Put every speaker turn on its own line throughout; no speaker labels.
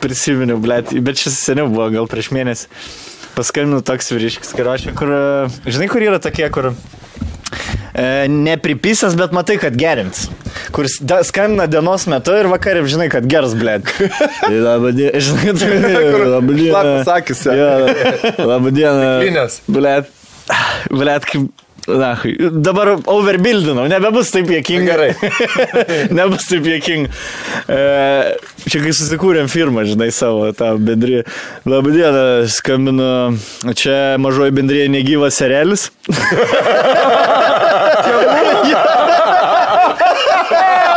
prisiminiau, blėt, bet šis seniau buvo, gal prieš mėnesį. Paskambinau toks vyriškis, kur aš, kur, žinai, kur yra tokie, kur e, nepripisas, bet matai, kad gerins. Kur s- da- skambina dienos metu ir vakarė, žinai, kad geras, blėt. Labadien, žinai,
Kur
tai
šlapios akys, jo.
Labadiena.
Stiklinės.
Blėt, blėt, kaip... Na, dabar overbildinau, nebebus taip jėkinga.
Gerai.
Nebus taip jėkinga. E, čia kai susikūrėm firmą, žinai, savo tą bendrį. Labdieną, skambinu. Čia mažoji bendrėje negyvas serelis.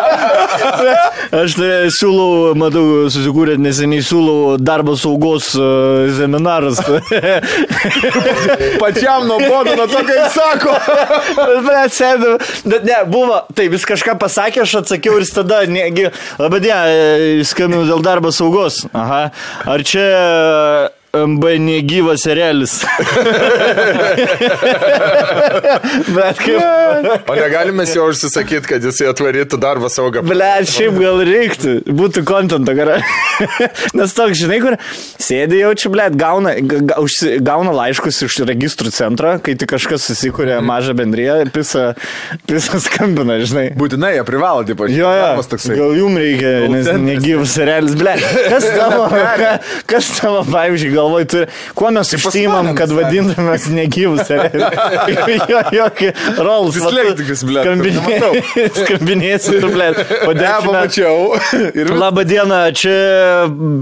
Aš tai siūlau, matau, susikūrėt neseniai siūlau darbo saugos e, seminaras.
Pačiam nuobodu, nuo to, kaip sako.
Bet sėdėjau, bet ne, buvo, taip, jis kažką pasakė, aš atsakiau ir jis tada, negi, labai diena, e, skambinu dėl darbo saugos. Aha, ar čia MB negyvas erelis? bet kaip,
O negalime jo užsisakyti, kad jisai atvarytų darbą saugą.
ble, šiaip gal reiktų, būtų kontento gerai. Nes toks, žinai, kur sėdė jau čia, ble, gauna, ga, ga- užsi- gauna laiškus iš registrų centro, kai tik kažkas susikūrė
Mhm.
mažą bendriją, pisa, pisa skambina, žinai.
Būtinai, jie privalo, tipo,
Jo,
darbas
jo.
toksai.
Gal jums reikia, nes
centras.
negyvas realis, ble. Kas tavo, ka- kas tavo, pavyzdžiui, galvoj turi, kuo mes užsiimam,
mane
kad vadintumės negyvas realis. jo, jokį rolus.
Dislektikas, blet, nematau.
Skambinėsi, tu, ble.
Ne, E, pamačiau. Ir vis-
Labą dieną, čia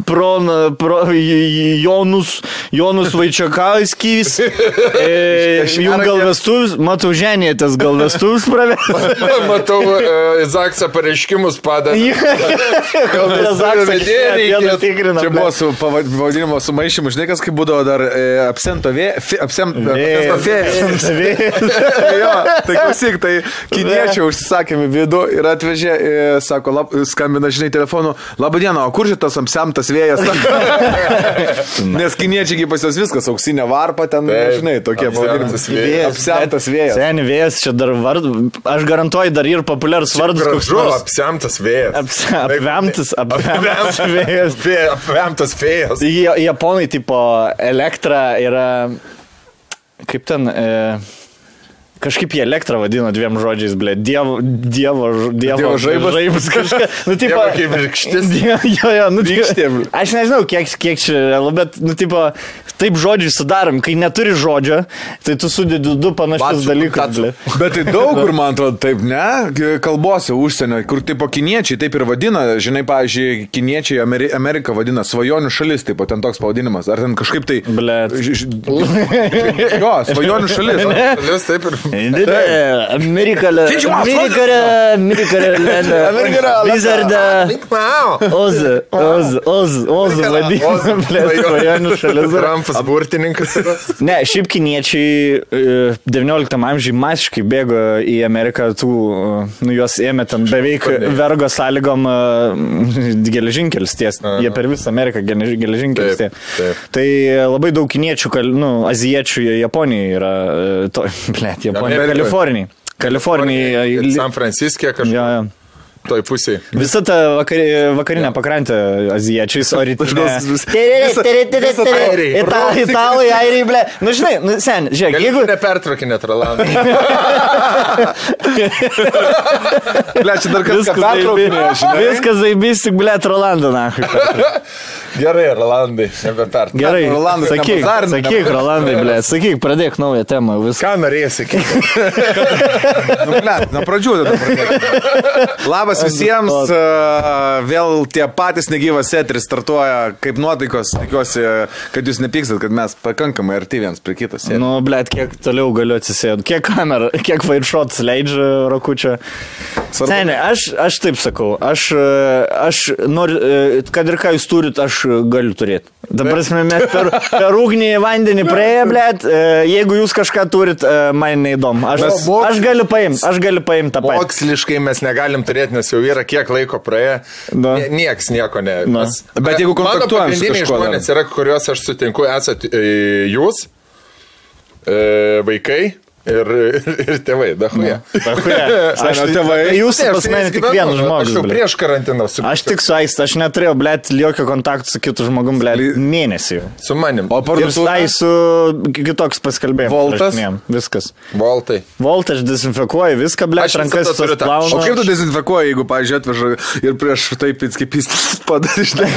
pron, pro, J- J- Jonus, Jonus Vaičiakauskis. E,
Iš- iš
jums gal
Melagės.
vestuvis, matau, ženėtės gal vestuvis pravės.
Matau, e, Zaksa pareiškimus padeda.
Gal
vedėjai
Vieną
reikėtų.
tikrinam.
Čia
ble.
buvo su pava- pavadinimo sumaišymu, žinai, kas kaip būdavo dar e, absento vė, fi, absent, absento fė.
Vėjas.
jo, tai klausyk, tai kiniečiai užsisakėme vidų ir atvežė, e, sako, lab, skambina, žinai, telefonu, laba diena, o kur šitas apsemtas vėjas? Nes kiniečiai pas juos viskas, auksinė varpa ten,
Taip,
žinai, tokie
apsemtas
pavadinimai.
vėjas.
Apsemtas vėjas.
Seniai vėjas čia dar vardas. Aš garantuoju dar ir populiarus vardas. koks
Gražu,
nors.
apsemtas vėjas.
Aps- Apvemtas, apvemtas vėjas.
Vė- Apvemtas vėjas.
Ja- Tai Japonai tipo elektra yra. Kaip ten. E, Kažkaip jie elektrą vadina dviem žodžiais, blė. Dievo, dievo, ž- dievo,
Dievo žaibas?
žaibas kažka, nu, tipo,
Dievo kibirkštis.
Die- Jo, jo, nu, tipo,
Rykštė, bl-
aš nežinau, kiek, kiek čia, realu, bet, nu, tipo, taip žodžiai sudarom, kai neturi žodžio, tai tu sudedi du panašius
Batsu,
dalykus.
tatsu.
blė.
Bet tai daug kur, man atrodo, taip, ne, K- kalbose užsienio, kur tipo kiniečiai taip ir vadina, žinai, pavyzdžiui, kiniečiai Ameri- Ameriką vadina svajonių šalis, taip, ten toks pavadinimas, ar ten kažkaip tai...
Blet.
Ž- ž- Jo, svajonių šalis.
Šalis taip ir.
Amerikalė.
Didžiumas
Amerikalė. Amerikalė.
Amerikalė.
Ah,
Wizardą.
Wow.
Oz, Oz, Oz, Oz, vadinasi, plėtojonių šalis.
Trumpas burtininkas. yra.
Ne, šiaip kiniečiai e, XIX amžiai masiškai bėgo į Ameriką, tų, e, nu juos ėmė ten beveik vergo sąlygom e, geležinkelis ties, jie per visą Ameriką gelež- geležinkelis
Taip,
ties.
taip.
Tai labai daug kiniečių, kal- nu, aziečių jie Japonijoje yra, e, to, blėt, Japonijoje,
Amerikoje.
Kalifornijai. uh, Kalifornijai. li-
San Franciske
Jo,
kažkur.
jo.
Toj pusėje.
Visa ta vakari, vakarinė ja. pakrantė aziečiais, o rytinė.
Aš gal- visa- visa
Iterė,
airiai.
Italai, italai, airiai, ble. Nu, žinai, nu, sen, žiūrėk,
Jeigu
jeigu...
nepertraukinėt, Rolandai.
Ble, čia dar kažkas pertraukinėje,
zaibys,
žinai.
viskas zaibys, tik, ble, Rolandą, na.
Gerai, Rolandai, nebepertraukinėt.
Gerai,
Rolandas
sakyk,
nepazarina.
sakyk, Rolandai, ble, sakyk, pradėk naują temą, viską.
Ką norėjai sakyti?
Nu, ble, nuo pradžių tada pradėkime. Labas visiems, a, vėl tie patys negyvas etris startuoja kaip nuotaikos, tikiuosi, kad jūs nepyksat, kad mes pakankamai arti viens prie kitos. sėdim.
Nu, ble, kiek toliau galiu atsisėdti, kiek kamera, kiek vaidšots leidžia rakučio.
Svarbu.
Seniai, aš, aš taip sakau, aš, e, aš noriu, e, kad ir ką jūs turit, aš e, galiu turėti. Dabar prasme, mes per, per ugnį į vandenį praėję, blėt, e, jeigu jūs kažką turit, e, man neįdomu. Aš,
Mes moks-
aš galiu paimti, aš galiu paimti tą patį.
Moksliškai mes negalim turėti, nes jau yra kiek laiko praėję.
Na.
Nie- Nieks nieko ne.
Na.
mes-
Bet jeigu
Mano
kontaktuojam su
pagrindiniai
kažkuo
žmonės yra, kuriuos aš sutinku, esate e, jūs, e, vaikai, Ir, ir tėvai, dahuja.
Aš,
tai-
Ai, nu, tėvai-
jūs pas mane tik vienas žmogus.
Aš jau
blet.
prieš karantiną su,
Aš tik su Aista, aš neturėjau, blė, jokio kontakto su kitu žmogum, blė, mėnesį. jau.
su manim. tai-
O
Ir su
parduotuvė.
Aistu kitoks paskalbėjimas.
Voltas?
Viskas.
Voltai.
Voltą aš dezinfekuoju, viską, blė,
Aš
rankas
visada turiu tą-
O kaip tu
plaunu.
dezinfekuoji, jeigu, pavyzdžiui, atveža ir prieš tai pitskipys padarė iš tai?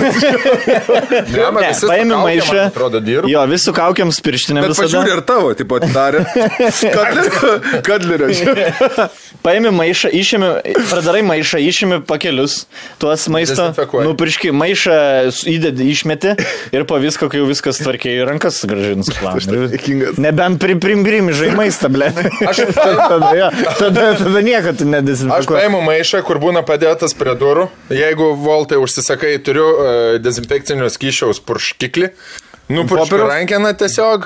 Ne,
Ne,
visi su
paėmė
kaukėm,
maišą.
man Atrodo, dirba.
Jo, visų kaukiams pirštinėm
Bet pažiūrė
visada.
ir tavo, tipo, darė. Kadlerio. Kadlerio.
Paėmė maišą, išėmė, pradarai maišą, išėmė pakelius, tuos maisto,
Dezinfekuoji.
nupirški, maišą su- įdedi, išmeti ir po visko, kai jau viskas tvarkėjai, rankas gražinus plaunu.
dėkingas.
Nebent priprimižai maistą, blė.
Aš,
Tada, jo, tada, tada nieko tu
aš
nedezinfekuoji.
paimu maišą, kur būna padėtas prie durų. Jeigu voltai užsisakai, turiu uh, dezinfekcinio skyšiaus purškiklį. Nupurškiu
Popieriaus?
rankeną tiesiog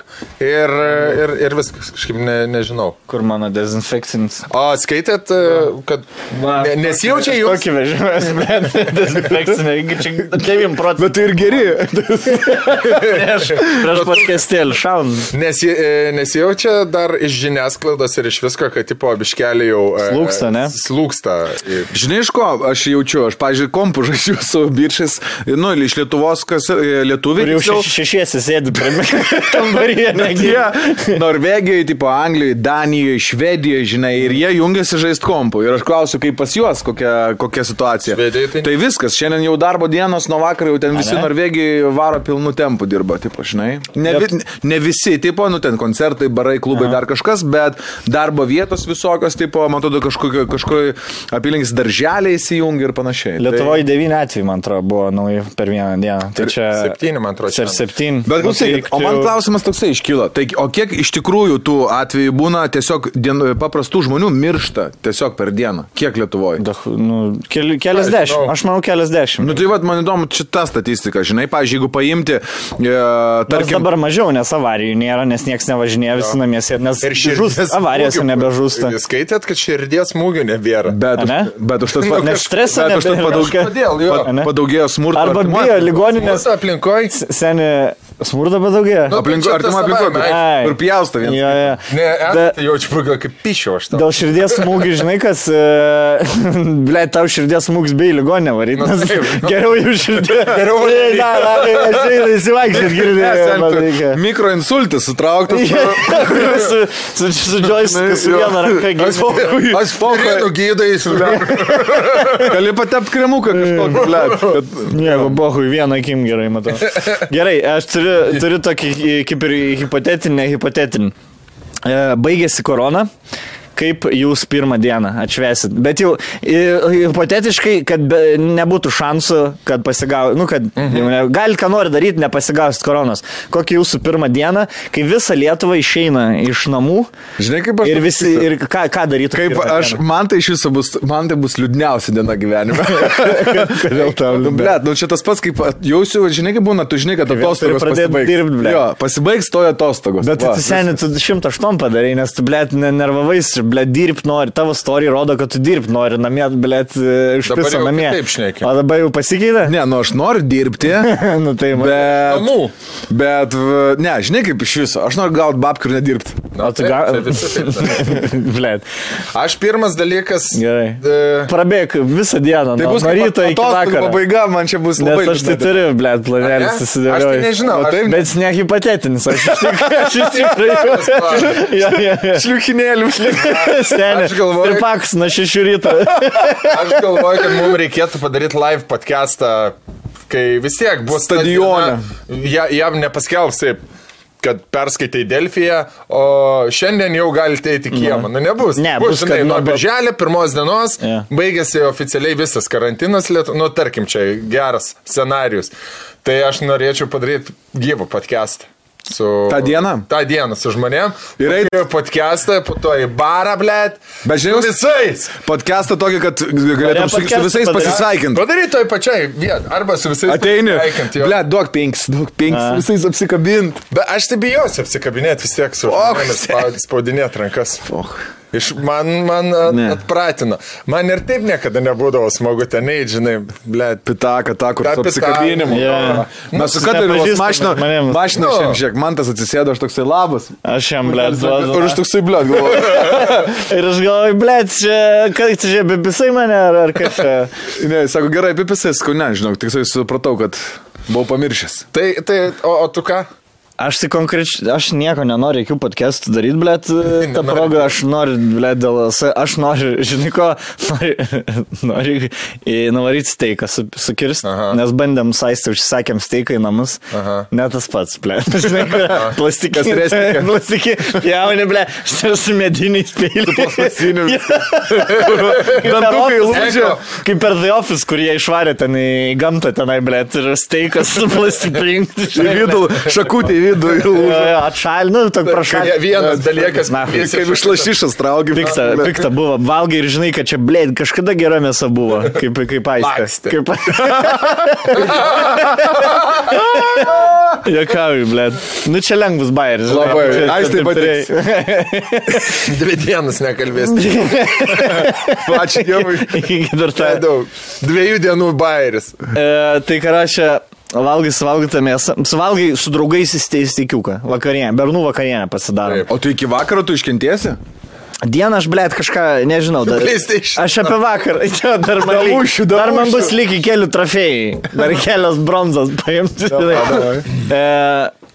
ir, e, ir, ir viskas, kažkaip ne, nežinau.
Kur mano dezinfekcinis?
O skaitėt, e, kad
Va,
ne, nesijaučia jums?
Kokį vežimės, bet dezinfekcinė, irgi čia 9 procentų.
Bet tai ir geri.
Prieš, prieš podcastėlį šaun.
Nesi, e, nesijaučia dar iš žiniasklaidos ir iš visko, kad tipo biškeliai jau... e,
Slūgsta, ne?
Slūgsta. Ir-
Žinai, iš ko aš jaučiu, aš, pažiūrėjau, kompų žaidžiu su bičiais, nu, iš Lietuvos, kas e,
Ir
lietuviai.
jau
tiksliau.
šeš- šešiesi sėdi prie mikro- kambaryje. negi.
Jie Norvegijoje, tipo Anglijoje, Danijoje, Švedijoje, žinai, ir jie jungiasi žaisti kompų. Ir aš klausiu, kaip pas juos, kokia, kokia situacija.
Švedijoj tai-
tai viskas, šiandien jau darbo dienos, nuo vakar jau ten visi
ne?
Norvegijai varo pilnu tempu dirba, tipo, žinai. Ne,
Bet-
vi, ne visi, tipo, nu ten koncertai, barai, klubai, dar kažkas, bet darbo vietos visokios, tipo, man atrodo, kažkokio, kažkokio apylinkis darželiai įsijungia ir panašiai. Tai
Lietuvoje 9 atvejų, man atrodo, buvo nauji per vieną dieną. Tai čia
septyni, man atrodo,
Per 7.
šiandien.
Bet klausykit, o man klausimas toksai iškyla. Tai, o kiek iš tikrųjų tų atvejų būna tiesiog dien, paprastų žmonių miršta tiesiog per dieną? Kiek Lietuvoje?
Nu, keli, keliasdešimt.
žinau.
Aš manau, keliasdešimt.
Nu tai vad, man įdomu šita statistika, žinai, pavyzdžiui, jeigu paimti, e,
Tarkim,
tarkim,
dabar mažiau, nes avarijų nėra, nes niekas nevažinėja visi namies, nes
Ir širdies.
žus- avarijose
smūgių-
nebežūsta.
Skaitėt, kad širdies smūgių nebėra.
bet,
Ane?
už, bet už
Nu,
tas pat-
Nes streso
bet už tas
nebėra,
padaug,
kažką-
Kodėl, jo?
Ane?
padaugėjo smurto.
Arba
artimoj-
bijo ligoninės.
Nes aplinkoj.
Seniai, smurda padaugėjo.
Nu,
Aplink,
Čia tas
artima aplinka,
savaime,
Ai.
kur pjausta vienas.
Jo, jo.
Ne,
Da-
aš jaučiu, pagal kaip pišiu aš tą.
Dėl širdies smūgių, žinai, kas, blė, tau širdies smūgis bei ligoninė varyti,
Na,
nes
taip.
geriau jų širdies.
Geriau varyti.
Na, na, na, įsivaikščiai,
Mes ten
girdėjai.
Mikroinsultas sutrauktas.
Su, su, su Joyce,
Nu,
kas su
jo.
viena ranka gimė.
Aš pokalbį gydais.
Gali patep kremuką kažkokį,
Mm.
ble.
Nieko, bohui, Nu, vieną akim gerai matau. Gerai, aš turiu, turiu tokį i- kaip ir hipotetinį, nehipotetinį. E, Baigėsi korona. Kaip jūs pirmą dieną atšvesit. Bet jau i- hipotetiškai, kad be, nebūtų šansų, kad pasigausit, nu, kad mhm. ne, gal ką nori daryti, nepasigausit koronos. Kokia jūsų pirmą dieną, kai visa Lietuva išeina iš namų
Žinai, kaip aš.
ir, visi, ir ką, ką daryti?
Kaip aš, man tai iš viso bus, man tai bus liūdniausia diena gyvenime. Kodėl tau liūdna? Blet, nu čia tas pats, kaip at- jausiu, žinai, kaip būna, tu žinai, kad
vėl turi
atostogos
pradėt
pasibaigs.
dirbt, blet.
Jo, pasibaigs toje atostogos.
Bet
Va.
tu seniai, tu 108 padarai, nes tu, blėt, nervavais, blėt, dirbt nori, tavo istorija rodo, kad tu dirbt nori, namie, blėt, e, iš
Dabar
viso
jau
namie.
kitaip šneki.
O dabar jau pasikeitė?
Ne, nu aš noriu dirbti.
nu tai man.
Bet,
Namų.
bet, v- ne, žinai kaip iš viso, aš noriu gauti babkių ir nedirbti. Nu,
O tu gal... Blėt.
Aš pirmas dalykas.
Gerai.
e,
Prabėk visą dieną.
Tai
nuo-
bus
nuo
kaip
ryto iki
atostogų
vakaro.
pabaiga, man čia bus labai.
Nes aš tai
liūdna.
turiu, blėt, planelį
Ane?
susidėliau.
Aš tai nežinau,
O
aš-
taip?
Bet jis ne hipotetinis, aš iš tikrųjų. Aš iš tikrųjų.
Šliukinėlių.
Seniai.
Aš galvoju-
Ir paks nuo 6 ryto.
Aš galvoju, kad mums reikėtų padaryti live podcastą, kai vis tiek bus ta
Stadione.
diena. Ja, jam nepaskelbs taip, kad perskaitai Delfiją, o šiandien jau galite eiti į kiemą. Nu, nebus.
Ne, bus,
žinai,
kad
nuo
nuo-
birželio pirmos dienos
Jo.
baigėsi oficialiai visas karantinas, lietu... nu, tarkim, čia geras scenarius. Tai aš norėčiau padaryti gyvą podcastą. Su,
Tą dieną?
Tą dieną su žmonėm.
Ir eit-
į podcastą, po to į barą, blėt.
Bet žinai, jūs-
visais.
Podcastą tokį, kad galėtum su, su
podcastą
visais
padaryt.
pasisveikinti.
Padaryk toj pačiai vietą. Arba su visais.
Ateini.
pasisveikint, jo.
Ble, duok penkis, duok penkis,
A.
visais apsikabint.
Bet aš tai bijausi apsikabinėti vis tiek su
Och,
žmonėmis,
se-
spaudinėti rankas.
Och.
Iš man, man at-
Ne.
atpratino. Man ir taip niekada nebūdavo smagu ten, eiti, žinai, ble.
Pitaka, ta, kur
Ta
su
pitaka.
apsikabinimu.
Jo.
Mes su Katarinu
Nepažįstamas
mašino,
žmonėms.
mašino
Jo.
šiam žiek, man tas atsisėdo, aš toksai labas.
Aš jam, blėt,
Ir aš
duodu.
toksai blėt galvoju.
Ir aš galvoju, blėt, čia, kad čia bebisai mane ar, ar kas čia.
Ne, jis sako, gerai, apie pisas, ko ne, žinok, tiksliai supratau, kad buvau pamiršęs.
Tai, tai, o, o tu ką?
Aš tai konkrečiai, aš nieko nenoriu, jokių podcastų daryti, blėt, tą
nenori.
progą aš noriu, blėt, dėl, sa- aš noriu, žinai ko, noriu, noriu į- nuvaryti steiką, su, sukirsti,
Aha.
nes bandėm saistą, užsisakėm steiką į namus,
Aha.
ne tas pats, blėt, žinai, plastikas,
Kas restika?
plastikas, jauni, blėt, šitie su mediniais peiliais.
Dantukai lūžė.
Eko.
Kaip per The Office, kur jie išvarė ten į gamtą tenai, blėt, ir steikas su plastiprinkti.
Į vidų, šakutį į vidų. ir lūžo.
Atšalinu, tok prašau.
Kai vienas dalykas,
Na,
jis
Kaip išlašyšas traukiu.
Pikta, pikta buvo, valgai ir žinai, kad čia, blėt, kažkada gera mėsa buvo, kaip, kaip
Lakstė.
aistė. Kaip... Jokauju, blėt. Nu čia lengvas bairis. žinai.
Labai.
Čia- čia
Aistei
taip
patiks.
turėjai.
Dvi dienas nekalbės.
Ačiū Dievui.
Iki ketvirtadienio.
Tai daug. Dviejų dienų bairis.
E, tai ką rašė, valgai suvalgytą mėsą, suvalgai su draugais įsteistikiuką, vakarienę, bernų vakarienę pasidaro.
Taip.
O tu iki vakaro tu iškentiesi?
Dieną aš, blėt, kažką, nežinau, dar.
PlayStation.
Aš apie vakar, jo, dar man,
Damušiu,
lyg, dar man
damušiu.
bus lygiai kelių trofėjai, dar kelios bronzas paimti. žinai. E,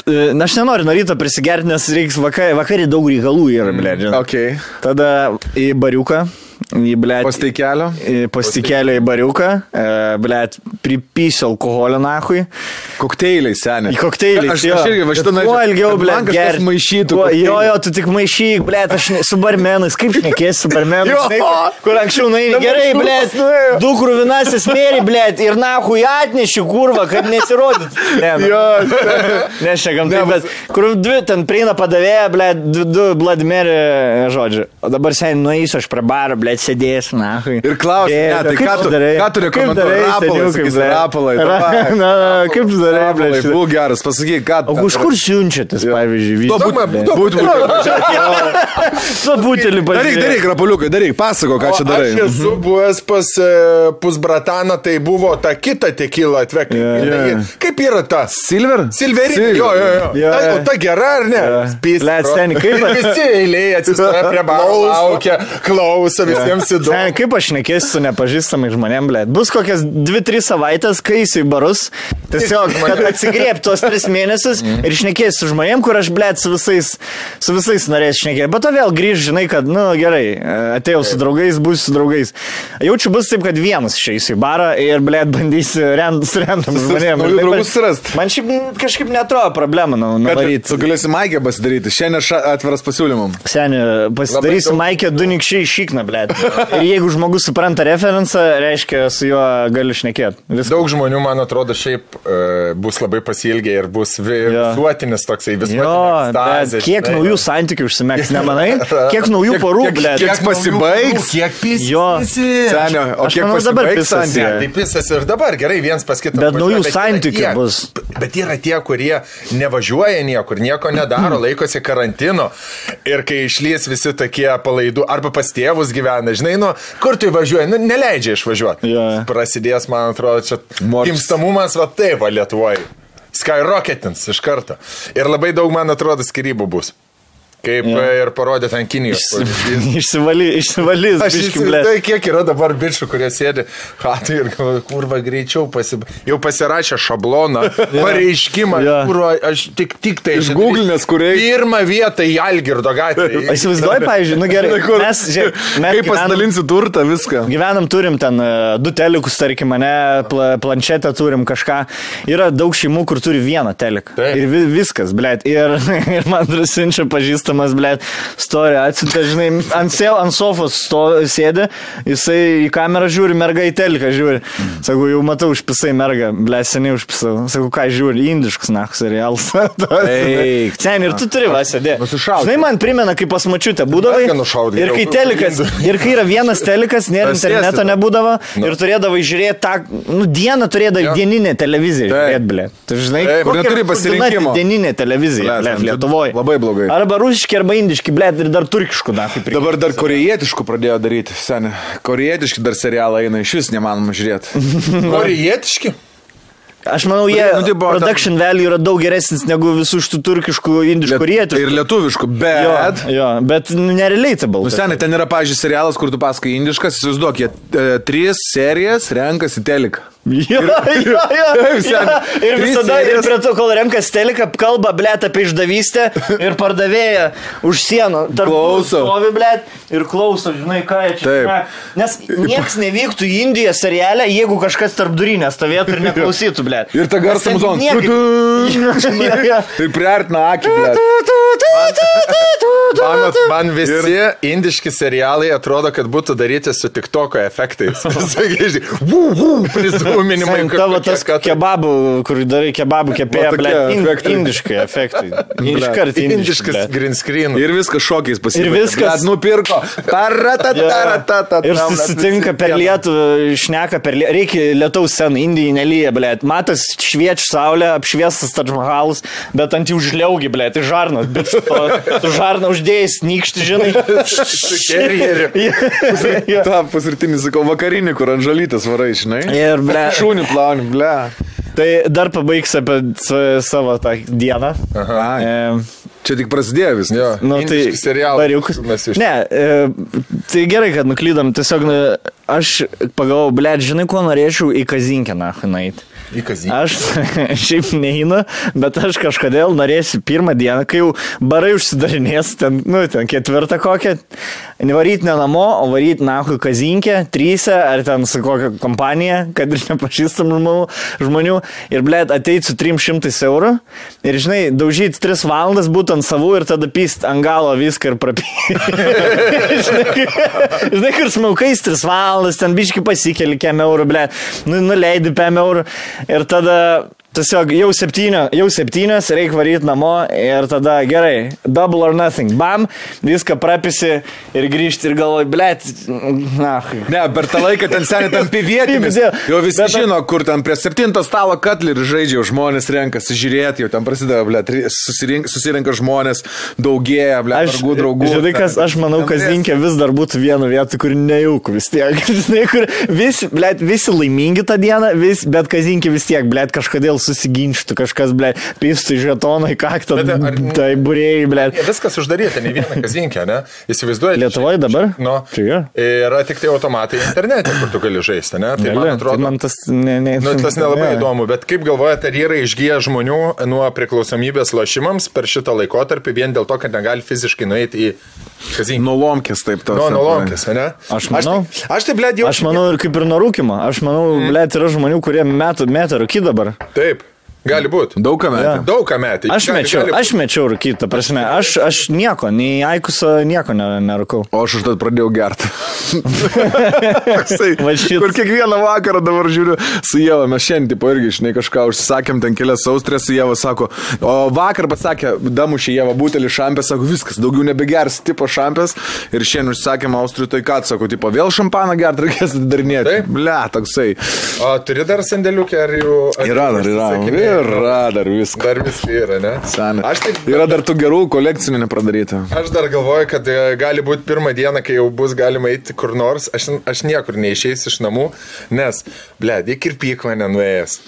t- e, Na, aš nenoriu nuo ryto prisigerti, nes reiks vakarį, vakarį daug reikalų yra, blė.
okei.
Tada į bariuką, į blė.
Pasteikelio.
Pastikėlio E, į bariuką, blė, pripysiu alkoholio nahui.
Kokteiliai seniai.
Į kokteilį.
Aš, aš irgi va šitą
Kuo ilgiau, ble,
man kažkas
gerti.
maišytų.
Kuo- Jo,
kokteilį.
jo, tu tik maišyk, ble, aš ne, su barmenais. Kaip šnekėsi su barmenais?
Jo.
žinai, kur- Kur anksčiau nueini.
Dabar
Gerai,
šūdas
ble,
nuėjo.
du krūvinasis mėri, ble, ir nahui atneši kurvą, kad nesirodyt. Ne, nu,
Jo,
Nešnekam, taip, bet kur dvi ten prieina padavėja, ble, du, du Vladimirį žodžiu. O dabar seniai nueisiu aš prie baro, ble, sėdėsiu, na.
Ir klausi, ne, tai ką tu- ką tu rekomenduoji? Rapolai, sakysi, Rapolai, dabar.
Na, na, kaip tu darai, ble,
Rapolai,
šitą?
būk geras, pasakyk, ką.
O už kur siunčiatės, pavyzdžiui,
To
video?
būtų,
Tomai,
būtų, būtų.
Su butelį
Daryk,
pažiūrėk.
daryk, rapoliukai, daryk, pasako, ką
O
čia darai. Mhm.
Aš esu buvęs pas e, pusbrataną, tai buvo ta kita tekila atvekta.
Yeah.
Kaip yra ta?
Silver?
Silverinė. Jo, jo, jo.
Jo,
Ta,
jo.
o ta gera ar ne? Spys.
Blet, seni, kaip-
Visi eilėje atsistoja prie balo, laukia, klauso, visiems
Ne,
įdomu.
kaip aš nekėsiu su nepažįstamai žmonėm, blė. Bus kokias 2-3 savaitės, kai eisiu į barus, tiesiog kad atsigriebti tuos 3 mėnesius ir šnekėsiu su žmonėm, kur aš, blė, su visais, su visais norėsiu šnekėti. Bet to vėl grįž, žinai, kad, nu gerai, e, atėjau su draugais, būsiu su draugais. Jaučiu bus taip, kad vienas išeisiu į barą ir, blė, bandysiu rent, su rentam žmonėm.
naujų
Ir taip
draugų
aš-
susirast.
Man šiaip n- kažkaip netrodo problema, nu, nuvaryti.
Tu galėsi maikę pasidaryti, šiandien ša- atviras pasiūlymam.
Seniai, pasidarysiu
daug-
Maikė Dunikščiai šikną, blė. Ir jeigu žmogus supranta referenciją, reiškia, su juo galiu šnekėti. Viskas.
Daug žmonių, man atrodo, šiaip e, bus labai pasilgę ir bus vi-
Jo.
visuotinis toksai visuotinis.
Jo, bet kiek naujų santykių užsimeks, nemanai? Kiek naujų porų,
kiek-
blė.
kiek- pasibaigs?
Kiek pys?
Jo.
Senio, o
Aš
kiek
manau, dabar
pasibaigs
pisas
santykiai?
yra.
Ne, tai pisas ir dabar gerai, viens pas kitą.
Bet
važiuoja,
naujų
yra
santykių
tie-
bus.
Bet yra tie, kurie nevažiuoja niekur, nieko nedaro, laikosi karantino. Ir kai išlės visi tokie palaidų, arba pas tėvus gyvena, žinai, nu, kur tu įvažiuoji, nu, neleidžia išvažiuoti.
Jo.
Prasidės, man atrodo, čia
Mokestis.
gimstamumas va taip, va Lietuvoje. Skyrocketins iš karto. Ir labai daug, man atrodo, skirybų bus. Kaip e, ir parodė ten Kinijos. pavyzdys.
Išsivaly- Išsivalys,
Aš
biškim, blė.
įsivaizduoju, kiek yra dabar bičių, kurie sėdi hatai ir galvoja, kurva greičiau pasib... jau pasirašė šabloną, pareiškimą,
Jo.
kurva aš tik, tik tai
Išgūglinęs, kur reikia.
Pirmą vietą į Algirdo gatvę.
Aš įsivaizduoju, pavyzdžiui, nu gerai,
Tai kur-
mes, žiūrėk, mes
Kaip
gyvenam-
pasidalinsi turtą, viską.
Gyvenam, turim ten e, du telikus, tarkim, mane, pla, planšetę turim kažką. Yra daug šeimų, kur turi vieną teliką.
Taip.
Ir vi, viskas, blėt. Ir, ir man drusinčia pažįstamas, blėt, story atsitė, žinai, ant, sėl, ant sofos sto, sėdi, jisai į kamerą žiūri, merga į teliką žiūri. Sakau, jau matau, užpisai merga, blėt, seniai užpisau. Sakau, ką žiūri, indiškas naks serialas.
Eik.
Sen, ir tu turi vasėdė.
Nusišaudė.
Žinai, man primena, kaip pas mačiutę būdavai.
Mergą nušaudė,
Ir kai
jau.
telikas, ir kai yra vienas telikas, nėra
Aš
interneto,
sėsiu.
nebūdavo nu. ir turėdavai žiūrėti tą, nu, dieną turėdavai
Jo.
dieninę televiziją
Taip.
žiūrėti, blė. Tu žinai,
Taip, kur
kokia
neturi
yra
pasirinkimo.
dieninė televizija,
Blet,
blė,
ten
Lietuvoje.
labai blogai.
Arba rusiški arba indiški, blėt, ir dar turkiškų, na, kaip
Dabar dar korejietiškų pradėjo daryti, seniai. Korejietiški dar serialą eina, iš vis nemanoma žiūrėti.
Korejietiški?
Aš manau, jie
nu, tai buvo ten-
production value yra daug geresnis negu visų šitų turkiškų, indiškų rietų.
Ir lietuviškų,
Jo,
bet...
jo, bet nerelatable.
Nu, seniai, ten yra, pažiūrėjau, serialas, kur tu pasakai indiškas, įsivaizduok, jie e, tris serijas renkasi teliką.
Jo, jo, jo,
Taip,
jo.
seni.
Ir
Trys
visada, ir
serijos.
prie to, kol renkas teliką, kalba, blėt, apie išdavystę ir pardavėją už sienų. Tarp
Klauso.
Stovi, blėt, ir klauso, žinai, ką jie čia.
Taip.
šneka. Nes niekas nevyktų į Indiją serialę, jeigu kažkas tarp durinės stovėtų ir neklausytų, blėt.
Ir ta garso
Nes ten
muzon.
niekaip- Jo, jo.
Ir priartina akį. blet.
Man, man visi ir... indiški serialai atrodo, kad būtų daryti su tik toko efektais. Visokie, vū, vū, prizūminimai.
Sen, Tavo tas
kad...
kebabų, kur darai kebabų kepėją,
Va Nu, tokie
blėt, ind,
efektai.
indiškai efektai. Iškart indiškai.
Indiškas
blet.
green screen.
Ir viskas šokiais pasiekė.
Ir viskas.
nupirko. Taratataratata.
Ir susitinka per lietų, šneka per lietų. Reikia lietaus sen, Indijai nelyja, blė. Matas švieč saulė, apšviestas Tadžmahalas, bet ant jų žliaugi, blė, tai žarnas. Bet tu žarną uždėjęs nykštį, žinai.
kerjeriu.
Jo.
Ta pusrytinį, sakau, vakarinį, kur anžalytas varai, žinai.
Ir, blė.
Šūnį plauni, ble.
Tai dar pabaigs apie s- savo tą dieną.
Aha.
E,
Čia tik prasidėjo vis.
Jo.
Nu, tai
Indiški serialai,
Bariukas.
mes iš-
Ne, e, tai gerai, kad nuklydom. Tiesiog nu, aš pagalvojau, ble, žinai, ko norėčiau į Kazinkę, na, nait.
Į kazinį.
Aš šiaip neinu, bet aš kažkodėl norėsiu pirmą dieną, kai jau barai užsidarinės, ten, nu, ten ketvirtą kokią, nevaryt ne namo, o varyt nahui kazinkę, trysę ar ten su kokią kompaniją, kad ir nepažįstam žmonių, žmonių ir blėt ateit su 300 eurų ir, žinai, daužyti 3 valandas būtent savų ir tada pyst ant galo viską ir prapyst. žinai, kur- žinai, kur smaukais 3 valandas, ten biški pasikeli 5 eurų, ble, nu, nuleidi 5 eurų ir tada tiesiog jau 7, jau 7, reikia varyti namo ir tada gerai, double or nothing, bam, viską prapisi ir grįžti ir galvoji, ble, na,
Ne, per tą laiką ten seniai tampi vietinis.
Taip,
Jau visi
bet-
bet, žino, kur ten prie septinto stalo katlerį žaidžia, jau žmonės renkasi žiūrėti, jau ten prasideda, ble, susirink, susirinka žmonės, daugėja, ble,
Aš,
draugų, draugų.
žinai,
ten-
kas, aš manau,
ten
kad
vis-
Zinkė vis dar būtų viena vieta, kur nejaukų vis tiek. Žinai, kur visi, blėt, visi laimingi tą dieną, vis, bet Kazinkė vis tiek, blėt, kažkodėl susiginčytų, kažkas, blėt, pistų į žetoną, į kaktą,
Bet ar-
tai burėjai, blėt.
Jie Viskas uždaryta, ne viena kazinė, ne? Įsivaizduoju.
Lietuvoj dabar?
Nu,
Čia jo.
yra tik tai automatai internete, kur tu gali žaisti, ne? Tai man
Gali,
atrodo,
tai man tas, ne, ne,
Nu, tas nelabai
ne.
įdomu, bet kaip galvojate, ar yra išgyję žmonių nuo priklausomybės lošimams per šitą laikotarpį vien dėl to, kad negali fiziškai nueiti į kazinį?
Nolomkės taip tos.
Nu, nolomkis, ne?
Aš manau.
Aš tai, aš tai blėdėjau.
Aš manau ir kaip ir narūkimo, aš manau,
Mhm.
blėt, yra žmonių, kurie metų metą rūkį dabar.
Taip, gali būti.
Daug ką metė.
Jo.
Daug ką metai.
Aš
Gali-
mečiau,
gali būt.
aš mečiau rūkį, ta prasme, aš, aš nieko, nei aikuso nieko ne- nerūkau.
O aš užtat pradėjau gerti. Toksai,
Va šit.
kur kiekvieną vakarą dabar žiūriu su Jėva, mes šiandien tipo irgi, žinai, kažką užsisakėm, ten kelias austrės, Jėva sako, o vakar pasakė, damušė Jėva butelį šampės, sako, viskas, daugiau nebegers, tipo šampės, ir šiandien užsisakėm austrių, tai ką, sako, tipo vėl šampaną gerti, reikės darinėti.
Taip.
Ble, toksai.
O turi dar sandėliukę, ar jau... ar
Yra dar, yra,
užsisakinėji?
yra dar visko.
Dar vis yra, ne?
Sena.
Aš tai- taip...
Yra dar tų gerų kolekcinių nepradaryta.
Aš dar galvoju, kad e, gali būti pirmą dieną, kai jau bus galima eiti kur nors, aš, aš niekur neišeisiu iš namų, nes, ble, tik ir pyklą nenuėjęs.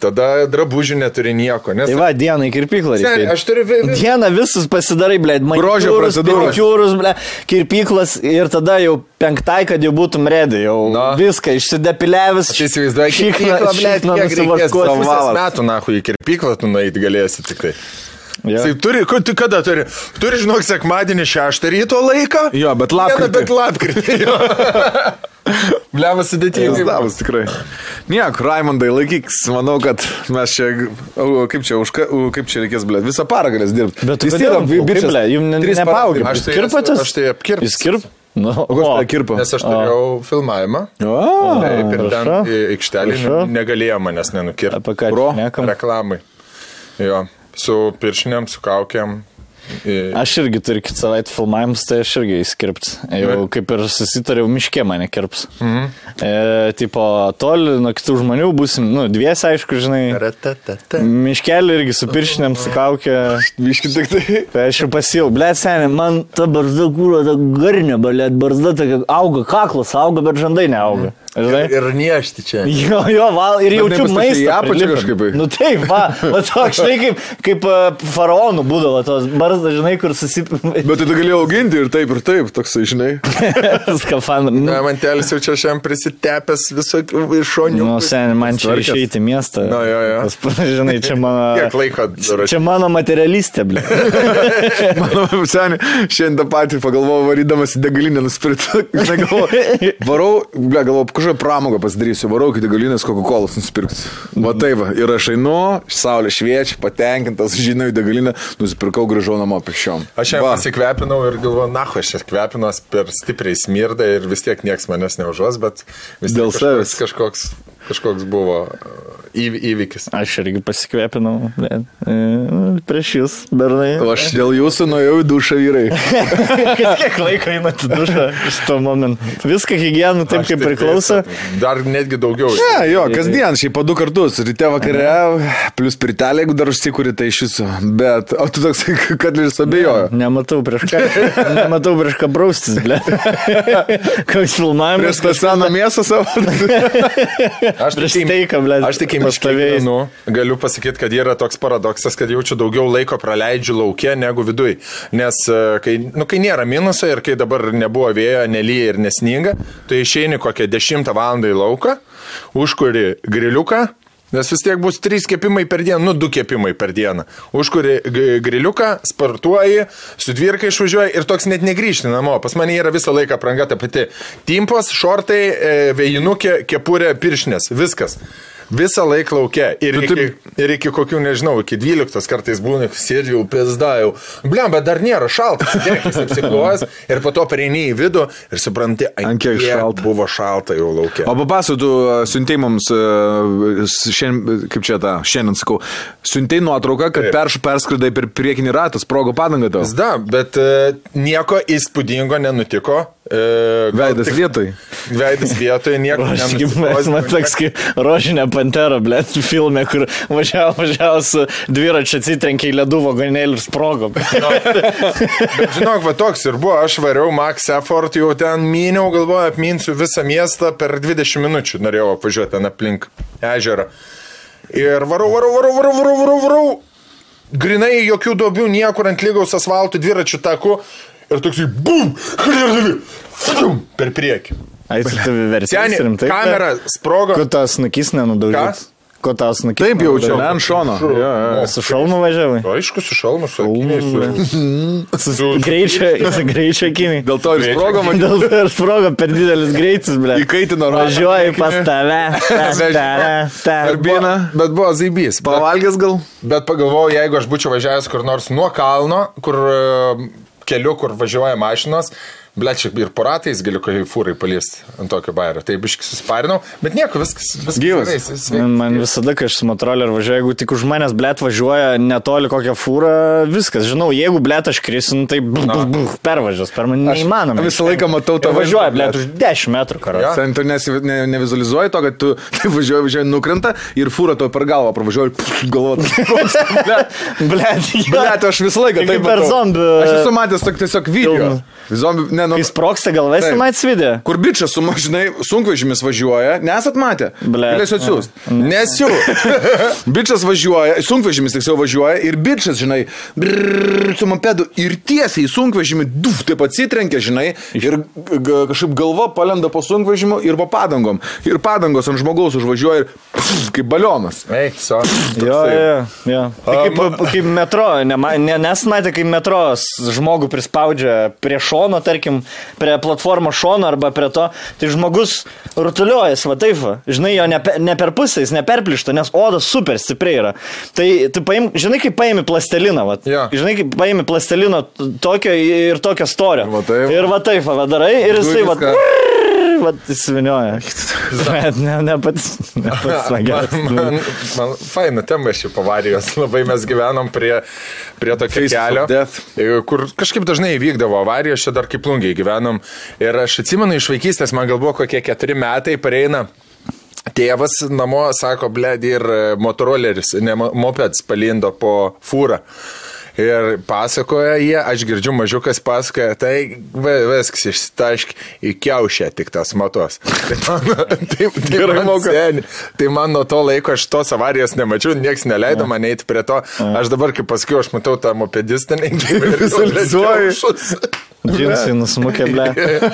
Tada drabužių neturi nieko, nes...
Tai va, dieną į kirpyklą
Seni,
reikia.
aš turiu vi- vi-
Dieną visus pasidarai, ble,
Grožio procedūros.
Kiūrus, ble, kirpyklas ir tada jau penktai, kad jau būtum redi, jau
Na.
viską išsidepiliavęs.
Aš įsivaizduoju, kiek
šikną-
kirpyklą, ble,
šikną
kiek reikės
nusivaškuot.
savo
Pusės
metų, na, į kirpyklą tu nueiti galėsi tik tai.
Jo.
Tai turi, kur, tu kada turi? Turi, žinok, sekmadienį šeštą ryto laiką.
Jo, bet
Vieną,
lapkritį.
Bet lapkritį. Blevas sudėtingas.
Stavus tikrai. Niek, Raimondai, laikykis, manau, kad mes čia, au, kaip čia, užka, au, kaip čia reikės, blė, visą parą galės dirbti.
Bet jis yra,
bičias.
bičiulė, jums
Tris paras
nepaugi.
dirbt.
Aš tai-
kirpatės?
aš tai apkirptas.
Jis kirp? Nu,
O kas
o.
tą kirpo?
Nes aš turėjau filmavimą.
O,
Taip, ir ten
Prašau.
į aikštelį
Prašau.
negalėjo manęs nenukirti.
Apie ką
Pro
čia šnekam?
Reklamai. Jo, su piršiniam, su kaukiam.
Aš irgi turiu kitą savaitę filmavimus, tai aš irgi įskirps. Jau kaip ir susitariau, miške mane kirps. Mhm. E, tipo, toli nuo kitų žmonių busim, nu, dviesi, aišku, žinai.
Ratatata.
Miškelį irgi su piršinėm, su kaukė.
Biškit tik tai.
Tai aš jau pasijau, blė, seniai, man ta barzda kūro, ta garinė, blė, barzda, ta auga, kaklas auga, bet žandai neauga. Žinai?
Ir niešti čia.
Jo, jo, val, ir jaučiu
nepasakei,
maistą.
į apačią
prilipę.
kažkaip.
Nu taip, va, va toks, žinai, kaip, kaip a, faraonų būdavo tos barzdas, žinai, kur susipinti
Bet tai tu galėjai auginti ir taip, ir taip, toksai, žinai.
skafandrą.
Na, man telis jau čia šiam prisitepęs visokių šonių.
Nu, seniai, man čia
Tvarkęs.
išeiti į miestą.
Nu, jo, jo.
Tas, žinai, čia
Kiek
mano...
laiko duračiai?
Čia mano materialistė, blė.
Mano seniai, šiandien tą patį pagalvojau, varydamas į degalinę nusipirkti. Galvojau, varau, ble, galvojau, kažkokią pramogą pasidarysiu, varau iki degalinės Coca-Cola nusipirkti. Va taip, va, ir aš einu, saulė šviečia, patenkintas, žinau, į degalinę, nusipirkau, grįžau namo pešiom.
Aš ją pasikvepinau ir galvoju, na, aš čia kvepinuos per stipriai smirdą ir vis tiek niekas manęs neužuos, bet vis tiek
Dėl
kažkoks,
savęs.
kažkoks, kažkoks buvo uh, įv, įvykis.
Aš irgi pasikvėpinau, blė. e, Prieš jūs, bernai.
O aš dėl jūsų nuėjau į dušą vyrai.
Kas kiek laiko įmat į dušą šito momentu? Viską higienų taip,
Aš
kaip
tai
priklauso.
taip, Dar netgi daugiau.
Ne, jo, kasdien, šiaip po du kartus, ryte vakare, plus pirtelė, jeigu dar užsikuri, tai iš viso. Bet, o tu toks, kad ir abejoju.
Nematau prieš ką. Nematau prieš ką braustis, ble. Koks filmavimas.
Prieš tą seną mėsą savo.
Aš
Prieš
tai
teiką, blet,
Aš tik
pastovėjai.
įmiškavėjau. Galiu pasakyti, kad yra toks paradoksas, kad jaučiu daugiau laiko praleidžiu laukia negu viduj. Nes e, kai, nu, kai nėra minuso ir kai dabar nebuvo vėjo, nelyja ir nesninga, tai išeini kokią 10 val. į lauką, užkuri griliuką. Nes vis tiek bus trys kepimai per dieną, nu du kepimai per dieną. Užkuri g- griliuką, sportuoji, su dvirka išvažiuoji ir toks net negryžti namo. Pas mane yra visą laiką pranga ta pati. Timpos, šortai, e, vėjinukė, kepurė, piršnės, viskas. Visą laiką laukia. Ir,
Tu
iki, ir iki kokių, nežinau, iki 12 kartais būna, sėdžiu, pizdajau. Bliam, bet dar nėra šalta. Apsiklojas ir po to pereini į vidų ir supranti,
Ant
ant
kiek
kiek, kiek
šalta.
buvo šalta jau laukia.
O papasakotų siuntei mums, e, s- šiandien, kaip čia ta, šiandien sakau, siuntei nuotrauką, kad
Taip.
perš, perskridai per priekinį ratą, sprogo padangą tau.
Zda, bet e, nieko įspūdingo nenutiko. E, gal
Veidas
tik-
vietoj.
Veidas vietoje, nieko
Aš man toks kaip rožinė pantera, blė, filme, kur važiavo, važiavo su dviračiu, atsitrenkė į ledų vagonėlį ir sprogo.
Nu, Bet Žinok, va toks ir buvo, aš variau Max Effort, jau ten myniau, galvoju, apminsiu visą miestą, per 20 minučių norėjau apvažiuoti ten aplink ežerą. Ir varau, varau, varau, varau, varau, varau, varau. Grinai jokių duobių, niekur ant lygaus asfaltų dviračių takų. Ir toksai, bum, Fum! per priekį.
Ais tu
Seniai,
versijas rimtai.
kamera sprogo.
Ko tas nukis nenudaužė?
Kas?
Ko tas nukis?
Taip jaučiu, ne
nenudaužyt?
ant šono. Jo, jo, jo.
Su šalmu važiavai.
Nu, Aišku, su šalmu, su akiniais, su...
Su greičio, su greičio akiniai.
Dėl to ir sprogo man.
Dėl to ir sprogo per didelis greitis, ble.
Įkaitino rožę.
Važiuoju pas tave. ta, ta, ta, ta.
Ar bina?
Bet buvo zaibys. Bet,
Pavalgęs gal?
bet pagalvojau, jeigu aš būčiau važiavęs kur nors nuo kalno, kur e, keliu, kur važiuoja mašinos, blečiak ir poratais galiu kai fūrai paliesti ant tokio bairio. Tai biškai susparinau, bet nieko, viskas. viskas
Gyvas.
gerai, jis- jis-
Man, man visada, kai aš su motroleriu važiuoju, jeigu tik už manęs blėt važiuoja netoli kokią fūrą, viskas. Žinau, jeigu blėt aš krisiu, nu, tai buh, buh, buh, pervažiuos, per mane neįmanoma.
visą laiką matau
Ir
tavo
Važiuoja, blėt,
vaizdą,
už 10 metrų karo.
Jo.
Sen tu nesi- ne- nevizualizuoji to, kad tu taip važiuoji, važiuoji, nukrenta ir fūra to per galvą pravažiuoji, galvo.
Blėt,
Bet aš visą laiką
Kaip
taip
per
matau.
zombį.
Aš esu matęs tok- tiesiog video.
filmą.
Zombi, ne, nu,
Kai sproksta galvas,
Taip.
man atsvidė.
Kur bičias su mažinai sunkvežimis važiuoja, nesat matę.
Ble.
Galėsiu atsiųst. Nesiu. bičias važiuoja, sunkvežimis tiksliau važiuoja ir bičias, žinai, brrr, su mopedu ir tiesiai į sunkvežimį, duf, taip atsitrenkia, žinai, ir ga- kažkaip galva palenda po sunkvežimu ir po padangom. Ir padangos ant žmogaus užvažiuoja ir pff, kaip balionas.
Eik, so.
Jo,
Toksai.
jo, jo. Tai kaip, kaip metro, nema- ne- nesmatė, kaip metro žmogų prispaudžia prie šono, tarkim, prie platformos šono arba prie to, tai žmogus rutuliojas, va taip, va. žinai, jo ne, pe- ne per pusę, jis neperplišta, nes oda super stipriai yra. Tai tu paim, žinai, kaip paimi plasteliną, va.
Jo.
Žinai, kaip paimi plastelino tokio ir tokio storio.
Va taip.
Ir va taip, va, va darai ir jisai va.
Viską.
vat, įsivinioja. Bet ne, ne pats, ne pats
Man,
smagiausias. nu.
man, man faina tema ši pavarijos. Labai mes gyvenom prie, prie tokio
Faces of
kelio,
death.
e, kur kažkaip dažnai įvykdavo avarijos, čia dar kaip lungiai gyvenom. Ir aš atsimenu iš vaikystės, man gal buvo kokie keturi metai, pareina. Tėvas namo sako, bled, ir e, motoroleris, ne mo- mopeds palindo po fūrą. Ir pasakoja jie, aš girdžiu mažiukas pasakoja, tai va- viskas išsitašk į kiaušę tik tas matos. Tai man, tai, tai
Gerai
man
moka.
seni. Tai man nuo to laiko aš tos avarijos nemačiau, nieks neleido man eiti prie to. Aš dabar, kaip pasakiau, aš matau tą tai mopedistinį.
Vizualizuoji.
Džinsai nusmukė, ble.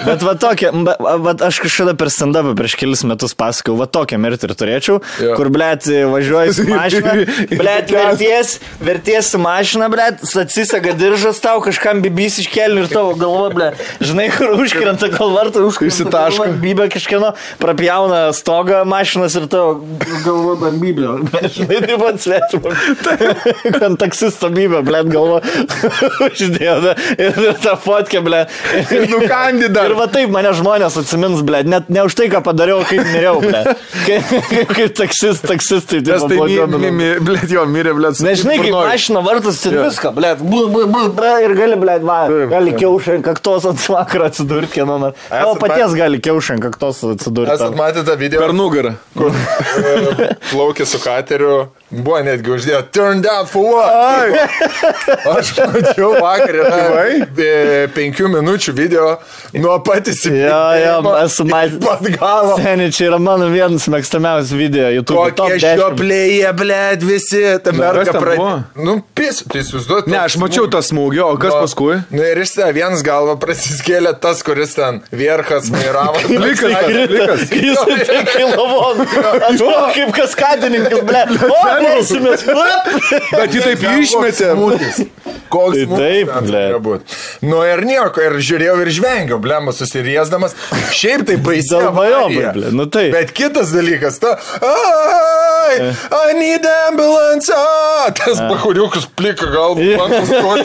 Bet va tokia, ba- va aš kažkada per stand-upą prieš kelis metus pasakojau, va tokią mirtį ir turėčiau,
Jo.
jo. kur, ble, važiuoju su mašina, ble, verties, verties su mašina, ble, atsisega diržas tau, kažkam bibys iš kelių ir tavo galva, ble, žinai, kur užkrenta galva, ar tai užkrenta
Išsitaško.
bibė kažkieno, prapjauna stogą mašinas ir tavo galva, ble, bibė. Žinai, taip pat svečiu. Ant taksisto bibė, ble, galva uždėjo da, ir, ir tą fotkę, ble.
Nukandi dar.
Ir va taip mane žmonės atsimins, ble, net ne už tai, ką padariau, kaip miriau, ble. Kaip, kaip, kaip taksis, taksistai, tai
Nes tai mirė, blėt, jo, mirė, blėt.
Nežinai, kaip
burnoj.
mašina vartus ir viską, ble, bu, bu, bu, ble, ir gali, ble, va, gali kiaušai, kaktos ant vakaro atsidurti, kieno nors. Tavo
Esat
paties gali kiaušai, kaktos atsidurti.
Esat matę tą video?
Per nugarą.
kur e, plaukė su kateriu, buvo netgi uždėjo Turn down for what? Aš mačiau vakar yra, e, penkių minučių video nuo patys
Jo, jo, esu matęs.
Pat galo.
Seniai, čia yra mano vienas mėgstamiausias video YouTube.
Kokie šioplėje, blėd, visi. Ta
kas
merka
ten
pradėjo.
buvo?
Nu, pis, tai įsivaizduoju.
Ne,
toks
aš mačiau tą smūgį, o kas
Nu,
paskui?
Nu ir iš ten vienas galva prasiskėlė tas, kuris ten vierkas vairavo.
Plikas, plikas.
Jis tai kilovon. Aš buvau kaip kaskadininkas, ble. O, nesimės.
Bet jį taip
Ten koks
išmetė.
smūgis. Koks
Tai
smūgis
taip,
ten
ble.
turėjo būt. Nu ir nieko, ir žiūrėjau ir žvengiau, blemą susiriesdamas. Šiaip tai baisiau.
Dalmajom, ble, nu taip.
Bet kitas dalykas, ta...
Eh.
Ai, I need ambulance. A, tas pakuriukas plika galbūt. Man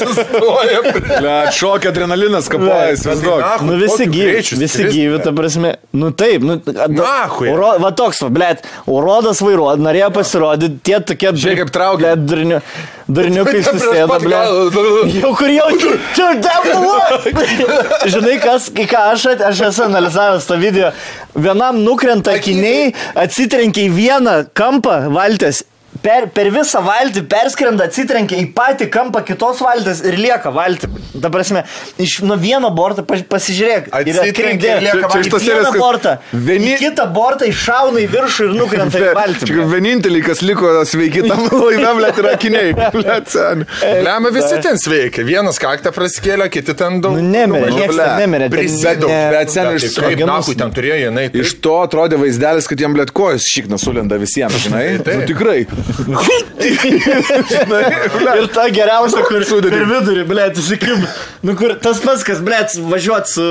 sustoja. ble.
Blėt, šokia adrenalinas kapoja, įsivaizduok.
Nachui,
Nu visi
kokiu
gyvi,
greičiu
visi
skristi,
gyvi,
ble.
ta prasme. Nu taip, nu. a-
Nachui.
Uro- Va toks, va, blėt, urodas vairuoja, norėjo pasirodyti, tie tokie...
Žiūrėk, kaip traukia.
Blėt, durniukai
Ta prasme,
susėda,
pat
blėt.
gal-
Jau kur jau čia, devalo! Žinai, kas, į ką aš, at- aš esu analizavęs tą video. Vienam nukrenta akiniai, atsitrenkia į vieną kampą valtės. Per, per visą valtį perskrenda, atsitrenkia į patį kampą kitos valtės ir lieka valtį. Ta prasme, iš nuo vieno borto pas, pasižiūrėk.
Atsitrenkia ir lieka
Čia- čia iš
Į
tos serijos,
vieną
kad
bortą.
vieni-
Vieni... Kitą bortą iššauna į viršų ir nukrenta į valtį.
Vienintelį, kas liko sveiki tam laive, blėt, yra akiniai. Blėt, seni.
Eh,
Lemia visi ten sveikia. Vienas kaktą praskėlė, kiti ten daug.
Nu, nemirė,
nu,
nieks
ble,
ten nemirė, ten
Prisidau.
ne-
Bet sen iš
Kaip
smegenų-
nahui ten turėjo jinai.
Iš to atrodė vaizdelis, kad jiem blėt kojas šikna sulenda visiems, žinai?
Taip.
Nu, tikrai.
Ir ta geriausia, kur
Sudedi.
per vidurį, ble, įsikimba. Nu, kur tas pats, kas, ble, važiuot su,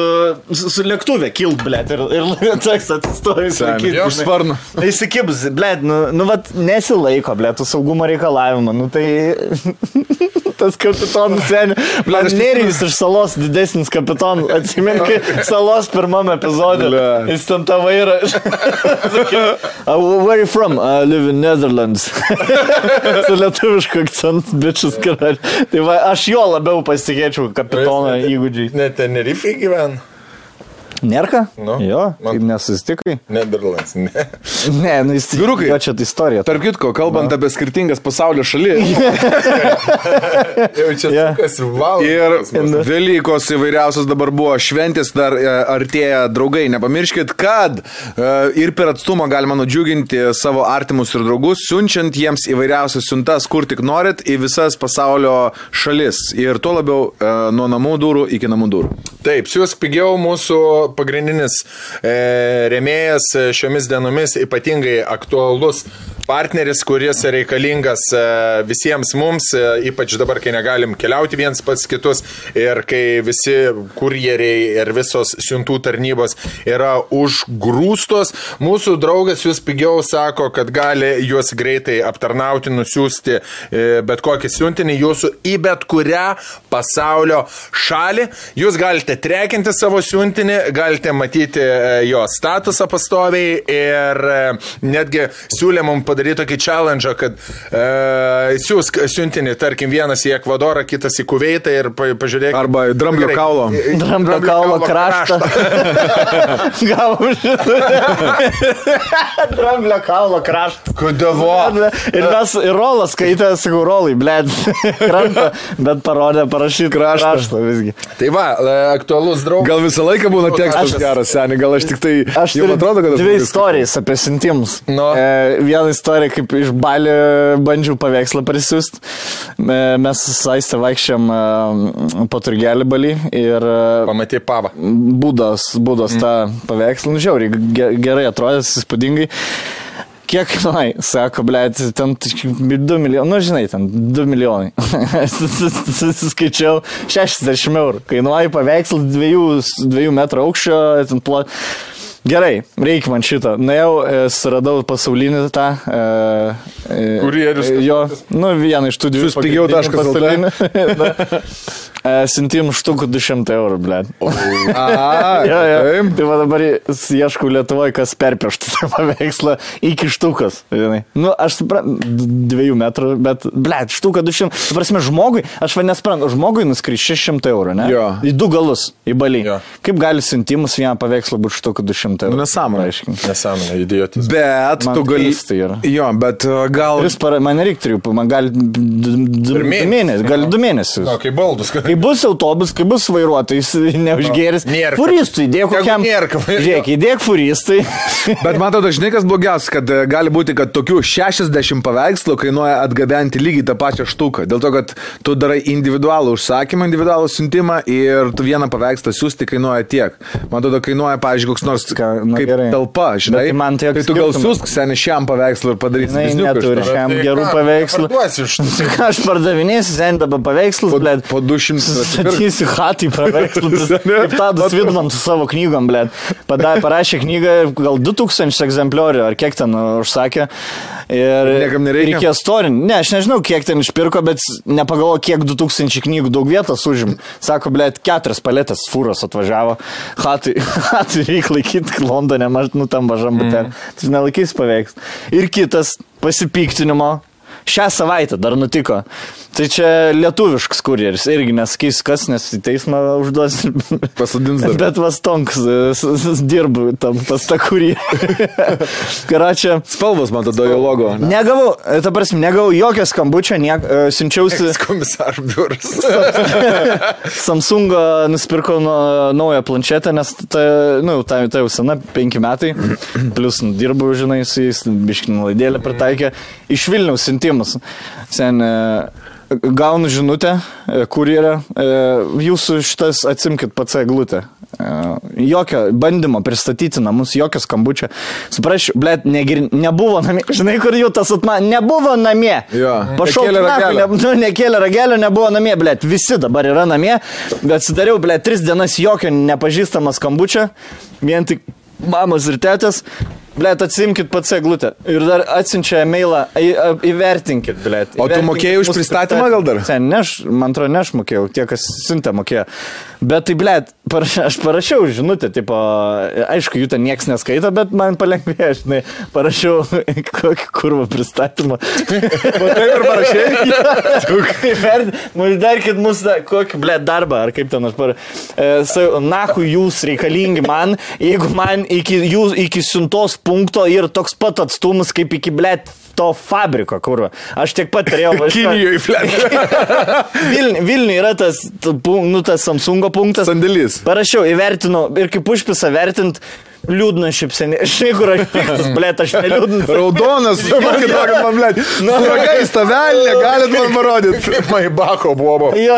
su, su lėktuvė, kilt, ble, ir, ir toks atsistojus.
Seni, Už sparną.
Įsikibs, ble, nu, nu vat, nesilaiko, ble, tų saugumo reikalavimų, nu tai... Tas kapitonas, seniai, ble,
aš
nerijus iš salos didesnis kapitonas, atsimink, kai salos pirmam epizodė.
Ble.
Jis ten tą vairą. Uh, where are you from? I live in Netherlands. Su lietuvišku akcentu, bičias karalius. Tai va, aš jo labiau pasitikėčiau kapitono įgūdžiai.
Net Tenerife gyvena.
Nerka?
Nu,
jo,
man-
kaip nesusitikai?
Nederlands. Ne.
Ne, nu jis...
Vyrukai. Tai-
Jo, čia ta istorija.
Tarp kitko, kalbant apie skirtingas pasaulio šalis,
Jau čia
Jo.
yeah. kas valo.
Ir
In the-
Velykos įvairiausios dabar buvo šventės, dar e, artėja draugai. Nepamirškit, kad e, ir per atstumą galima nudžiuginti savo artimus ir draugus, siunčiant jiems įvairiausias siuntas, kur tik norit, į visas pasaulio šalis. Ir tuo labiau e, nuo namų durų iki namų durų.
Taip, siūs pigiau mūsų pagrindinis e, remėjas e, šiomis dienomis ypatingai aktualus partneris, kuris reikalingas e, visiems mums, e, ypač dabar, kai negalim keliauti viens pats kitus ir kai visi kurjeriai ir visos siuntų tarnybos yra užgrūstos, mūsų draugas jūs pigiau sako, kad gali juos greitai aptarnauti, nusiųsti e, bet kokį siuntinį jūsų į bet kurią pasaulio šalį. Jūs galite trekinti savo siuntinį, galite matyti e, jo statusą pastoviai ir e, netgi siūlė mums padaryti tokį challenge, kad e, siūsk siuntinį, tarkim, vienas į Ekvadorą, kitas į Kuveitą ir pa, pažiūrėk.
Arba į dramblio
Gerai.
kaulo.
Dramblio kaulo kraštą. Gavom šitą. Dramblio kaulo kraštą.
Kudavo.
Ir mes, ir rolas skaitė, sakau, rolai, blėt, krantą, bet parodė parašyti kraštą. kraštą visgi.
Tai va, e, aktualus draugas.
Gal visą laiką būna tekstas
Aš-
geras, seniai, gal aš tik tai...
Aš
jau
turiu
atrodo, kad aš
dvi
žmogus-
istorijas apie siuntimus.
Nu.
E, vieną istoriją, kaip iš balio bandžiau paveikslą prisiųsti. E, mes su Aiste vaikščiam e, po turgelį balį ir e,
Pamatai pavą.
būdas,
Mm.
būdas tą paveikslą, nu, žiauriai, ge- gerai atrodęs, įspūdingai. Kiek, na, sako, ble, ten 2 milijonai, nu, žinai, ten 2 milijonai. Susiskaičiau 60 eurų. Kainuoja paveikslas 2 metrų aukščio, ten plo. Gerai, reikia man šito. Nuėjau, e, suradau pasaulinį tą. E, e,
Kurjerius
Jo, nu, vieną iš tų dviejų.
Siųsk pigiau taškas LT.
pasaulinių. E, Siuntim štukų 200 eurų, ble.
A,
Jo, jo.
taip.
Tai va dabar ieškau Lietuvoje, kas perpeštų tą paveikslą iki štukas. Žinai. Nu, aš suprantu, dviejų metrų, bet, ble, štuka 200. Tu prasme, žmogui, aš va nesprantu, žmogui nuskris 600 eurų, ne?
Jo.
Į du galus, į balį.
Jo.
Kaip gali siuntimus vieną paveikslą būti štuka 200 eurų?
Nu, nesąmonė.
Aiškiai.
Nesąmonė, idiotas.
Bet
Man
tu gali...
keista yra.
Jo, bet uh, gal...
Tris parą, man reikia trijų, man gali du du- du
mėnesį.
mėnesius, gali du mėnesius.
Na, kaip baldus, kad...
Kai bus autobus, kai bus vairuotojas, neužgeris.
Nėr.
Furistui, dėk
Tegu
kokiam.
nėr, kam-
Žiūrėk, įdėk furistui.
Bet man atrodo, žinai, kas blogiausia, kad e, gali būti, kad tokių 60 paveikslų kainuoja atgabenti lygiai tą pačią štuką. Dėl to, kad tu darai individualų užsakymą, individualų siuntimą ir tu vieną paveikslą siūsti kainuoja tiek. Man atrodo, kainuoja, pavyzdžiui, koks nors
Ka- na
kaip
nu gerai.
talpa, žinai.
Bet tai man tai joks
tai tu gal
skirtumas.
siūsk seniai šiam paveikslui ir
Jinai neturi
padarysi.
šiam gerų paveikslų.
Parduosiu iš tų.
Ką aš pardavinėsiu, sen dabar paveikslus,
Po-
blė.
po 200
Statysiu hatai paveikslus.
Seni.
Kaip Tadas Vidman su savo knygom, blė. Pada, parašė knygą, gal 2000 egzempliorių, ar kiek ten užsakė. Ir
Niekam nereikia?
Reikėjo storinti. Ne, aš nežinau, kiek ten išpirko, bet nepagalvoju, kiek 2000 knygų daug vietos užim. Sako, blė, keturias paletės fūros atvažiavo. Hatai, hatai reikia laikyti Londone, maždaug, nu tam mažam būtent. Mm. Tu nelaikysi paveikslų. Ir kitas pasipiktinimo Šią savaitę dar nutiko. Tai čia lietuviškas kurjeris, irgi neskys kas, nes į teismą užduos.
Pasodins dar.
Bet vas tonks, dirbu tam pas tą kurjerį. Karačia.
Spalvos man tada jo logo.
Negavau, e, ta prasme, negavau jokio skambučio, niek, e, siunčiausi
Komisar biuras.
Samsungą, nusipirkau nuo, naują planšetę, nes ta, nu, ta, ta jau sena, penki metai, plus nu, dirbau, žinai, su jais, biškinį laidėlę pritaikė, iš Vilniaus siuntimus. Sen, e, gaunu žinutę, e, kurjerę, e, jūsų šitas atsimkit pats eglutę. E, Jokio bandymo pristatyti namus, jokio skambučio. Suprasčiau, ble, nebuvo namie, žinai, kur jų tas atma, nebuvo namie.
Jo,
Pašaukė
nekėlė
ragelio.
ragelio.
Ne, nu, nekėlė ragelio, nebuvo namie, blė, visi dabar yra namie, bet atsidariau, blė, tris dienas jokio nepažįstamo skambučio, vien tik mamos ir tėtės. Blet, atsimkit pats eglutę. Ir dar atsiunčia e-mailą, į- a- įvertinkit, blet.
O tu mokėjai už pristatymą gal dar?
Ne, ne aš, man atrodo, ne aš mokėjau, tie, kas siuntė mokėjo. Bet tai, blet, paraš, aš parašiau žinutę, tipo, aišku, jų ten niekas neskaito, bet man palengvėjo, aš, žinai, parašiau kokį kurvą pristatymą. Tai
Taip ir parašė.
Darkit mūsų, da- kokį, ble, darbą, ar kaip ten aš par... E, sa- Nahu jūs reikalingi man, jeigu man iki, jūs, iki siuntos punkto ir toks pat atstumas kaip iki, ble, to fabriko, kur aš tiek pat turėjau važiuoti.
Kinijoje flėt.
Vilniuje Vilniu yra tas, t- pu- nu, tas Samsungo punktas.
Sandėlis.
Parašiau, įvertinau ir kaip užpisa vertint. liūdna šipsenė. Žinai, kur aš piktas, blėt, aš neliūdnas.
Raudonas, žinokit, kad man, blėt, nuogai stavelė, galit man parodyti.
Kaip Maibako buvo.
Jo,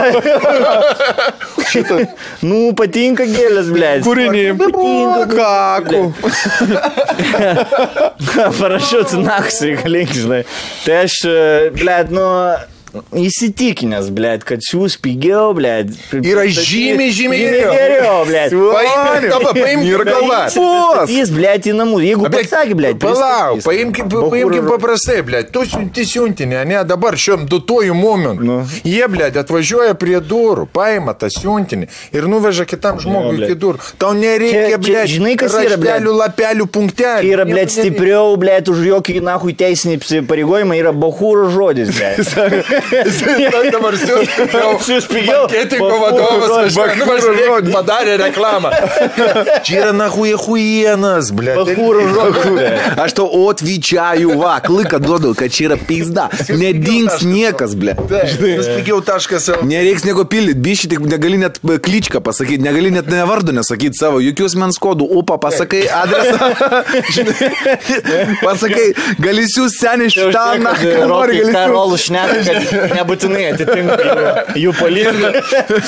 šitą. Nu, patinka gėlės, blėt.
Kūrinį. Kaku.
Parašiau, tu naks reikalingi, žinai. Tai aš, blėt, nu... Įsitikinęs, blėt, kad siūs pigiau, blėt.
Yra žymiai, žymiai geriau.
Geriau, blėt.
Paimk kalbą, paimk
Ir galva.
Pus. Jis, blėt, į namus. Jeigu pasakė, blėt.
Palauk,
pristatys.
paimkim,
Bahur-
paimkim paprastai, blė. Tu siunti siuntinį, ne dabar, šiom dutuoju momentu. Nu. Jie, blė, atvažiuoja prie durų, paima tą siuntinį ir nuveža kitam žmogui
blet.
iki durų. Tau
Čia-
nereikia,
čia
blė,
žinai, kas yra, blet?
Lapelių, lapelių, punktelių.
Tai yra, blėt, stipriau, blėt, už jokį, nahui, teisinį įsipareigojimą yra bahūro žodis, blėt.
Dabar
Siųs pigiau.
Marketingo
Bahūro
vadovas
žodis.
kažkoks, nu, va, žiūrėk, padarė reklamą. Čia yra nahuje huienas, blė.
Bahūro žodis.
Aš to otvyčiaju, va, kliką duodu, kad čia yra pizda. Nedings niekas, ble.
Nuspigiau.lt.
Nereiks nieko pildyti, bišį tik negali net e, kličką pasakyti, negali net ne vardu nesakyti savo, jokių asmens kodų, upa, pasakai adresą, žinai, pasakai, gali siūs seniai šitą naktį, kur nori, gali siūs.
Karolų šneka, kad nebūtinai atitinka jų- jų politiką.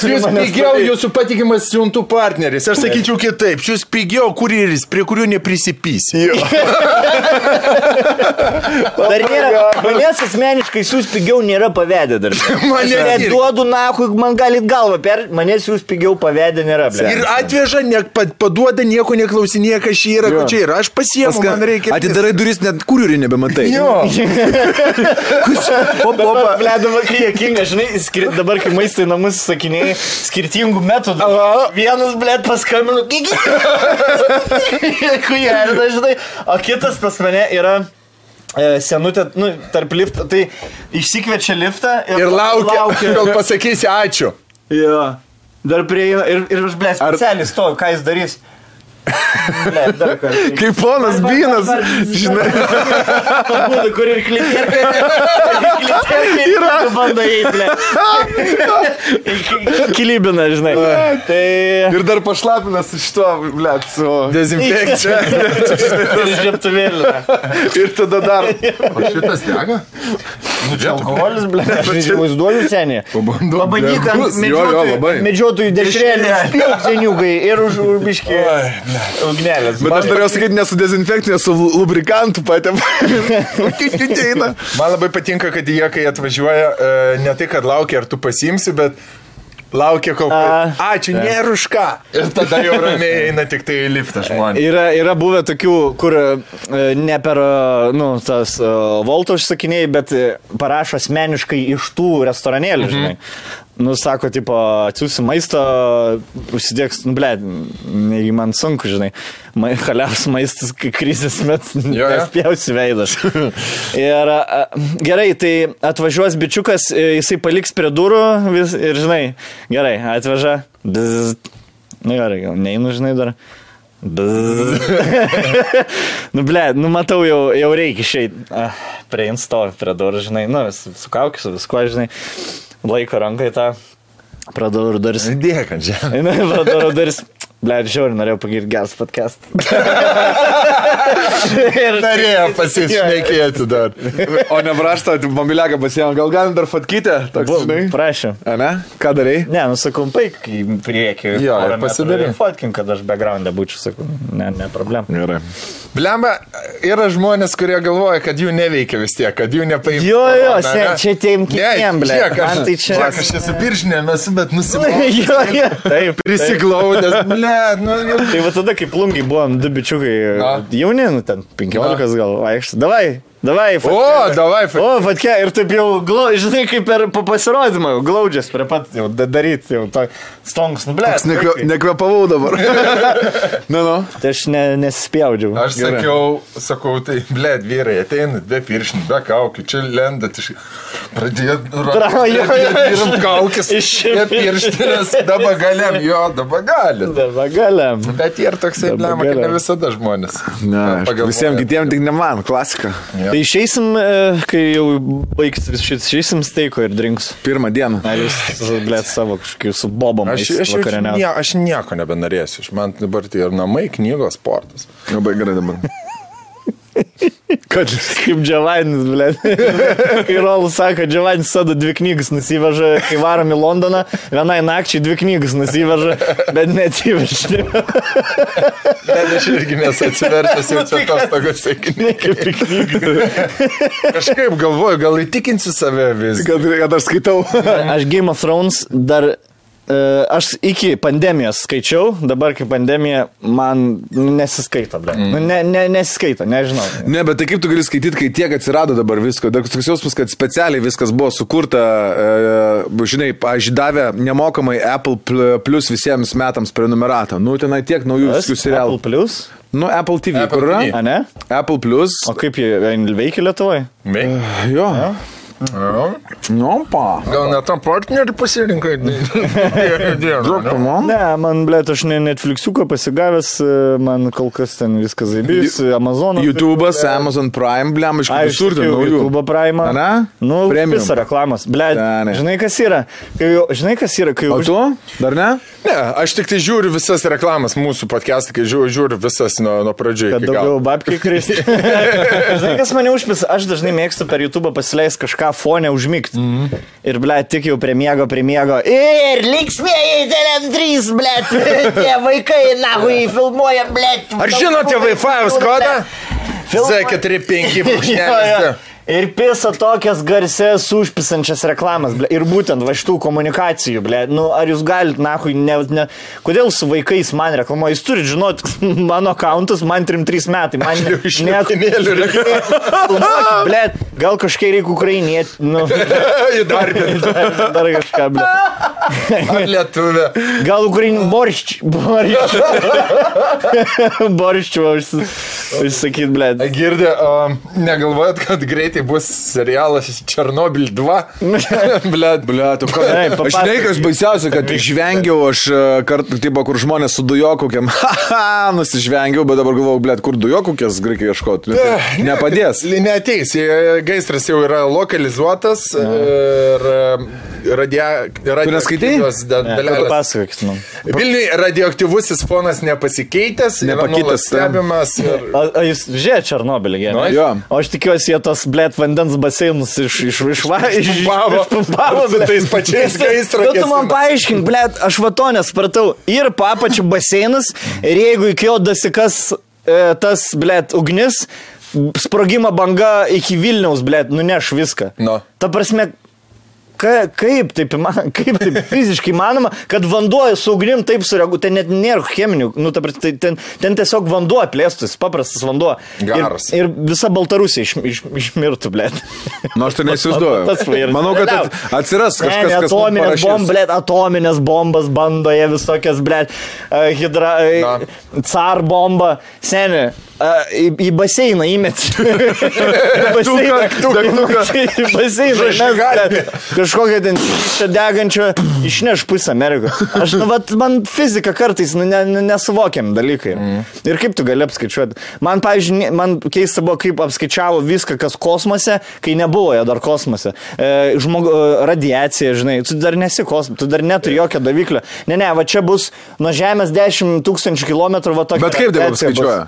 Jūs pigiau jūsų patikimas siuntų partneris. Aš sakyčiau kitaip. Jūs pigiau kurjeris, prie kurių neprisipysi.
Dar nėra, manęs asmeniškai jūs pigiau nėra pavedę dar.
Mane irgi.
Mane duodu nahui, man galit galvą per, manęs jūs pigiau pavedę nėra. ble.
Ir atveža, ne, pa- paduoda, nieko neklausinėja, kas čia yra, ko čia yra. Aš pasiemu, man reikia.
Atidarai duris, net kuriurį nebematai.
Jo.
Op, op,
Dabar, ble, dabar kai jėkinga, žinai, skir... dabar kai maistą į namus sakinėjai, skirtingų metodų. Vienas, ble, paskambino, kiki. Kujerina, žinai, o kitas pas mane yra e, senutė, nu, tarp liftų, tai išsikviečia liftą ir,
Ir laukia, kol pasakysi ačiū.
Jo. Dar prieina ir, ir aš, ble, specialiai stoviu, ką jis darys. Ble, dar kartą.
Kaip ponas Binas.
žinai. Būtų, kur ir klitėkai. Yra. Bandai, ble. Kilibina, žinai. Tai...
Ir dar pašlapinas iš to, blėt, su...
Tai-
Dezinfekcija.
Ir žiaptuvėlė.
Ir tada dar.
Šitas dega?
Alkoholis, ble. Aš įsivaizduoju senį.
Pabandu.
Pabandyk ant
bus. Jo, jo, labai.
medžiotojų- medžiotojų dešrelį. Spilk seniukai ir už užbiškį. Ugnelės.
Bet aš norėjau sakyti, ne su dezinfekcija, su lubrikantu patėm. Eina.
Man labai patinka, kad jie, kai atvažiuoja, e, ne tai, kad laukia, ar tu pasimsi, bet laukia, kol...
A.
Ačiū, nėra už ką. Ir tada jau ramiai eina tik tai į liftą žmonės.
Yra, yra buvę tokių, kur e, ne per, e, nu, tas e, volto užsakinėjai, bet e, parašo asmeniškai iš tų restoranėlių, žinai. Nu, sako, tipo, atsiųsi maisto, užsidėks, nu, ble, negi man sunku, žinai, Ma, haliaus maistas, kai krizės met,
jo.
nespjausi veidas. ir a, gerai, tai atvažiuos bičiukas, e, jisai paliks prie durų vis, ir, žinai, gerai, atveža. Bzz. Nu, gerai, gal neinu, žinai, dar. Bzz. nu, ble, nu matau, jau, jau reikia išeiti. Ah, prie instovi, prie durų, žinai, nu, su, su kaukiu, su viskuo, žinai, laiko rankai tą. Prie durų duris.
Dėka, čia.
Na, prie durų duris. Ble, žiauri, norėjau pagirti geras podcast. Ir
Norėjau pasišnekėti dar.
O ne braštą, mobiliaką pasiėmė. Gal galim dar fatkytę? Toks, žinai.
nu, Prašau.
A ne? Ką darai?
Ne, nusakumpai į priekį.
Jo,
porą
ir
metrų
pasidaryk.
ir Fotkin, kad aš backgroundą būčiau, sakau. Ne, ne problema.
Gerai.
Blemba, yra žmonės, kurie galvoja, kad jų neveikia vis tiek, kad jų nepaimtų.
Jo, jo, sen, čia tiem kitiem, ble. Man tai čia-
Aš čia su piržinė, mes, bet nusimaudėme.
jo, jo. Taip,
Prisiglaudęs, ble, nu jau.
Tai va tada, kai plungiai buvom nu, du bičiukai,
Na.
jauni, nu ten 15 gal, vaikštai, davai, davai.
O,
fotke.
davai, fotke.
O, fatke, ir taip jau, glau, žinai, kaip per po pasirodymą, jau glaudžias prie pat, jau daryti, jau to stonks, nu, ble.
Nekve- Nekvepavau dabar. Nu, nu.
Tai aš ne, nespjaudžiau.
Aš
Gerai.
Gerai. sakiau, sakau, tai, blėt, vyrai, ateinat be piršinų, be kaukių, čia tai lendat iš... Pradėjot
Tra- jo, jo, iš-
ir kaukis, be
iš-
pirštinės, dabar galėm, jo, dabar galim.
Dabar galiam.
Bet jie ir toksai,
Dabar
blėma, kad ne
galim.
visada žmonės.
Ne, aš-
Pagalvoja.
visiems kitiems tik ne man, klasika.
Tai Tai išeisim, e, kai jau baigsis visas šitas, išeisim steiko ir drinks.
Pirmą dieną.
Ar jūs, blėt, savo kažkokiu su bobom
Aš, aš, aš,
vakarieniaut?
nie, aš nieko nebenarėsiu. Iš Man dabar tai ir namai, knygos, sportas.
Labai gerai dabar.
Kad kaip Džavainis, blė. Kai Rolus sako, Džavainis sada dvi knygas nusiveža, kai varom į Londoną, vienai nakčiai dvi knygas nusiveža, bet neatsiveža.
Bet aš irgi mes atsivertęs jau čia tos tokios
Nu
sakiniai.
tai Kaip į knygą.
Kažkaip galvoju, gal įtikinsiu save visgi.
Kad, kad aš skaitau.
Aš Game of Thrones dar... e, Aš iki pandemijos skaičiau, dabar kai pandemija man nu, nesiskaito, blė. Nu, ne, ne, nesiskaito, nežinau.
Ne, bet tai kaip tu gali skaityti, kai tiek atsirado dabar visko. Dar toks jausmas, kad specialiai viskas buvo sukurta, e, žinai, pažydavę nemokamai Apple pl- Plus visiems metams prenumeratą. Nu, tenai tiek naujų
Kas?
visokių serialų.
Apple Plus?
Nu, Apple
Apple
TV, Apple kur yra?
TV.
A ne?
Apple Plus.
O kaip jie jin veikia Lietuvoje?
Veik.
Jo.
Ah.
Jo.
Nu, pa.
Gal net tą partnerį pasirinkai? tai Dropam.
Pamon.
Ne, man, blė, aš ne Netflixiuką pasigavęs, e, man kol kas ten viskas zaibys, Amazonas.
YouTube'as, Amazon Prime, blem, iš
tai- Ai,
visur ten
sakiau,
naujų.
YouTube Prime.
Ane?
Nu,
Premium.
Visą reklamos. Ble,
Ten.
žinai kas yra? Kai, jau- žinai kas yra, kai
O
už...
tu? Dar ne?
Ne, aš tik tai žiūriu visas reklamas mūsų podcast'ą, kai žiūriu, žiūriu visas nuo, nuo pradžio
Kad
iki
daugiau
galo.
babkiai kristi. Žinai, kas mane užpisa, aš dažnai mėgstu per YouTube pasileis kažką fonę užmygti. Mm -hmm. Ir, ble, tik jau prie miego, prie miego. Ir linksmėjai, TLM3, ble, tie vaikai, nahui, filmuoja, ble.
Ar žinote Wi-Fi'aus kodą? Z45.
Jo, jo. Ir pisa tokias garses užpisančias reklamas, ble, ir būtent va šitų komunikacijų, ble, nu, ar jūs galite, nahui, ne, ne, kodėl su vaikais man reklamuoja, jūs turite žinoti, mano akauntas, man 3-3 metai, man ne,
Iš lėtinėlių
Filmuokit, ble, gal kažkaip reikia ukrainietį, nu,
Įdarbinti.
dar, dar kažką, ble.
Lietuvė.
Gal ukrainių boršč, boršč, boršč, užsakyt, ble.
Girdė, um, negalvojat, kad greitai bus serialas Černobil 2? Blet, blet, tu ką?
Taip,
Aš žinai, kas baisiausia, kad išvengiau aš e, kartą, tipo, kur žmonės su dujokukiam, haha, nusižvengiau, bet dabar galvoju, blėt, kur dujokukės graikiai ieškoti.
Eh.
Nepadės.
Neteis, gaisras jau yra lokalizuotas ir e, radia,
Tu neskaitei?
dalelės.
Papasakokit, nu. man.
Vilniui radioaktyvusis fonas nepasikeitęs, yra
Nepakitęs,
nuolat
taip.
stebimas. Ir...
O, o jūs žiūrėjote Černobilį, gerai?
Nu,
jo.
O aš tikiuosi, jie tos blėt vandens baseinus iš išvažiavo. Iš,
Išpumpavo.
išpumpavo,
Ar su
blet.
tais pačiais
Jis-
gaisrą
Nu, Tu man
gesina?
paaiškink, blėt, aš vato nesupratau. Ir papačių baseinas, ir jeigu iki jo dasikas e, tas blėt ugnis, sprogimo banga iki Vilniaus, blėt, nuneš viską.
Nu.
Ta prasme, Ka, kaip, taip, įma- kaip taip fiziškai manoma, kad vanduo su ugnim taip sureaguoja, ten net nėra cheminių, nu, ta, prasme, tai ten, ten tiesiog vanduo plėstus, paprastas vanduo.
Garas.
Ir, ir visa Baltarusija iš, iš, išmirtų, blėt.
Nu, aš tai neįsivaizduoju. Manau, kad at- atsiras
Ne, ne,
kažkas, kas
atominės
mum
bombas,
parašys.
blėt, atominės bombas bando, jie visokias, blėt, e, hidra,
Na.
e, car bomba, seniai. Į, į baseiną įmet. Į baseiną,
Degtuką, degtuką.
į baseiną.
Žaisligalvį.
mes, blėt, Kažkokią ten čia degančią išneš pusę Amerikos. Aš, nu, vat, man fizika kartais nu, ne, ne, nesuvokiam dalykai. Mm. Ir kaip tu gali apskaičiuoti? Man, pavyzdžiui, ne- man keista buvo, kaip apskaičiavo viską, kas kosmose, kai nebuvo jo dar kosmose. E, žmogu, e, radiacija, žinai, tu dar nesi kosmose, tu dar neturi jokio daviklio. Ne, ne, va čia bus nuo Žemės 10 tūkstančių kilometrų, va tokia.
Bet kaip tai dabar
radiacija bus.
skaičiuoja?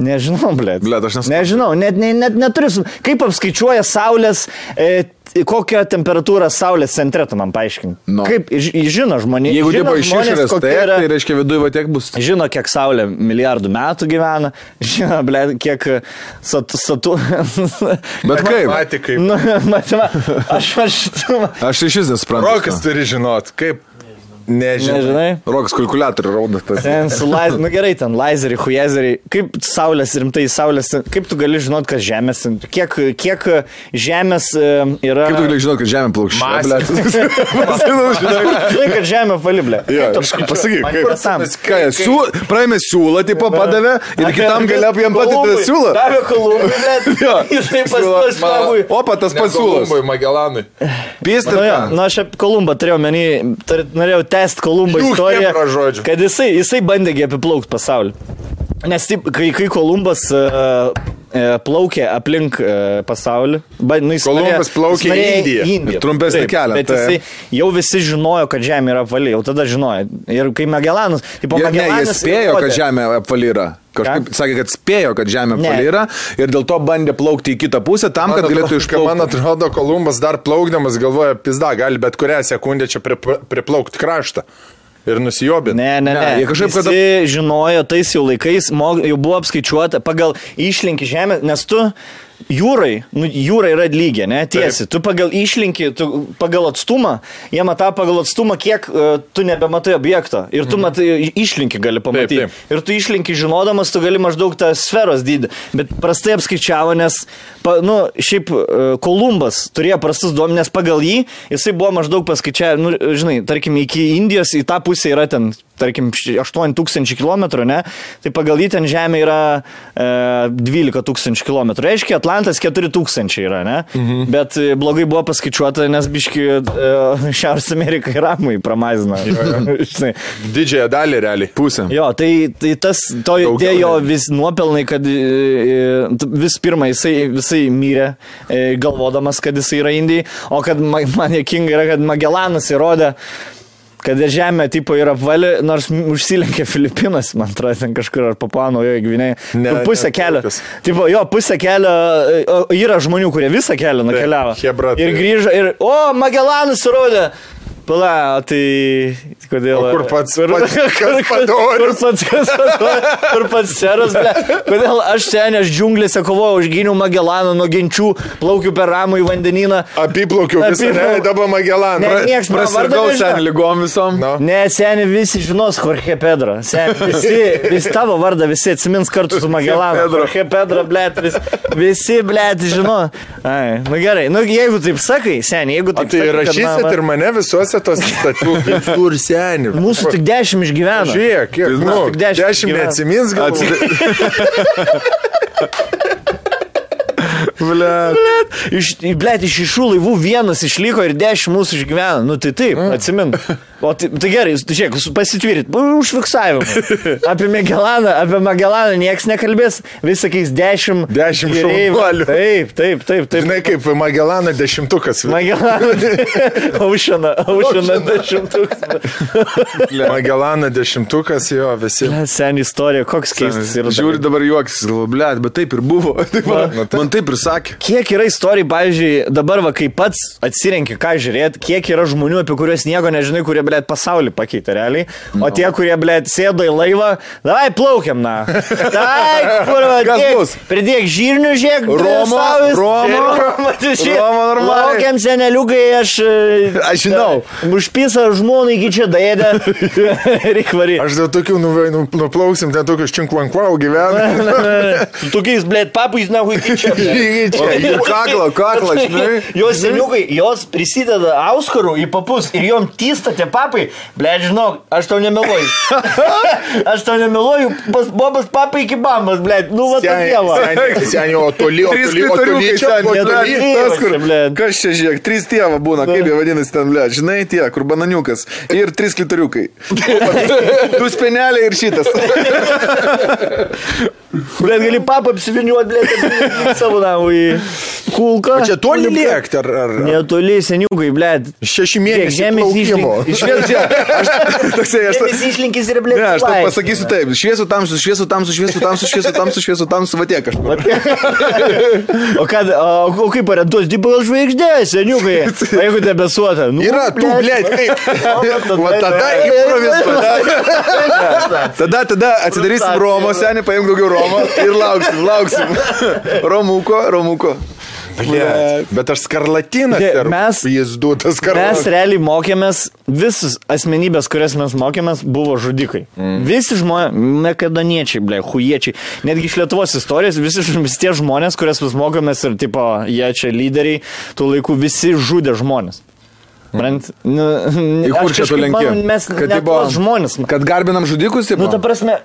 Nežinau, blėt.
Blet, aš nesuprantu.
Nežinau, net, net, net neturiu. su- Kaip apskaičiuoja Saulės, e, t- kokią temperatūrą Saulės centre tu man paaiškink?
Nu.
Kaip ž- žino žmonė,
Jeigu
žino
tipo iš
žmonės,
išorės,
kokia
tai,
yra-
tai reiškia viduje va tiek bus.
Žino, kiek Saulė milijardų metų gyvena, žino, blė, kiek satu... satu
Bet kaip?
Matematikai.
nu, matema, aš aš...
Aš iš vis nesuprantu.
Rokas turi žinot, kaip. Nežinau.
Nežinai?
Rokas kalkulatorių rodo. tas.
Ten su lazeriu, nu gerai, ten lazeriai, huezeriai, kaip saulės rimtai, saulės, kaip tu gali žinot, kas žemės, kiek, kiek žemės e, yra...
Kaip tu gali žinot, kad žemė plokščia?
Masė.
Blėt.
Žinai, kad žemė paliblė.
Jo, kažkaip pasakyk,
Man
kaip.
prasam.
Ką, jie siū, praėmė siūlą, tipo padavė ir kitam gale jam pati tą
Kolumbui.
siūlą.
Davė kolumbai, bet
Jo.
jisai pasiūlė žmogui.
Opa, tas pats siūlas.
Pasiūlymui Magelanui.
Pėsti.
Na, jo, na, aš apie Kolumbą turėjau menį, tar, norėjau tęsti Kolumbo
Jų
istoriją,
chebra žodžiu.
kad jisai, jisai bandėgi apiplaukti pasaulį. Nes taip, kai, kai Kolumbas uh, e, plaukė aplink e, pasaulį. Ba, nu, jis norėjo-
Kolumbas plaukė
jis norėjo
į Indiją.
į Indiją.
Trumpesnį
Taip,
kelią,
Bet
taip.
jisai jau visi žinojo, kad Žemė yra vali, jau tada žinojo. Ir kai Magellanas, tai po
Jie, ne,
Magellanas...
jie spėjo, kad žemė apvali yra. Kažkaip
Ką?
sakė, kad spėjo, kad žemė
Ne.
apvali yra ir dėl to bandė plaukti į kitą pusę tam, kad galėtų
Man
išplaukti.
atrodo, Kolumbas dar plaukdamas galvoja, pizda, gali bet kurią sekundę čia pri- priplaukti kraštą. Ir nusijobinti.
Ne, ne, ne.
Ne, jie kažkaip
Visi žinojo tais jau laikais, mo- jau buvo apskaičiuota pagal išlinkį žemę, nes tu jūrai, nu, jūra yra lygiai, ne, tiesi. Tu pagal išlinkį, tu pagal atstumą, jie matą pagal atstumą, kiek uh, tu nebematai objekto. Ir
Mhm.
tu matai, išlinkį gali pamatyti.
taip.
Ir tu išlinkį žinodamas, tu gali maždaug tą sferos dydį. Bet prastai apskaičiavo, nes, pa, nu, šiaip e, Kolumbas turėjo prastus duomenės pagal jį, jisai buvo maždaug paskaičiavęs, nu, žinai, tarkim, iki Indijos į tą pusę yra ten, tarkim, 8000 km, ne? Tai pagal jį ten Žemė yra e, 12 tūkstančių km. Reiškia, Atlantas 4000 yra, ne? Mhm. Bet e, blogai buvo paskaičiuota, nes biški e, Šiaurės Amerikai ramai pramaizino. Žinai.
Didžiąją dalį realiai.
Pusę.
Jo, tai, tai tas, to
Daugiau
dėjo
netgi.
vis nuopelnai, kad e, e, t- vis pirma jisai visai mirė, e, galvodamas, kad jisai yra Indijai, o kad ma- man jėkinga yra, kad Magellanas įrodė, kad žemė tipo yra vali, nors m- užsilenkė Filipinas, man atrodo, ten kažkur ar papano, jo, gviniai.
Ne,
Ne, Nu, pusę
ne,
ne, kelio.
tokios.
Tipo, jo, pusę kelio, e, o yra žmonių, kurie visą kelią nukeliavo.
chebra,
ir
tai-
grįžo, ir, o, Magellanas įrodė. Pala, o tai kodėl?
O kur pats-
kur,
pats- kas
kur-
padorius?
Kur pats, kas padorius? kur pats seras, ble. Kodėl aš senės džiunglėse kovojau, užginiau Magellaną nuo genčių, plaukiu per ramų į vandenyną.
Apiplaukiu visą,
Apiplau-
ne, dabar Magellaną.
Ne, nieks mano vardo
Prasirgau sen
nežino.
lygom visom.
Na.
Ne, seniai visi žinos Jorge Pedro. Seniai visi, visi tavo vardą visi atsimins kartu su Magelanu.
Pedro.
Jorge Pedro, blėtris. Visi, blėt, žino. Ai, nu gerai, nu jeigu taip sakai, seniai, jeigu
O
taip
tai
sakai, kad
rašysit
man-
ir mane visuose tos statybų. Kur seniai?
Mūsų tik dešimt išgyveno.
Žiūrėk, kiek, nu,
Mes tik dešimt
10
gyvenam.
neatsimins gal.
Iš, blėt, iš šių laivų vienas išliko ir dešimt mūsų išgyveno. Nu tai taip,
Mm.
atsimint. O tai, tai gerai, jūs- žiūrėk, jūs pasitvirit, užfiksavimą. Apie Magelaną, apie Magelaną niekas nekalbės, vis sakys dešimt.
Dešimt
jūreivių.
šaunuolių.
Taip, taip, taip, taip.
Žinai, kaip Magelano dešimtukas.
Magelano. Aušana, aušana dešimtukas.
Magelano dešimtukas, jo, visi.
Seniai istorija, koks keistas yra.
Žiūri dabar juoksis, galvo, blėt, bet taip ir buvo. Taip,
Na, taip.
man taip ir sakė.
Kiek yra istorijų, pavyzdžiui, dabar, va, kai pats atsirenki, ką žiūrėti, kiek yra žmonių, apie kuriuos nieko nežinai, kurie, blėt, pasaulį pakeitė realiai, o
Nu.
tie, kurie, blėt, sėdo į laivą, davai plaukiam, na. Davai, kur, va,
Kas
dėk-
bus?
Pridėk žirnių, žiūrėk,
Romo,
saulės,
Romo,
Romo, tai žiūrėk,
Romo normaliai.
Plaukiam seneliukai, aš... e,
Aš žinau.
e, Užpisa žmonai, iki čia dėdė. Reikvari.
Aš dėl tokių nuve- nu- nuplauksim, ten tokius činkvankvau gyvena.
Su tokiais, blėt, papais, na, iki čia. blet.
Lygiai čia.
Jo,
Ir kaklo, nu. kaklo, žinai.
Jos seniukai, jos prisideda auskarų į papus ir jom tysta tie papai. Ble, žinok, aš tau nemeluoju. aš tau nemeluoju, pas bobas papai iki bambas, ble, nu va ta dieva.
Senio, o toli, o
Trys
toli, o toli,
klitoriukai
čia,
ten,
o
ne,
toli.
ne,
tas kur.
čia, blet.
Kas čia žiūrėk, trys tėva būna, kaip jie vadinasi ten, ble, žinai, tie, kur bananiukas. Ir trys klitoriukai. Du spenelė ir šitas.
Ble, gali papą apsiviniuoti, ble, kad savo namų į kulką.
O čia toli liekti, ar... ar- ar-
Netoli seniukai, ble.
Šeši
Kiek
mėnesiai
žemės
plaukimo.
išlinkis. Iš vien
Toksai, aš ta-
žemės išlinkis ir ble.
Ne, aš tau pasakysiu taip. Šviesų tamsų, šviesų tamsų, šviesų tamsų, šviesų tamsų, šviesų tamsų, va tiek kažkur.
O, kad, o, o kaip orientuosi, tai pagal žvaigždė, seniukai. O jeigu debesuota, nu.
Yra, tu, blėt, taip. Va tada improvizuoju.
improvizuota.
Tada, tada atsidarysim
Frutacija.
Romo, seniai, paimk daugiau Romo ir lauksim, lauksim. Romuko, Romuko.
Bet aš skarlatinas.
Ne,
ir
mes-
Jis duotas
Mes
skarlatinas.
realiai mokėmės, visus asmenybės, kurias mes mokėmės, buvo žudikai. Mm. Visi žmonės, nekadaniečiai, ble, hujiečiai. Netgi iš Lietuvos istorijos, visi ž- visi tie žmonės, kurias mes mokėmės ir, tipo, jie čia lyderiai, tų laikų visi žudė žmonės. Brant, nu,
Mm. Į kur
aš
čia tu
kažkaip
lenki?
manau, Mes,
Kad tai
ne
tipo-
tuos žmonės. Kad,
Kad garbinam žudikus, taip.
nu, ta prasme.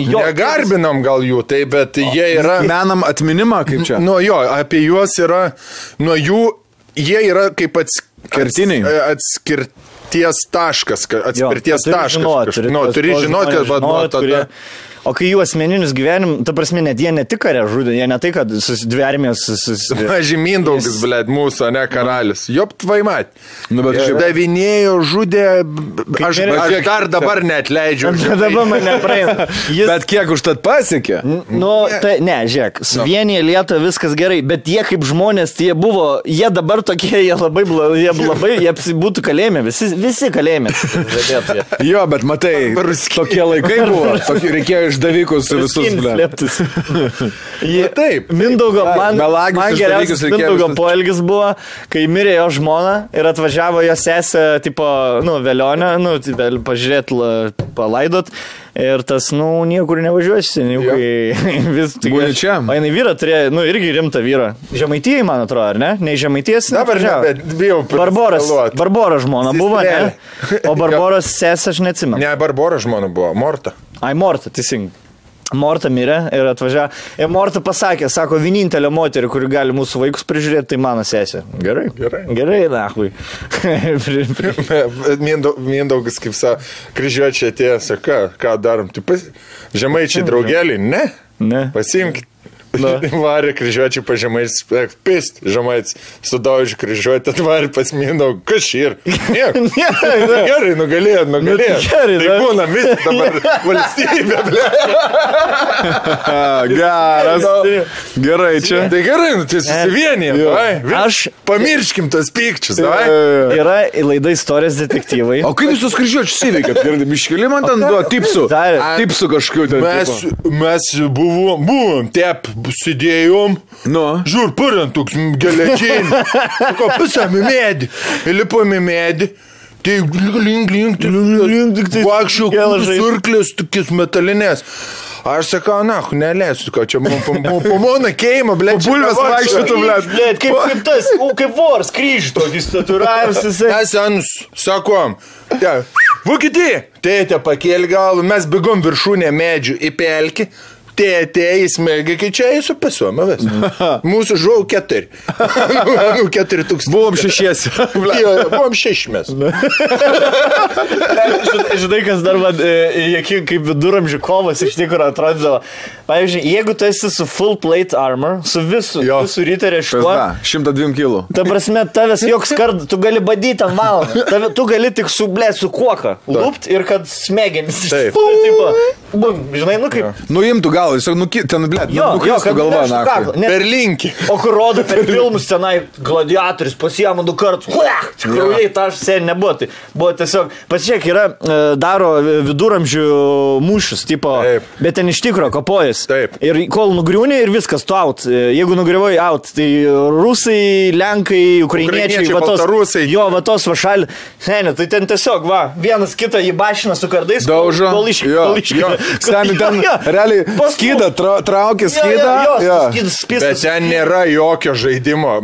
Jo,
Negarbinam gal jų, tai bet jie yra...
Menam atminimą, kaip čia.
Nu jo, apie juos yra, nuo jų jie yra kaip ats,
Kertiniai.
ats- Atskirties taškas, ka- atspirties
turi
taškas.
žinot,
kaž-
turi
nu,
tuos
turi
tuos
žinot,
žmones
kad va, nuo
žinot,
tada.
kurie- O kai jų asmeninius gyvenimus, ta prasme, net jie ne tik kare žudė, jie ne tai, kad sus- dvi armijos susidėjo.
Žymindaugas, blėt, mūsų, ne karalis. Jop tvai mat.
Nu, bet
Aš
šiaip-
davinėjau, žudė. Aš,
mirė-
aš dar dabar net leidžiu.
Dabar mane praeina. Jis...
Bet kiek už tad pasiekė?
Nu, tai ne, žiūrėk, suvienyje lieta viskas gerai, bet jie kaip žmonės, tai jie buvo, jie dabar tokie, jie labai, bla- jie labai, jie apsi- būtų kalėjime, visi, visi kalėjime. Žadėtų jie.
Jo, bet matai, tokie laikai buvo, tokie reikėjo išdavikus visus,
Skin
ble.
slėptis. Jie,
taip, taip.
Mindaugo, man,
Melagius
man
iš
geriausias
dalykus reikėjo
Mindaugo
visus-
poelgis buvo, kai mirė jo žmona ir atvažiavo jo sesė, tipo, nu, vėlionė, nu, tai vėl pažiūrėt, la- palaidot. Ir tas, nu, niekur nevažiuosi, niekur vis tik.
Būni čia.
O jinai vyra turėjo, nu, irgi rimtą vyrą. Žemaitijai, man atrodo, ar ne? Ne iš žemaities.
Dabar ne,
neatvažiavo.
bet bijau.
Barboras.
prisimeluot.
Barboras žmona buvo, ne?
Sestrelė.
O Barboras sesė, aš neatsimenu.
Ne, Barbora žmona buvo, Morta.
Ai, Morta, teisingai. Morta mirė ir atvažiavo. Ir Morta pasakė, sako, vienintelė moterį, kuri gali mūsų vaikus prižiūrėti, tai mano sesė. Gerai.
Gerai.
Gerai, nahui. Pri- pri-
Mindaugas, kaip sa, kryžiuočiai atėjo, sako, ką, ką darom. Tu pas...
Hmm,
Žemaičiai draugeliai, ne?
Ne.
Pasiimk. Varė kryžiuočiai pa žemaitis, pist, žemaitis, sudaužė kryžiuotę, atvarė pas Mindaugą, kas čia ir? Nieko. Gerai, nugalėjo, nugalėjo.
gerai,
tai
dar-
būna visi dabar valstybė, ble.
A, Geras.
Nu.
Gerai, čia.
Tai gerai, nu, tai susivienė.
Jo.
Aš-
Pamirškim tos pykčius,
E,
davai.
Yra laida istorijos detektyvai.
O kaip jūs tos kryžiuočius įveikėt? Ir biškeli man ten duo tipsų.
Dar-
Tipsų kažkokiu
E,
ten.
Mes,
tipo.
mes buvom, buvom, tep, sėdėjom.
Nu.
Žiūr, purint toks gelečiai. Ko pusam į medį. Lipom į medį. Tai link, link, link,
tik tai
Vakščiau,
geležai.
surklės, tokius metalinės. Aš sakau, na, neleisiu, ką čia mums pomona keima, ble. čia
bulves
nevaikščiotų,
vaikščiotų, blet.
blet.
Blėt, kaip, kaip tas, u, kaip vors kryžto, jis tatuiravimas jisai.
Mes ant, sakom, te, Vokietija, tėtė pakėlė galų, mes bėgom viršūnę medžių į pelkį. Tėtė, jis mėgė, kai čia esu pasuomavęs. Mūsų žuvo keturi. Nu, keturi tūkstančiai.
Buvom šešiesi.
Jo, jo, Buvom šešmės.
Žinai- Žinai, kas dar man, e, jokie kaip viduramžių kovas iš tikrųjų atrodydavo. Pavyzdžiui, jeigu tu esi su full plate armor, su visu,
Jo.
su ryteriu šituo,
Na, 102 kilų.
Ta prasme, tavęs joks kardas, tu gali badyti ant valandą, Tave, tu gali tik su, ble, su kuoka lūpt ir kad smegenys
Taip.
išpūtų, tipo, bum, žinai, nu kaip.
Nuimtų galvą, jis nuki, ten, ble,
Jo, jo,
nukristų
kad
galva,
nulėžtų
na.
kaklą. Ne.
Per linkį.
O kur rodo per filmus tenai gladiatorius pasijama du kartus, huak, kraujai taš seniai nebuvo. Tai buvo tiesiog, pasižiūrėk, yra, e, daro viduramžių mūšius, tipo,
Taip.
bet ten iš tikro kopojas.
Taip.
Ir kol nugriūni ir viskas, tu out. E, Jeigu nugriuvai out, tai rusai, lenkai, ukrainiečiai,
Ukrainiečiai,
va tos-
baltarusai.
Jo, va tos vašalį. Seniai, tai ten tiesiog, va, vienas kitą įbašina su kardais. kol-
Daužo.
Kol iš...
Jo,
kol iš-
jo. Seni ten,
Jo, jo.
realiai,
Paskui-
skydą, tra- traukia
Jo, jo,
skydą.
jo,
jo.
skydas,
Bet
pistas.
ten nėra jokio žaidimo.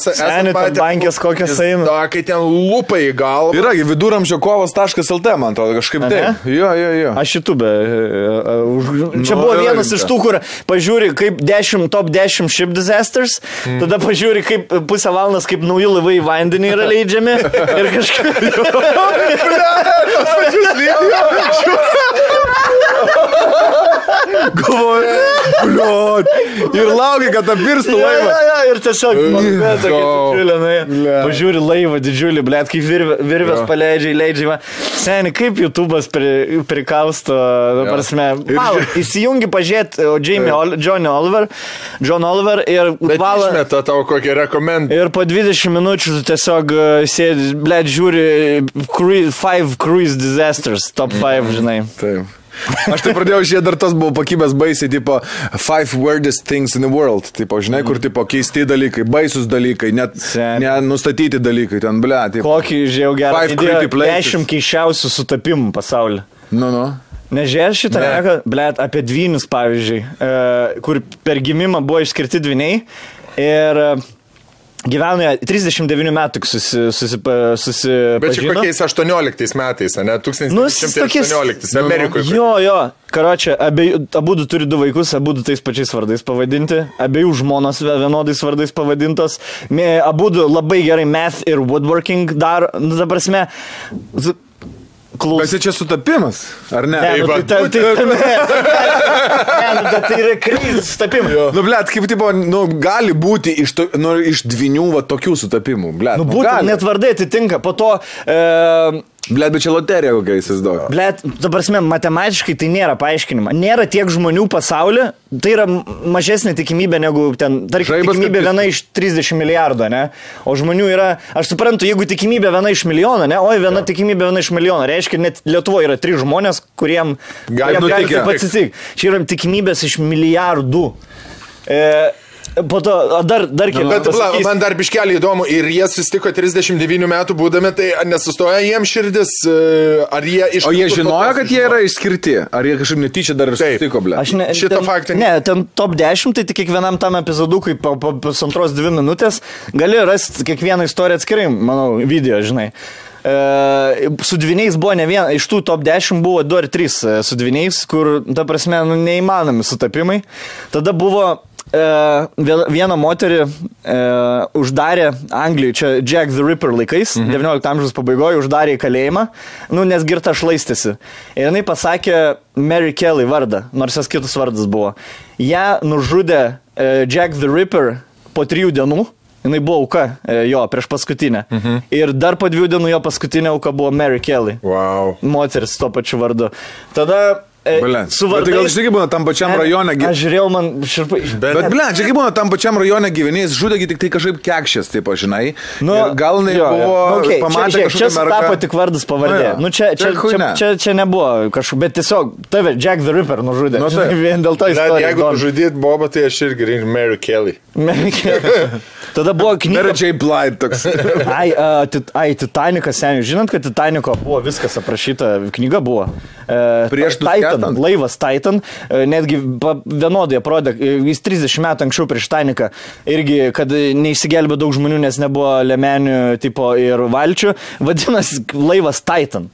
Seni, ten bankės kokios eina.
Na, kai ten lupai į galvą.
Yra gi viduramžio kovos.lt, man atrodo, kažkaip
Ane?
taip. Jo, jo, jo.
Aš šitubę. e, Čia
Nu,
buvo
vėl
vienas
rimta.
iš tų, kur pažiūri kaip 10 top 10 ship disasters, tada pažiūri kaip e, pusę valandos, kaip nauji laivai į vandenį yra leidžiami ir kažkaip...
galvoju, liūd. Ir laukia, kad apirstų
Ja,
laivą.
ja, ja, ir tiesiog, man
Go.
didžiulė, na,
Blet.
pažiūri laivą didžiulį, blėt, kaip virve, virvės paleidžia, leidžia. va. Seni, kaip YouTube'as pri, prikausto, ta prasme, wow, įsijungi pažiūrėti Jamie, Ol, John Oliver, John Oliver ir
Bet
valą-
išmeta tau kokią rekomendaciją.
Ir po 20 minučių tu tiesiog e, sėdi, bled, žiūri 5 cruise disasters, top 5, žinai.
Taip. Aš tai pradėjau žiūrėti, dar tas buvo pakibęs baisiai, tipo Five Weirdest Things in the World. Tipo, žinai, kur tipo keisti dalykai, baisus dalykai, net
Sen.
nenustatyti dalykai, ten, ble, tipo.
Kokį žiau gerą
Five
idėją.
creepy places.
10 keiščiausių sutapimų pasaulyje.
Nu, nu.
Nežiūrėjai šitą,
Ne.
ne. blėt, apie dvynius, pavyzdžiui, e, kur per gimimą buvo išskirti dviniai ir e, gyveno jie 39 metų, kai susi, susi, susi,
Bet čia kokiais 18 metais, ne? 1918
Nu, jis tokiais- Nu,
Amerikoje.
Jo, jo, karočią, abu du turi du vaikus, abu du tais pačiais vardais pavadinti, abiejų žmonos ve- vienodais vardais pavadintos, abu du labai gerai math ir woodworking dar, nu, ta prasme, z- klausau.
Bet čia sutapimas, ar ne?
Ne, nu, tai,
va,
ta- tai, tai, ne, ne, nu, bet tai yra kryžius, sutapimas.
Nu, blėt, kaip tipo, nu, gali būti iš, to, nu, iš dvinių va tokių sutapimų, blėt.
Nu, būtent, net vardai atitinka. Po to, e,
Blėt, bet čia loterija kokia įsivaizduoju.
Blet, dabar smėm, matematiškai tai nėra paaiškinima. Nėra tiek žmonių pasaulyje, tai yra mažesnė tikimybė negu ten, tarkim,
Žaibas
tikimybė
kaip
viena iš 30 milijardo, ne? O žmonių yra, aš suprantu, jeigu tikimybė viena iš milijono, ne? Oi, viena tikimybė viena iš milijono. Reiškia, net Lietuvoje yra trys žmonės, kuriem
Gali
kuriem
nutikę.
taip atsitikti. Čia yra tikimybės iš milijardų. E, po to, a, dar, dar kiek.
Bet bla,
pasakysiu.
man dar biškelį įdomu, ir jie susitiko 39 metų būdami, tai ar nesustoja jiems širdis, e, ar jie iš...
O jie žinojo, kad jie yra išskirti, ar jie kažkaip netyčia dar ir
Taip.
sutiko, blėt.
Aš ne,
Šitą
ten-
faktą-
Ne, ten top 10, tai tik kiekvienam tam epizodukui po, po pusantros dvi minutės gali rasti kiekvieną istoriją atskirai, manau, video, žinai. E, su dviniais buvo ne viena, iš tų top 10 buvo 2 ar 3 e, su dviniais, kur, ta prasme, nu, neįmanomi sutapimai. Tada buvo e, vie- vieną moterį e, uždarė Anglijoje, čia Jack the Ripper laikais, mhm. 19 amžiaus pabaigoje uždarė į kalėjimą, nu, nes girta šlaistėsi. Ir jinai pasakė Mary Kelly vardą, nors jos kitas vardas buvo. Ja nužudė e, Jack the Ripper po trijų dienų. Jis buvo auka e, jo prieš paskutinę. Mhm. Ir dar po dviejų dienų jo paskutinė auka buvo Mary Kelly.
Wow.
Moteris tuo pačiu vardu. Tada... E,
Blė.
su
Bet tai gal
vardais-
iš tikrųjų būna tam pačiam
Ne,
rajone gi-
Aš žiūrėjau, man širpai.
Bet, ble, čia kaip būna, tam pačiam rajone gyvenys žudėgi tik tai kažkaip kekšės, taip, žinai. Nu, gal jinai
jo, jo.
buvo,
Nu,
okay,
okei,
pamatė
čia, žiūrėk, Čia
kažkokią
sutapo tik vardas pavardė.
jo. Tai
Nu, čia, čia,
Čia
čia, čia,
chuine.
čia, čia nebuvo kažkokia, bet tiesiog tave Jack the Ripper nužudė.
Nu, taip.
Vien dėl to jis
Net jeigu žudyt Bobą, tai aš irgi rinksiu Mary Kelly.
nužudė. Tada buvo knyga.
Merčiai plait toks.
Ai, a, tit, ai, Titanikas seniai. Žinot, kad Titaniko buvo viskas aprašyta, knyga buvo. E,
Prieš
Ta- Titan,
nusketant.
laivas Titan, e, netgi pa- vienodai atrodė, e, jis 30 metų anksčiau prieš Titaniką irgi, kad e, neišsigelbė daug žmonių, nes nebuvo lemenių tipo ir valčių, vadinasi laivas Titan.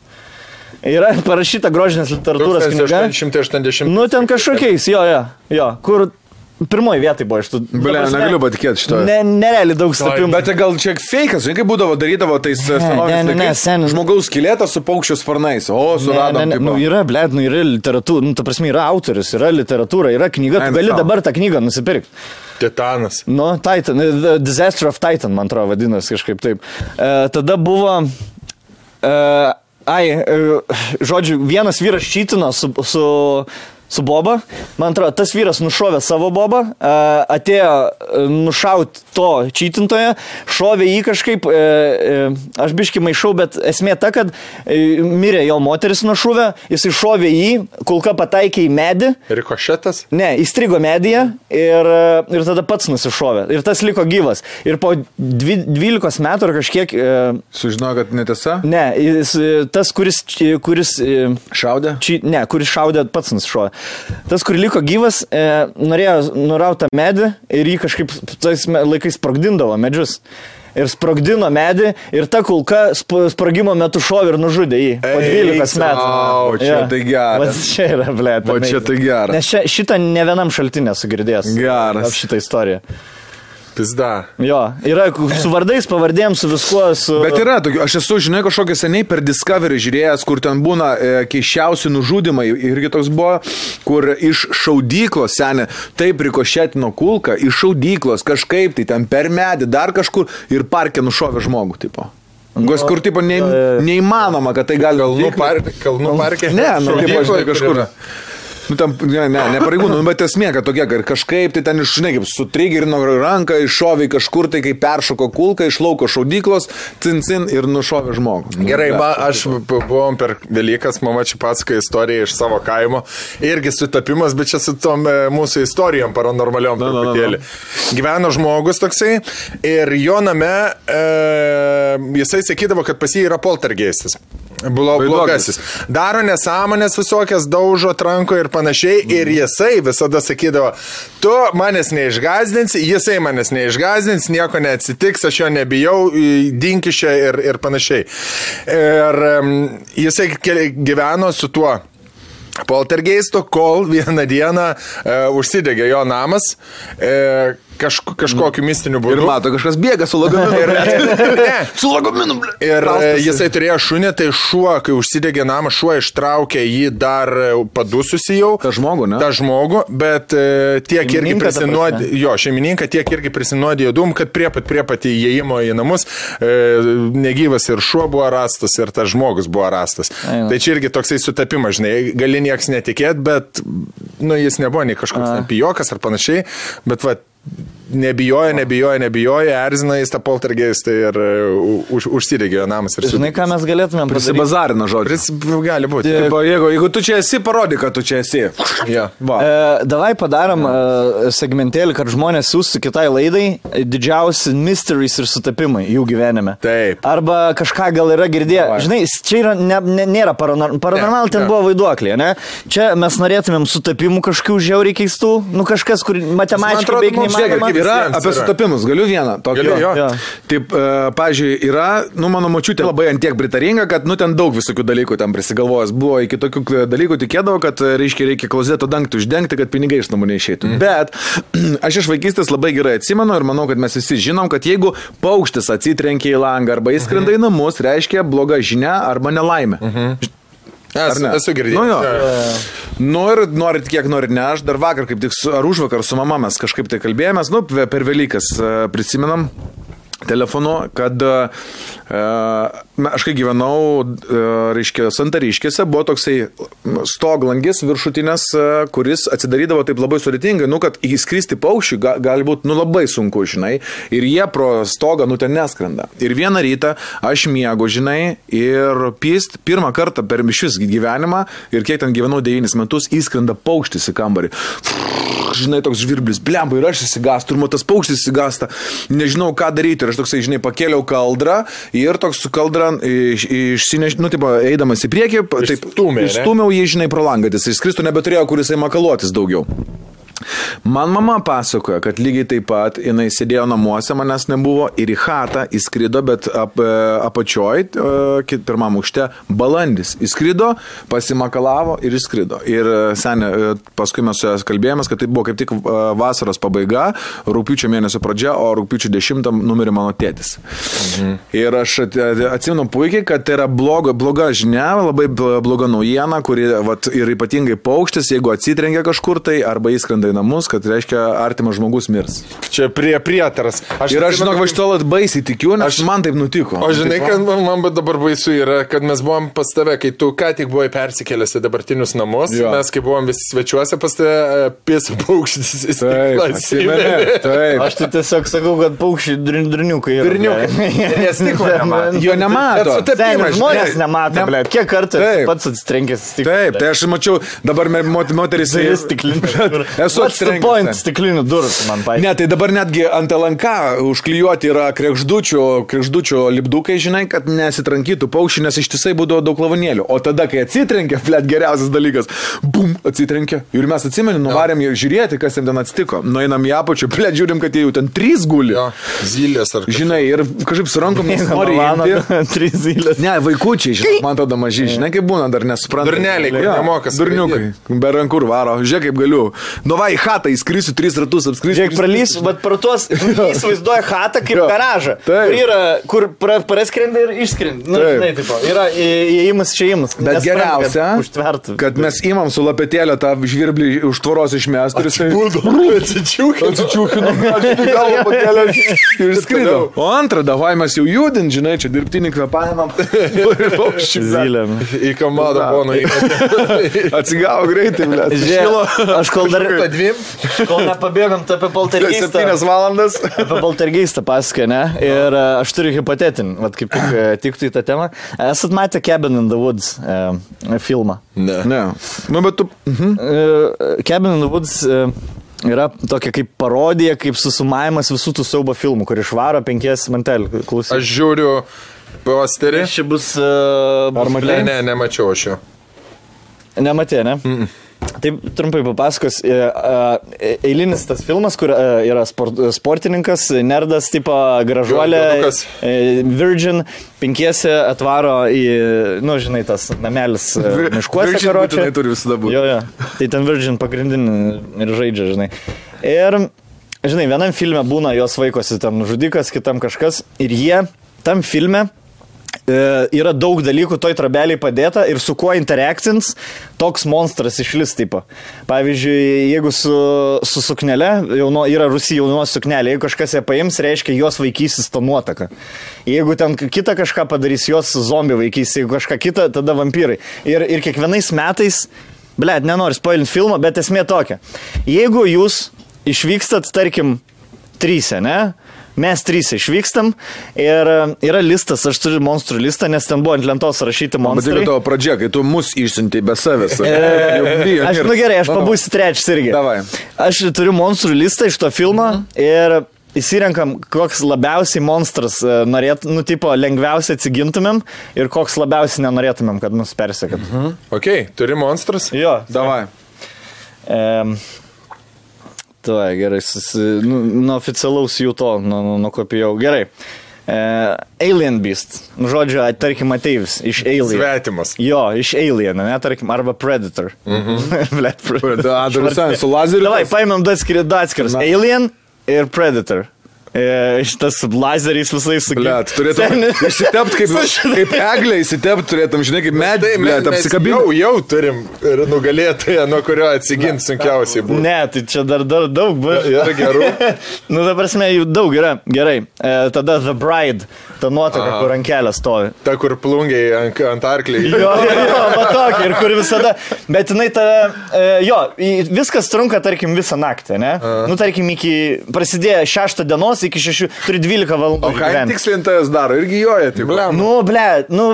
Yra parašyta grožinės literatūros knyga.
1880.
Nu, ten kažkokiais, jo, jo, jo, kur pirmoji vietai buvo iš tų. ta
Ble,
prasme,
negaliu patikėti šito.
Ne, nerealiai daug stapimų.
Bet tai gal čia feikas, žinai, kaip būdavo darydavo tais e, senovės
ne, ne, ne,
laikais?
sen-
Žmogaus skeletas su paukščių sparnais. O, suradom.
Ne, ne, ne,
tipo.
nu, yra, blėt, nu, yra literatūra, nu, ta prasme, yra autorius, yra literatūra, yra knyga,
Ai,
tu
nu,
gali
sau.
dabar tą knygą nusipirkti.
Titanas.
Nu, Titan, The Disaster of Titan, man atrodo, vadinasi kažkaip taip. E, tada buvo... E, ai, e, žodžiu, vienas vyras šytino su... su Su Boba, man atrodo, tas vyras nušovė savo Bobą, e, atėjo nušauti to čytintoje, šovė jį kažkaip, e, e, aš biški maišau, bet esmė ta, kad e, mirė jo moteris nušuvę, jis iššovė jį, kulka pataikė į medį,
Rikošetas?
Ne, įstrigo mediją ir, ir tada pats nusišovė. Ir tas liko gyvas. Ir po dvi- 12 metų ar kažkiek... e,
Sužinojo, kad netiesa.
Ne, jis, e, tas, kuris... či- kuris e,
Šaudė.
Či, ne, kuris šaudė pats nusišovė. Tas, kur liko gyvas, e, norėjo nurautą medį ir jį kažkaip tais me- laikais sprogdindavo medžius. Ir sprogdino medį ir ta kulka sp sprogimo metu šovė ir nužudė jį. Po
Ei,
12 metų.
sau, čia
Jo.
tai geras.
Vat čia yra, blė.
Va čia tai geras.
Nes čia, šitą ne vienam šaltinė sugirdės.
Geras.
Šitą istoriją.
Pizda.
Jo, yra ku- su vardais, pavardėm, su viskuo, su...
Bet yra tokių, aš esu, žinai, kažkokia seniai per Discovery žiūrėjęs, kur ten būna e, keiščiausi nužudimai. Irgi toks buvo, kur iš šaudyklos senė taip rikošėtino kulką, iš šaudyklos kažkaip tai ten per medį, dar kažkur ir parke nušovė žmogų, tipo. Gos, kur, tipo, ne, neįmanoma, kad tai gali
Kalnų,
vykti.
Nu, par, kalnų parke.
Ne, nu, kaip aš
Šaudykloj,
žinai, kažkur.
kur-
Nu, tam, ne, ne, ne pareigūnų, nu, bet esmė, kad tokia, kad kažkaip tai ten, iš- žinai, kaip sutrigirino ranką, iššovė kažkur tai, kai peršoko kulką, iš lauko šaudyklos, cincin ir nušovė žmogų. Nu,
Gerai,
ble.
ma, aš bu- buvom per Velykas, mama čia pasakoja istoriją iš savo kaimo. Irgi sutapimas, bet čia su tom e, mūsų istorijom paranormaliom
na, na.
truputėlį. Gyveno žmogus toksai ir jo name e, jisai sakydavo, kad pas jį yra poltergeistas. Blo,
Vaiduoklis.
blogasis. Daro nesąmonės visokias, daužo tranko ir panašiai. Ir jisai visada sakydavo, tu manęs neišgazdinsi, jisai manęs neišgazdins, nieko neatsitiks, aš jo nebijau, dinkišia ir, ir panašiai. Ir em, jisai ke- gyveno su tuo. Poltergeisto, kol vieną dieną e, užsidegė jo namas, e, Kažk kažkokiu mistiniu
Ir
būdu.
mato, kažkas bėga su lagaminu.
Ir, ne,
su lagaminu. bl-
Ir e,
raustosi.
jisai turėjo šunį, tai šuo, kai užsidegė namą, šuo ištraukė jį dar e, padususi jau.
Tą žmogų, ne?
Ta žmogų, bet e, tiek irgi
Šeimininką, ta
prisinuodė,
prasme.
jo, šeimininką tiek irgi prisinuodė jodum, kad prie pat prie pat įėjimo į namus e, negyvas ir šuo buvo rastas, ir tas žmogus buvo rastas.
Ai, va.
Tai čia irgi toksai sutapimas, žinai, gali nieks netikėt, bet, nu, jis nebuvo nei kažkoks ten pijokas ar panašiai, bet va. Nebijoja, nebijoja, nebijoja, erzina jis tą poltergeistą ir e, u- už, užsidegė namas ir
Žinai, ką mes galėtumėm padaryti?
Prisibazarina žodžiu.
Pris, gali būti.
Tipo, Jeigu, jeigu tu čia esi, parodyk, kad tu čia esi.
Ja.
Va.
E, davai padarom e, segmentėlį, kad žmonės siūstų kitai laidai didžiausi mysteries ir sutapimai jų gyvenime.
Taip.
Arba kažką gal yra girdėję. Žinai, s- čia yra, ne, ne, nėra paranor, paranormal,
Ne,
ten
ne.
buvo vaiduoklė, ne? Čia mes norėtumėm sutapimų kažkokių žiauriai keistų, nu kažkas, kur matematiškai
atrodo,
beveik
mums
Žiūrėk,
neįmanoma.
tiek ir
nu, yra
visiems
apie
yra.
sutapimus, galiu vieną tokį.
Gali, jo.
Jo.
Taip, e, pažiūrėjau, yra, nu, mano močiutė labai antiek pritaringa, kad, nu, ten daug visokių dalykų ten prisigalvojęs. Buvo iki tokių e, dalykų tikėdavo, kad, e, reiškia, reikia klozetą dangtų uždengti, kad pinigai iš namų neišeitų. Mm. Bet aš iš vaikystės labai gerai atsimenu ir manau, kad mes visi žinom, kad jeigu paukštis atsitrenkia į langą arba įskrenda mm. į namus, reiškia bloga žinia arba nelaimė. Mm.
Esu, esu girdėjęs.
Nu, jo. nu ir norit, kiek norit, ne aš. Dar vakar, kaip tik, su, ar už vakar su mama mes kažkaip tai kalbėjomės, nu, pe- per Velykas e, prisimenam telefonu, kad e, na, aš kai gyvenau, e, reiškia, Santariškėse, buvo toksai stoglangis viršutinės, e, kuris atsidarydavo taip labai sudėtingai, nu, kad įskristi paukščiui ga, gali būti, nu, labai sunku, žinai, ir jie pro stogą, nu, ten neskrenda. Ir vieną rytą aš miegu, žinai, ir pyst, pirmą kartą per mišius gyvenimą, ir kiek ten gyvenau devynis metus, įskrenda paukštis į kambarį žinai, toks žvirblis, blemba ir aš įsigastu, ir matas paukštis įsigasta, nežinau ką daryti, ir aš toksai, žinai, pakėliau kaldrą ir toks su kaldra e, iš, išsinešiau, nu, tipo, eidamas į priekį, pa- taip,
Išstūmė, ne?
išstūmiau jį, žinai, pro langą, jis išskristų, nebeturėjo, kuris jisai makaluotis daugiau. Man mama pasakoja, kad lygiai taip pat jinai sėdėjo namuose, manęs nebuvo ir į chatą įskrido, bet ap, e, apačioj, e, kit- pirmam aukšte, balandis įskrido, pasimakalavo ir įskrido. Ir e, senė, e, paskui mes su jas kalbėjomės, kad tai buvo kaip tik e, vasaros pabaiga, rūpiučio mėnesio pradžia, o rūpiučio 10 numirė mano tėtis. Mhm. Ir aš at- at- atsimenu puikiai, kad tai yra bloga, bloga žinia, labai bl- bloga naujiena, kuri vat, ir ypatingai paukštis, jeigu atsitrenkia kažkur tai arba įskrenda į namus, kad reiškia artimas žmogus mirs.
Čia prie prietaras. Aš
Ir aš
atsimenu,
žinok, va šito lat baisiai tikiu, nes aš, man taip nutiko.
O žinai, kad man man dabar baisu yra, kad mes buvom pas tave, kai tu ką tik buvai persikėlęs į dabartinius namus,
Jo.
jo. mes kai buvom visi svečiuose pas tave, pisa paukštis į
Taip,
stiklą
atsimeni, taip.
Aš tai tiesiog sakau, kad paukščiai drin- driniukai.
Driniukai. Nes stiklo nemato.
Jo nemato.
Bet sutapimas, Žmonės nemato,
ne-
ble. Kiek kartų esi
Taip.
pats atsitrenkęs stiklą?
Taip, tai aš mačiau, dabar me- mot- moteris
Tai
Jis stiklinis.
Esu atsitrenkęs, ne.
atsitrenkęs. Stiklinių durų man paaiškino.
Ne, tai dabar netgi ant LNK užklijuoti yra krekždučio, krekždučio lipdukai, žinai, kad nesitrankytų paukščiai, nes ištisai būdavo daug lavonėlių. O tada, kai atsitrenkė, flet geriausias dalykas, bum, atsitrenkė. Ir mes atsimenu, nuvarėm jau žiūrėti, kas jam ten atsitiko. Nueinam į apačią, flet žiūrim, kad jie jau ten trys guli.
Jo, zylės ar kažkas.
Žinai, ir kažkaip su rankom nenori imti.
Trys zylės.
Ne, vaikučiai, žinai, man tada maži, žinai, kaip būna, dar nesupranta.
Durneliai, kur
Jo,
nemoka skraidyt.
Durniukai, be rankų ir varo, žiūrėk, kaip galiu. Nu, va, į chatą įskrisiu, tris ratus apskrisiu.
Žiūrėk, pralys, bet per tuos žinai, įsivaizduoja chatą kaip
Jo.
garažą.
Taip.
Kur yra, kur pra, praskrenda ir išskrenda. Nu,
Taip.
žinai, tipo, yra į- įėjimas, išėjimas.
Bet geriausia,
Užtvertų.
kad mes imam su lapetėlė tą žvirblį už tvoros išmest ir jisai
atsičiūkė.
atsičiūkino, galvo pakelė ir skrido. O antrą, davai mes jau judint, žinai, čia dirbtinį kvepavimą. Ir paukščiai.
Zylėm.
Į komandą buvo
tai-
nuėjęs.
Atsigavo greitai, ble.
Žiūrėk, aš kol dar... Kol nepabėgam, tai apie poltergeistą.
7 valandas.
Apie poltergeistą pasakoja, ne? Ir e, aš turiu hipotetinį, vad kaip tik e, tiktų į tą temą. Esat matę Cabin in the Woods e, filmą?
Ne.
Ne. Nu, bet tu... Mhm.
E, Cabin in the Woods e, yra tokia kaip parodija, kaip susumavimas visų tų siaubo filmų, kur išvaro penkias mantelį. Klausyk.
Aš žiūriu posterį.
Čia bus... Uh, bus
Ne, ne, nemačiau aš jo.
Nematė, ne? Mm. Taip trumpai papasakos, e, e, eilinis tas filmas, kur e, yra spor- sportininkas, nerdas, tipo gražuolė,
Jonukas.
e, Virgin, penkiesi atvaro į, nu, žinai, tas namelis e,
Vir-
miškuose,
Virgin
karočią.
būtinai turi visada būt.
Jo, jo. Tai ten Virgin pagrindinį ir žaidžia, žinai. Ir žinai, vienam filme būna jos vaikosi ten žudikas, kitam kažkas ir jie tam filme e, yra daug dalykų toj trabeliai padėta ir su kuo interaktins toks monstras išlis tipo. Pavyzdžiui, jeigu su, su suknele, jauno, yra Rusija jaunos suknelė, jeigu kažkas ją paims, reiškia, jos vaikysis tą nuotaką. Jeigu ten kitą kažką padarys, jos zombi vaikys, jeigu kažką kitą, tada vampyrai. Ir, ir kiekvienais metais, blėt, nenoriu spoilinti filmą, bet esmė tokia. Jeigu jūs išvykstat, tarkim, trysia, ne? Mes trys išvykstam ir e, yra listas, aš turiu monstrų listą, nes ten buvo ant lentos rašyti
Nu,
Bet tai
monstrai.
tavo pradžia, kai tu mus išsiuntei be savęs. Jau bijo.
E, Aš, nu gerai, aš
Manau.
pabūsiu trečias irgi.
Davai.
Aš turiu monstrų listą iš to filmo ir įsirenkam, koks labiausiai monstras e, norėt, nu, tipo, lengviausiai atsigintumėm ir koks labiausiai nenorėtumėm, kad mus persekėt. Mhm.
Ok, turi monstrus?
Jo,
Davai.
Ehm, Tuo, gerai, susi... nu, nuo oficialaus jų to nu- nu- nukopijau. Nu, gerai. E, alien Beast. Nu, Žodžiu, a, tarkim, ateivis iš Alien.
Svetimas.
Jo, iš Alien, ne, tarkim, arba Predator. Mhm. Blet,
Predator, a, ta prasme, su lazeriu
Davai,
tas?
paimam du atskiri- du atskirus.
Na.
Alien ir Predator. E, šitas su lazeriais visais su
Blet, turėtum
Ten-
išsitept kaip, kaip eglė, įsitept turėtum, žinai, kaip medį,
Tai
blet,
mes
apsikabinti.
Jau, jau turim ir nugalėtoją, nuo kurio atsiginti sunkiausiai būtų.
Ne, tai čia dar, dar daug buvo.
Ir gerų.
Nu, ta prasme, jų daug yra. Gerai. E, tada The Bride, ta nuotaka, kur ant kelio stovi.
Ta, kur plungiai ant, ant arkliai.
Jo, jo, jo, va tokia ir kur visada. Bet jinai ta, e, jo, i- viskas trunka, tarkim, visą naktį, ne? Nu, tarkim, iki prasidėjo 6 dienos, iki 6, turi 12 valandų.
O ką
gyvent.
tikslintojas daro? Irgi joja, tai blem.
Nu, ble, nu,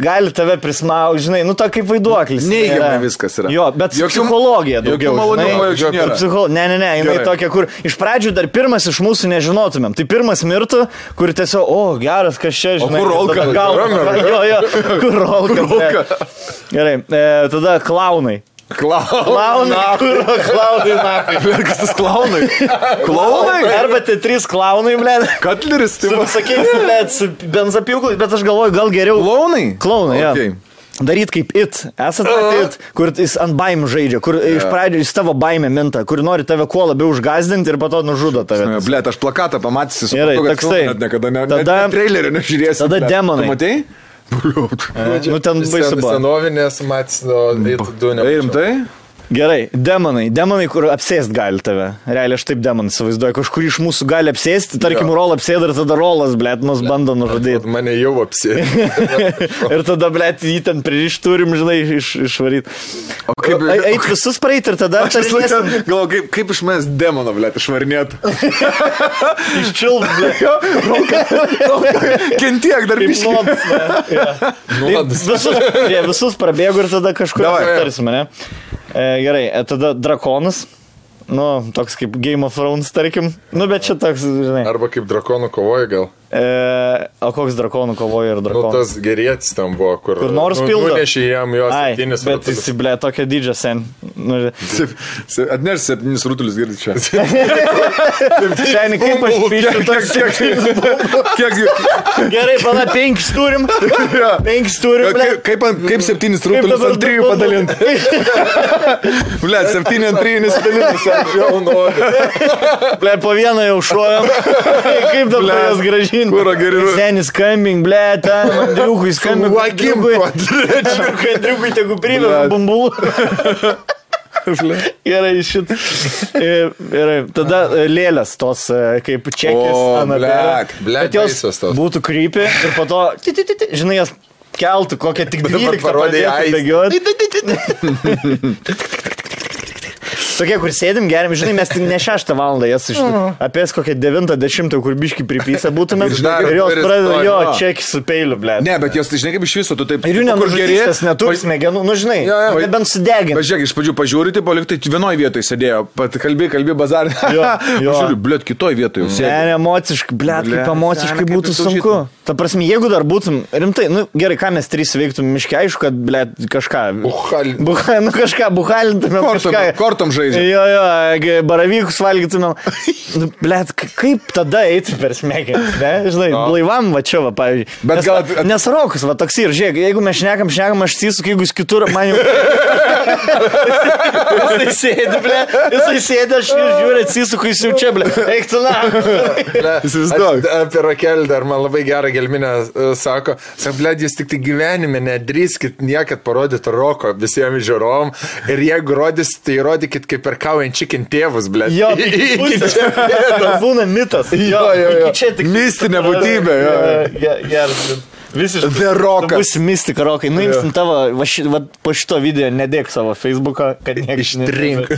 gali tave prismauti, žinai, nu, to kaip vaiduoklis. jinai
Neigiamai viskas yra.
Jo, bet
Jokių-
jokių, psichologija daugiau.
jokių malonumų
žinai.
jaučiu nėra.
Psicholo... Ne, ne, ne, jinai
Gerai.
tokia, kur iš pradžių dar pirmas iš mūsų nežinotumėm. Tai pirmas mirtų, kur tiesiog, o, geras, kas čia, žinai.
kur Rolka?
Galva. Jo, jo, kur rolka. ble. Gerai, e, tada klaunai. Klaunai, kur klaunai naktį.
Kas tas klaunai? Klaunai?
Arba tie trys klaunai, ble.
Katleris, tai va.
Sakyk, ble, su benzapjūklu, bet aš galvoju, gal geriau.
Klaunai?
Klaunai, okay.
Okei.
ja. Daryt kaip it. Esat matę it, kur jis ant baimų žaidžia, kur iš pradžių jis tavo baimę minta, kur nori tave kuo labiau užgazdinti ir po to nužudo
Э,
tave.
Blet, aš plakatą pamatysiu.
Gerai,
supratau, kad
toksai.
filmą Net niekada ne, tada,
Tada-
net trailerio nežiūrėsiu.
tada
blet.
demonai.
Tu Matei? Bliut.
Nu ten baisu
Sen,
buvo.
senovinės matys, nuo eitų du ne.
Ei, rimtai?
Gerai, demonai. Demonai, kur apsėst gali tave. Realiai aš taip demonai įsivaizduoju, kažkur iš mūsų gali apsėsti, tarkim, rol apsėda ir tada rolas, blėt, mus bando nužudyti.
Mane jau apsė.
ir tada, blėt, jį ten pririšt turim, žinai, iš, išvaryti.
O kaip-
Eit visus praeit ir tada
Aš visą laiką
apsėsti.
galvoju, kaip, kaip iš manęs demono, blet, išvarnėt.
Iščild, blėt.
Kentiek dar biškai.
Nuodas.
Nuodas.
Tai Visus, prie visus prabėgu ir tada kažkur
Davai.
aptarsime, ne? E, gerai, e, tada drakonas. Nu, toks kaip Game of Thrones, tarkim. Nu, bet čia toks, žinai.
Arba kaip drakonų kovoja gal.
E, o koks drakonų kovoja ir
Nu,
drakonas?
tas gerėtis tam buvo, kur...
Kur nors pildo.
Nešė jam jo
Ai,
septynis
bet jis,
rutulius.
ble, tokia didžia sen. Nu,
Atneš septynis rutulius, girdit čia.
sen, kaip aš pyščiau, toks
Kiek,
Gerai, pana, penkis turim. Penkis turim, ble.
kaip, kaip, ant- kaip septynis rutulius ant trijų padalinti? Ble, septyni ant trijų nesidalinti.
Jau nori.
Ble, po vieną jau šuojam. Kaip dabar jas gražinti?
kuro geri ru-
Senis skambink, ble, ten, Andriukui skambink.
Vagim,
Andriukui, Andriukui, tegu primena
Blet.
bumbulų. Gerai, šit. E, Gerai, tada e, lėlės tos, e, kaip čekis.
O,
Anabelė.
blek,
blek,
Bet jos
baisios tos.
Būtų krypi ir po to, ti, ti, ti, ti, žinai, jas keltų kokią tik
Dabar
12
parodei
pradėtų
Aistę.
bėgioti. Tokie, kur sėdim, geriam, žinai, mes tik ne 6 valandą jas iš... Apie jas kokią 9-10, kur biški pripysę būtume.
Ir
Ir,
žinai,
ir jos
ir
pradeda,
istorija.
jo,
Jo.
čekį su peiliu, ble.
Ne, bet jos, tai žinai, kaip iš viso, tu taip...
Ir jų
kur geri-
nenužudystas neturi smegenų, nu žinai,
Jo, jo.
nebent sudeginti.
Bet žiūrėk, iš pradžių pažiūrėti,
tai
palikti vienoje vietoje sėdėjo, pat kalbė, kalbė bazarė.
Jo,
Nu,
jo.
Žiūriu, blėt, kitoje vietoje.
Ne,
sėdi.
ne emociškai, blėt,
Blet,
kaip
sena,
emociškai
kaip
būtų
ir daužytum.
sunku. Ta prasme, jeigu dar būtum, rimtai, nu gerai, ką mes trys veiktum miškiai, aišku, kad, blėt, kažką.
Buchal-
Buha, nu kažką buhalintume.
Kortom,
Kažką,
kortom
žaidžia.
Jo, jo, g- baravykus valgytumėm. Nu, Blet, k- kaip tada eiti per smegenis, ne? Žinai, blaivam va čia, va, pavyzdžiui.
Bet
nes,
gal at-
Nes rokas, va, toks ir, žiūrėk, jeigu mes šnekam, šnekam, aš atsisuku, jeigu jis kitur, man jau... jisai sėdi, ble, jisai sėdi, aš jį žiūriu, atsisuku, jis jau čia, ble. Eik tu, na.
Įsivaizduok.
Apie Rokelį dar man labai gerą gelminę e, sako, sablėt, jūs tik tai gyvenime nedrįskit niekad parodyti roko visiems žiūrovom ir jeigu rodysit, tai rodykit kaip per Kaujan Chicken tėvus, blėt.
Jo, tai būna mitas. Jo,
jo, jo.
iki Čia tik
Mistinė būtybė, jo,
Geras. Visiškai.
The Rockas.
Bus mistika, rokai. Nuimsim tavo, va, ši, va, po šito video nedėk savo Facebooką, kad niekas ne-
Ištrink.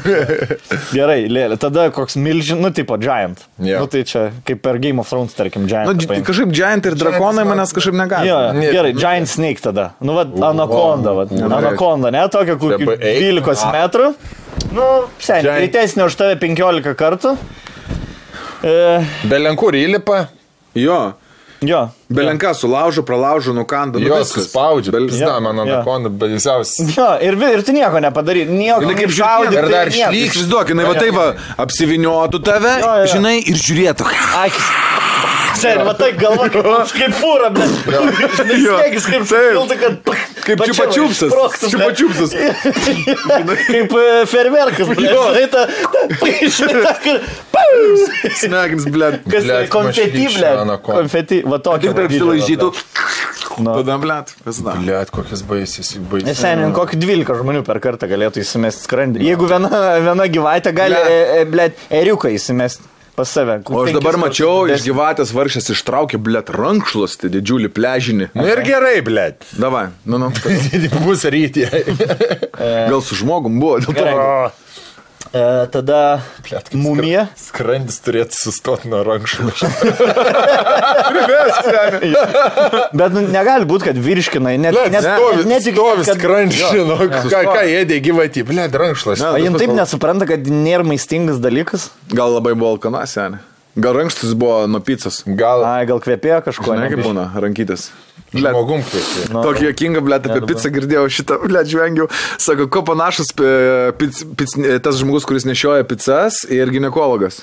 Gerai, lėlė. Tada koks milžin, nu, tipo, Giant.
Jo.
Nu, tai čia kaip per Game of Thrones, tarkim, Giant.
Nu, dž-
paimk.
kažkaip Giant ir Drakonai
man-
manęs kažkaip negali.
Jo,
Ne-
gerai, Giant Snake tada. Nu, va, Anaconda, va. Anaconda, ne, tokia kokių
Dabar eik.
12 metrų. Nu, seniai,
Giant-
greitesnė už tave 15 kartų. E,
Be lenkų įlipa,
Jo.
jo.
Belenka sulaužo, pralaužo, nukando. nu
jos
viskas.
suspaudžia,
Bel-
blėt, na,
Jo,
mano
jo.
nakonda, baisiausias.
Jo, ir, vi- ir tu nieko nepadari, nieko.
Nu,
Jinai kaip
nešaudyti,
žiurkė, ir dar
nieko.
šlyk.
Įsivaizduok, jinai nu, va taip va apsiviniotų tave,
Jo, jo.
žinai, ir žiūrėtų.
Akis. Sen, matai, galva kaip- kaip fūra, bet... Sėkis kaip
Taip.
filtą, kad...
Kaip
pačiam
čiupačiupsas.
išsprogtum, ne?
Čiupačiupsas.
Kaip e, ferverkas, blė. Žinai, ta... tai Žinai, ta... kur- Pau!
Smegens, blėt.
Kas
Blet,
konfeti,
mašlyčio
blė.
anakonda.
Konfeti, va tokia.
Tik taip silaižytų. Nu. Tada, blėt.
Blėt, kokias baisės, baisės.
Seniai, kokį 12 žmonių per kartą galėtų įsimesti skrandį. Jeigu viena, viena gyvatė gali, e, e, blėt, eriuką įsimesti pas save.
O aš dabar mačiau, iš gyvatės varšės ištraukė, blėt, rankšluosti didžiulį pležinį.
Nu ir gerai, blėt.
Davai, nu, nu.
Bus rytį.
Gal su žmogum buvo. Dėl to.
Gerai. E, tada mumija.
Skrandis turėtų sustoti nuo rankšluočio.
Bet nu, negali būti, kad virškinai. Net,
Net, net, stovi, net,
tik-
stovi
kad-
skrandžiai, žinau, ką, ką jėdė gyvatį. Ble, rankšlas.
O jin taip nesupranta, kad nėra maistingas dalykas.
Gal labai buvo alkana, senė. Gal rankštis buvo nuo pizzas.
Gal
A, gal kvepėjo kažko.
Ne,
ne?
kaip būna, rankytės. Blet,
žmogum kvėpė.
Tokį juokingą, blėt, apie pizzą girdėjau šitą, blėt, žvengiau. Sako, ko panašus e, pic, pic, e, tas žmogus, kuris nešioja pizzas ir gynekologas.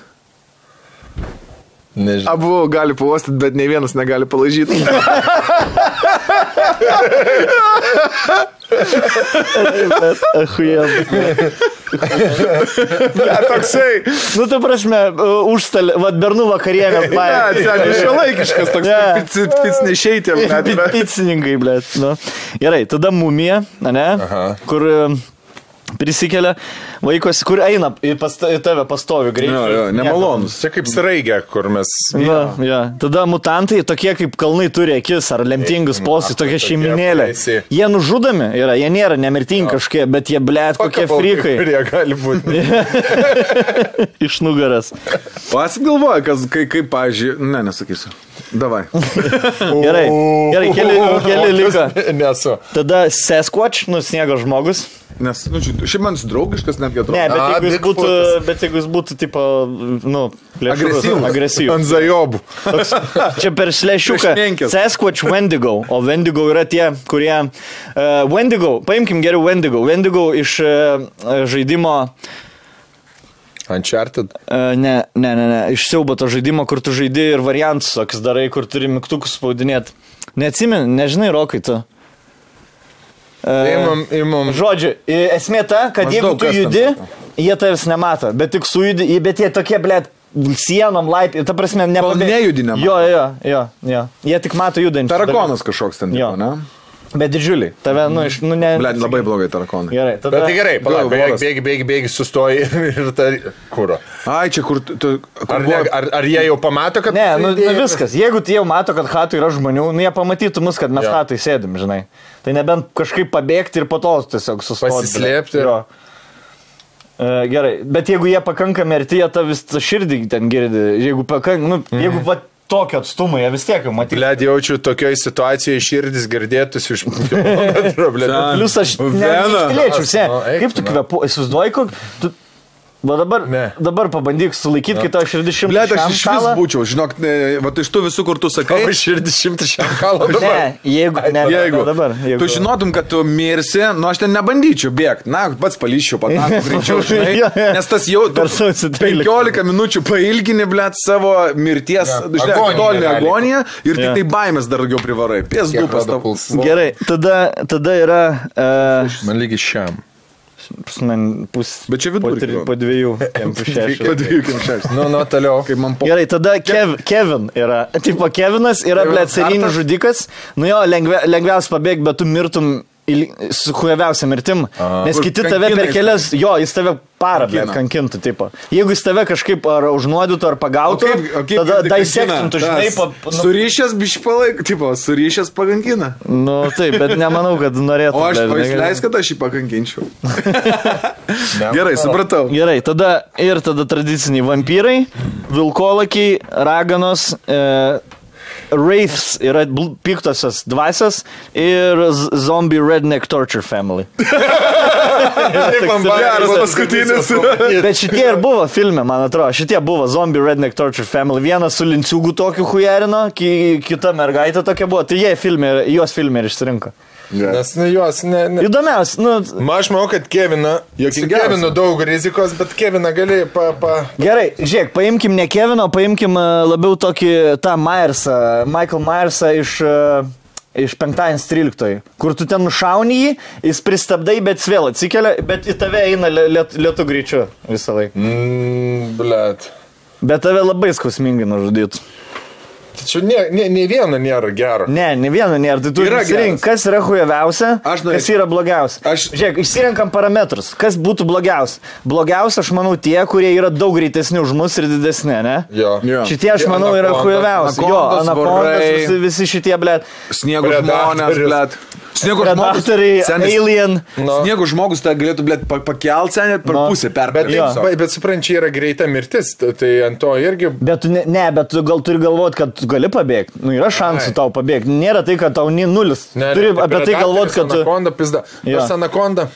Nežinau.
Abu gali pavostyti, bet ne vienas negali palažyti.
Achujem.
Toksai.
Nu, tu prasme, užstalė, vad bernų vakarienę
Ne,
paėmė.
seniai, šiuolaikiškas toks
Ne.
pic, pic nešeitė, blėt.
Pi-
yra.
Picininkai, blė. Nu. Gerai, tada mumija, ne?
Aha.
Kur e, prisikelia vaikos, kur eina į pas, į tave pastovi
Jo,
greitai.
jo, Nemalonus.
Čia kaip sraigė, kur mes.
Na, ja. Tada mutantai, tokie kaip kalnai turi akis ar lemtingus postus, tokia
tokie
šeiminėlė.
baisiai.
Jie nužudomi yra, jie nėra nemirtingi kažkokie, bet jie blėt kokie frikai
Kurie gali būti.
iš nugaras.
O esat galvoja, kas, kai, kaip, pažiūrėjau, ne, nesakysiu. Davai.
Gerai, gerai, keli, keli liko.
Nesu.
Tada Sasquatch, nu sniego žmogus.
Nes, nu, čia- šiaip man jis draugiškas netgi atrodo.
Ne, bet
A,
jeigu jis būtų,
Bigfootas.
bet jeigu jis būtų, tipo, nu, plėšrus,
Agresyvus.
agresyvus.
Ant zajobų.
Toks, čia per šlešiuką.
Priešininkas.
Sasquatch Wendigo. O Wendigo yra tie, kurie. Uh, Wendigo, paimkim geriau Wendigo. Wendigo iš uh, žaidimo.
Uncharted.
Uh, ne, ne, ne, ne, iš siaubo to žaidimo, kur tu žaidži ir variantus toks darai, kur turi mygtukus spaudinėti. Neatsimeni, nežinai, rokai tu. E,
Imam, imam.
Žodžiu, i- esmė ta, kad jeigu
Maždaug
tu
kas ten
judi, jie tavęs nemato, bet tik sujudi, i- bet jie tokie, blėt, sienom laiptai, ta prasme, nepabėga.
nejudi, nemato.
Jo, jo, jo, jo. Jie tik mato judančius.
Tarakonas kažkoks ten,
Jo.
tipo, ne?
Bet didžiuliai. Tave, nu, iš, nu, ne.
Ble, labai blogai tarakonai.
Gerai, tada.
Bet tai gerai, palauk,
Gal
bėgi,
voras.
bėgi, bėgi, bėgi sustoji ir tar... Kuro.
Ai, čia kur tu... tu- kur
Ar, ne,
buvo-
ar, ar jie jau pamato, kad...
Ne, nu, nu viskas. Jeigu tie jau mato, kad hatų yra žmonių, nu jie pamatytų mus, kad mes
Jo.
hatų įsėdim, žinai. Tai nebent kažkaip pabėgti ir po to tiesiog sustoti. blė.
Pasislėpti.
Jo. E, Gerai, bet jeigu jie pakankami arti, jie tą vis tą širdį ten girdi. Jeigu pakankamai, nu,
Mhm.
jeigu va tokio atstumo, jie vis tiek jau matys.
Bled, jaučiu, tokioje situacijoje širdis girdėtųsi iš... Bled,
Plius aš
Vena.
nežinau,
Nu, eik
kaip tu
tu, na.
kvepuoji, įsivaizduoji, kok tu Va dabar,
Ne. tai
dabar pabandyk sulaikyti kitą širdišimtą.
Blet, aš iš vis būčiau, žinok, ne, va, iš tų visų, kur tu sakai.
Tavo širdis šimtas šiam kalą dabar.
Ne, jeigu, ne,
Jeigu,
dabar. Jeigu.
tu žinotum, kad tu mirsi, nu aš ten nebandyčiau bėgti, na, pats palyščiau patakų greičiau,
Jo,
žinai,
jo.
nes tas jau tu
Per sausį 13.
15 minučių pailgini, blet, savo mirties,
Jo,
žinai,
agoniją
tolinę
realiai.
agoniją ir
Jo.
tik tai baimės dar daugiau privarai. Pies du
Kiek rodo
pastatų.
pulsas?
Gerai, tada, tada yra... Uh,
Man lygi šiam.
Prasme, pus.
Bet čia
po,
vidurkį
tri,
rodo.
po dviejų. kem po šešių.
Padėjukim šeštą.
Nu, nu, toliau.
Kaip man po...
Gerai, tada Kev, Kevin yra. Tipo, Kevinas yra,
Kevin
ble, serijinis
Hartas.
žudikas. Nu jo, lengvia, lengviausia pabėgti, bet tu mirtum il- su hujaviausia mirtim. Nes
Kur
kiti tave per
kankina
kelias, jo, jis tave parą, ble,
Kankina.
kankintų, tipo. Jeigu jis tave kažkaip ar užnuodytų, ar pagautų, tada daisektintų, žinai, pa, nu,
Surišęs bišpalaik, tipo, surišęs pagankina.
nu, taip, bet nemanau, kad norėtų.
O aš,
ble,
o jis
žinai,
leis, kad aš jį pakankinčiau.
Ne.
Gerai, supratau.
Gerai, tada ir tada tradiciniai vampyrai, vilkolakiai, raganos, e, Wraiths yra bl- piktosios dvasios ir z- zombie redneck torture family.
Taip, man
Geras paskutinis.
Bet šitie ir buvo filme, man atrodo, šitie buvo zombie redneck torture family. Vienas su linciugu tokiu hujerino, ki, kita mergaitė tokia buvo. Tai jie filme, ir- juos filme ir išsirinko.
Nes, nu, jos, ne, ne.
Įdomiausia, nu,
Ma, aš manau, kad Kevina. Su
Juokingiausia.
Kevinu daug rizikos, bet Kevina gali pa... pa...
Gerai, žiūrėk, paimkim ne Kevino, paimkim e, labiau tokį tą Myersą, Michael Myersą iš... e, Iš penktadienį 13, kur tu ten nušauni jį, jis pristabdai, bet jis vėl atsikelia, bet į tave eina lė- liet, lietu greičiu visą laiką.
Mm, blet.
Bet tave labai skausmingai nužudytų.
Tačiau ne, ne, ne vieno nėra gero.
Ne, ne vieno nėra, tai tu
Yra
išsirink,
geras.
kas yra hujaviausia,
Aš norėčiau.
kas yra blogiausia.
Aš-
Žiūrėk, išsirinkam parametrus, kas būtų blogiausia. Blogiausia, aš manau, tie, kurie yra daug greitesni už mus ir didesni, ne?
Jo.
Jo.
Šitie, aš
Tie
manau, yra
anakondos,
hujaviausi. Jo,
anakondos,
anakondas,
vorai.
visi, visi šitie, ble,
Sniego žmonės,
Predatorius.
blėt. Sniego žmogus.
predatoriai,
senis-
alien.
Nu.
Sniego žmogus tą galėtų, blėt, pa- pakelt senę per
Nu.
pusę, per
Bet,
Jo.
bet, bet suprant, čia yra greita mirtis, t- tai ant to irgi...
Bet tu ne, ne, bet tu gal turi galvoti, kad tu gali pabėgti. Nu, yra šansų
Ai.
tau pabėgti. Nėra tai, kad tau ni nulis.
Ne,
turi
ne,
apie tai
predatorius,
galvoti, kad tu...
Anakonda, pizda.
Jo.
Tas anakonda.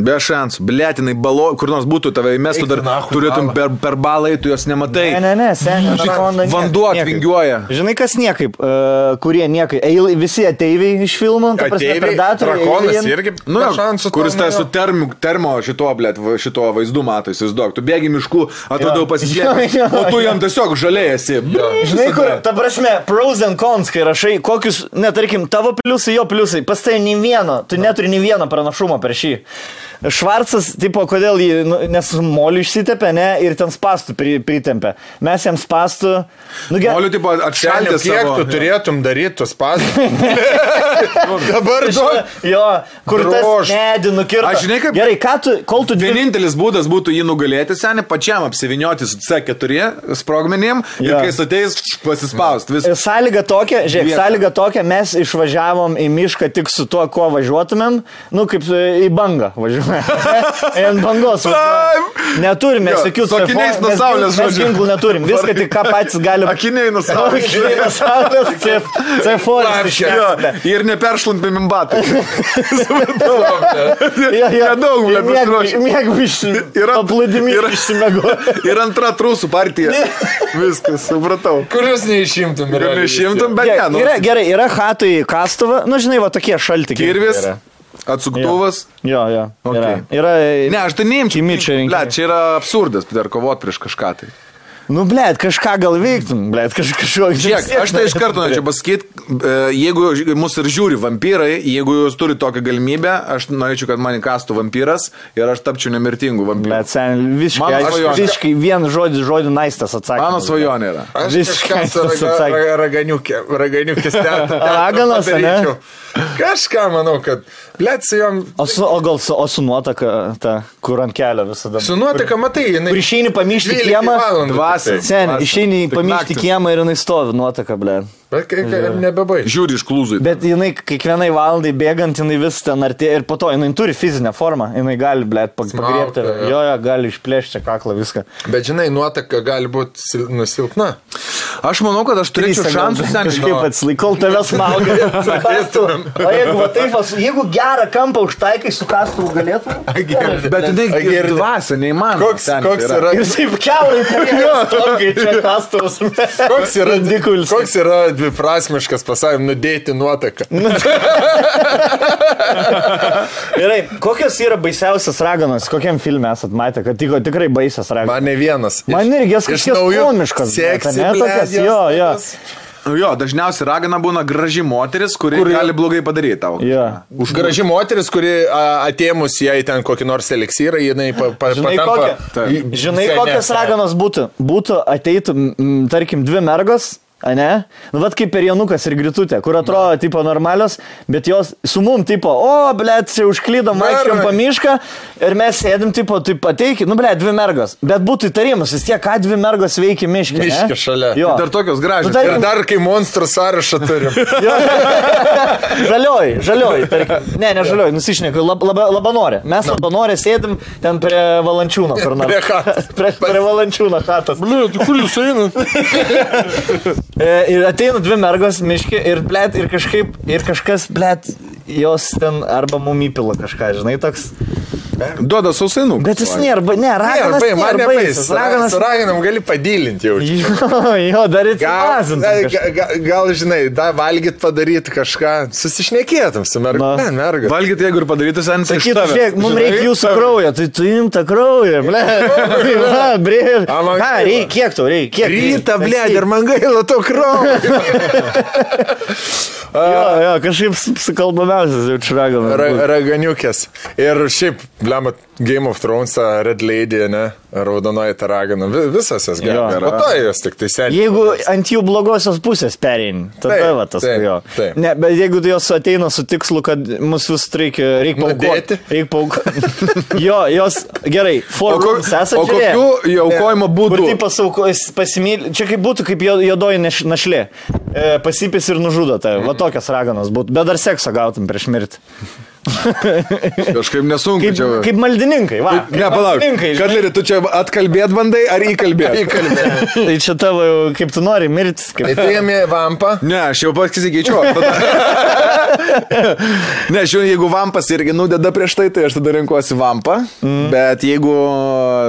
Be šansų, blėtinai, balo, kur nors būtų tave įmestų,
Eik
dar
tu nachui,
turėtum
balą.
per, per balą, tu jos nematai.
Ne, ne, ne, seniai. anakonda niekaip.
Vanduo
Niekaip.
atvingiuoja.
Žinai, kas niekaip, uh, kurie niekaip, eil, visi ateiviai iš filmų, ta prasme,
Ateiviai,
predatoriai.
drakonas
alien.
irgi...
Nu,
be
jo,
šansų
kuris
to,
tai
nu,
su
jo.
termo, termo šito, blėt, va- šito vaizdu matai, įsivaizduok, tu bėgi mišku, atrodo
Jo.
pasislėpęs,
Jo, jo,
o tu
jo.
jam tiesiog žaliai esi.
Žinai, kur, ta prasme, pros and cons, kai rašai, kokius, netarkim, tavo pliusai, jo pliusai, pas tai nei vieno, tu neturi nei vieno pranašumo prieš jį. Švarcas, tipo, kodėl jį, nu, nes moliu išsitepė, ne, ir ten spastų pri, pritempė. Mes jam spastų, nu gerai.
Moliu, tipo,
Šalė,
atšaldęs.
kiek tu turėtum daryti tos pasus? Dabar duok.
Jo, kur tas
Drožk.
medį nukirto.
Aš žinai, kaip-
Gerai, ką tu, kol tu dvi...
Vienintelis būdas būtų jį nugalėti, seniai, pačiam apsivinioti su C4 sprogmenim ir
Jo.
kai jis ateis, pasispaust vis.
Sąlyga tokia, žiūrėk,
Vietą.
sąlyga tokia, mes išvažiavom į mišką tik su tuo, kuo važiuotumėm, nu kaip e, į bangą važiuojame. Ant bangos. važiuojam. Neturime
Jo,
jokių
su akiniais
cefo-
nuo
mes
saulės,
gin- mes
žodžiu.
ginklų neturim. Viską tik ką patys galime.
Akiniai nusaukia.
Akiniai nuo saulės. Ceforas išėjo.
Ir neperšlampimim batai. Nedaug, blet, pasiruošę.
Mėgvišti.
Yra-
Paplūdimi
yra-
ir išsimego.
Ir antra trusų partija. Viskas, supratau.
Kurios neišimtum,
Ir
realiai
neišimtum, bet ne, nu.
Gerai, gerai, yra hatai kastuvą, nu žinai, va tokie šalti.
Kirvis,
Gerai.
atsuktuvas.
Jo, jo. Yra.
Okei.
yra
Ne, aš tai neimčiau.
Kimičio rinkimai.
Ble, čia yra absurdas, dar kovot prieš kažką tai.
Nu, blėt, kažką gal veiktum, blėt, kaž, kažkokį.
Žiūrėk, aš tai iš karto norėčiau pasakyti, e, jeigu ž- mus ir žiūri vampyrai, jeigu jūs turi tokią galimybę, aš norėčiau, kad mane kastų vampyras ir aš tapčiau nemirtingu vampyru.
Blėt, sen, visiškai,
Mano
aišku,
svajonė.
visiškai vien žodis, žodį naistas atsakė.
Mano svajonė yra.
Aš
Viską
kažkam su
jūs
raga-
atsakėt.
ra- raganiukė, raganiukės teatrą
Raganos, ane?
padaryčiau. Kažką manau, kad lėts jom.
O, su, o gal su, o su nuotaka, ta, kur ant kelio visada.
nu-
Su nuotaka matai, jinai.
Kur išeini pamyšti
12
kiemą.
valandų
dvasė.
tiktai.
Sen, išeini
Tik
pamyšti
naktį.
kiemą ir jinai stovi nuotaka, blėt.
Bet kai nebebaigai.
Žiūri iš klūzų.
Bet jinai kiekvienai valandai bėgant, jinai vis ten artėja ir po to jinai turi fizinę formą, jinai gali, blėt,
Smaugti,
pagriebti.
jo.
Jo, jo, gali išplėšti kaklą viską.
Bet žinai, nuotaka gali būti sil- nu, silpna.
Aš manau, kad aš turėčiau šansų seniai.
Kažkaip atsilaikau, tave smaugia. O jeigu, va taip, va, jeigu gerą kampą užtaikai su kastuvu galėtum.
Bet jinai
Ai,
ir
girdi.
dvasia, neįmanoma.
Koks,
ten
koks yra,
Ir taip keurai, kai čia kastuvas.
koks yra,
Dikulis.
koks yra dviprasmiškas pasavimas nudėti nuotaką?
Gerai, kokios yra baisiausias raganas, kokiam filmė esat matę, kad tiko, tikrai baisas raganas.
Man ne vienas. Iš-
Man irgi jas
iš
kažkiek
naujų
komiškas, bet,
Seksi,
ne, tokias,
bled, jos
jo, jo.
tokios.
Nu Jo, dažniausiai ragana būna graži moteris, kuri Kur gali blogai padaryti tau.
Jo.
Už graži moteris, kuri a, atėmus jai ten kokį nors eliksyrą, jinai pa, pa,
Žinai,
patampa.
kokia, žinai kokias raganas būtų? Būtų ateitų, mm, tarkim, dvi mergos. A ne? Nu, vad kaip per Janukas ir Gritutė, kur atrodo, tipo, normalios, bet jos su mum, tipo, o, blėt, čia užklydom, vaikščiom
Mergai.
po mišką ir mes sėdim, tipo, tai pateikit, nu, blėt, dvi mergos. Bet būtų įtarimas, vis tiek, ką dvi mergos veikia miške. ne?
Miške šalia.
Jo.
Dar tokios
Nu,
gražios.
dar-
Ir dar kai monstrų sąrašą turim.
Žalioji, žalioji, tarkim. Ne, ne žalioji, nusišneku, lab, lab, labanorė. Mes no. labanorė sėdim ten prie Valančiūno, kur nors.
Prie chatos.
prie, prie Valančiūno hatas.
Bliu, tai kur jūs einat?
E, Ir ateina dvi mergos miški ir, blėt, ir kažkaip, ir kažkas, blėt, jos ten arba mum įpila kažką, žinai, toks.
Duoda sausainų.
Bet jis nėra, ba- ne, raganas.
Gerai, tai man
nėra
nebais.
baisas, Raganas.
Su raganam gali padylinti jau.
Jo, jo, dar ir
Gal,
atsimazintum.
ga- ga- gal, žinai, da, valgyt padaryti kažką, susišnekėtum su
Na.
merga. Ne, merga.
Valgyti, jeigu ir padarytų seniai, tai
Sakytų, žiūrėk, mums reikia jūsų kraujo, tai tu imta kraujo, ble. Na, bre.
A, man
Ką,
gaila.
reikia, kiek tau reikia? Kiek?
Ryta, blė, ir man gaila to kraujo.
Jo, jo, kažkaip su- sukalbamiausias jau
Ra
čraganas.
raganiukės. Ir šiaip, blemat, Game of Thrones, ta Red Lady, ne, raudonoji ta ragana, vi visas jas
Jo.
gerai. Po to jos tik tai seniai.
Jeigu ant jų blogosios pusės pereini, tada
Taip,
va tas
taip,
jo.
taip.
Ne, bet jeigu jos ateina su tikslu, kad mus vis reikia,
Nu,
reikia
Nudėti.
paukoti. Reikia paukoti. jo, jos gerai,
O, ko,
forums esate.
o kokiu jaukojimo
Kur
būdu?
tai pasauko, pasimylė, čia kaip būtų, kaip jo- juodoji neš- našlė. E, pasipis ir nužudo tave. Va tokias raganas būtų. Bet dar sekso gautum prieš mirtį.
Kažkaip nesunku
Kaip,
čia.
kaip maldininkai, va.
Ne, palauk.
Maldininkai, žinai.
Katleri, tu čia atkalbėt bandai ar įkalbėt?
Tai čia tavo, jau, kaip tu nori, mirtis. Kaip...
Įtėjami Tai vampą.
Ne, aš jau pats įsikeičiau. aš tada- ne, aš jau jeigu vampas irgi nudeda prieš tai, tai aš tada renkuosi vampą. Mm. Bet jeigu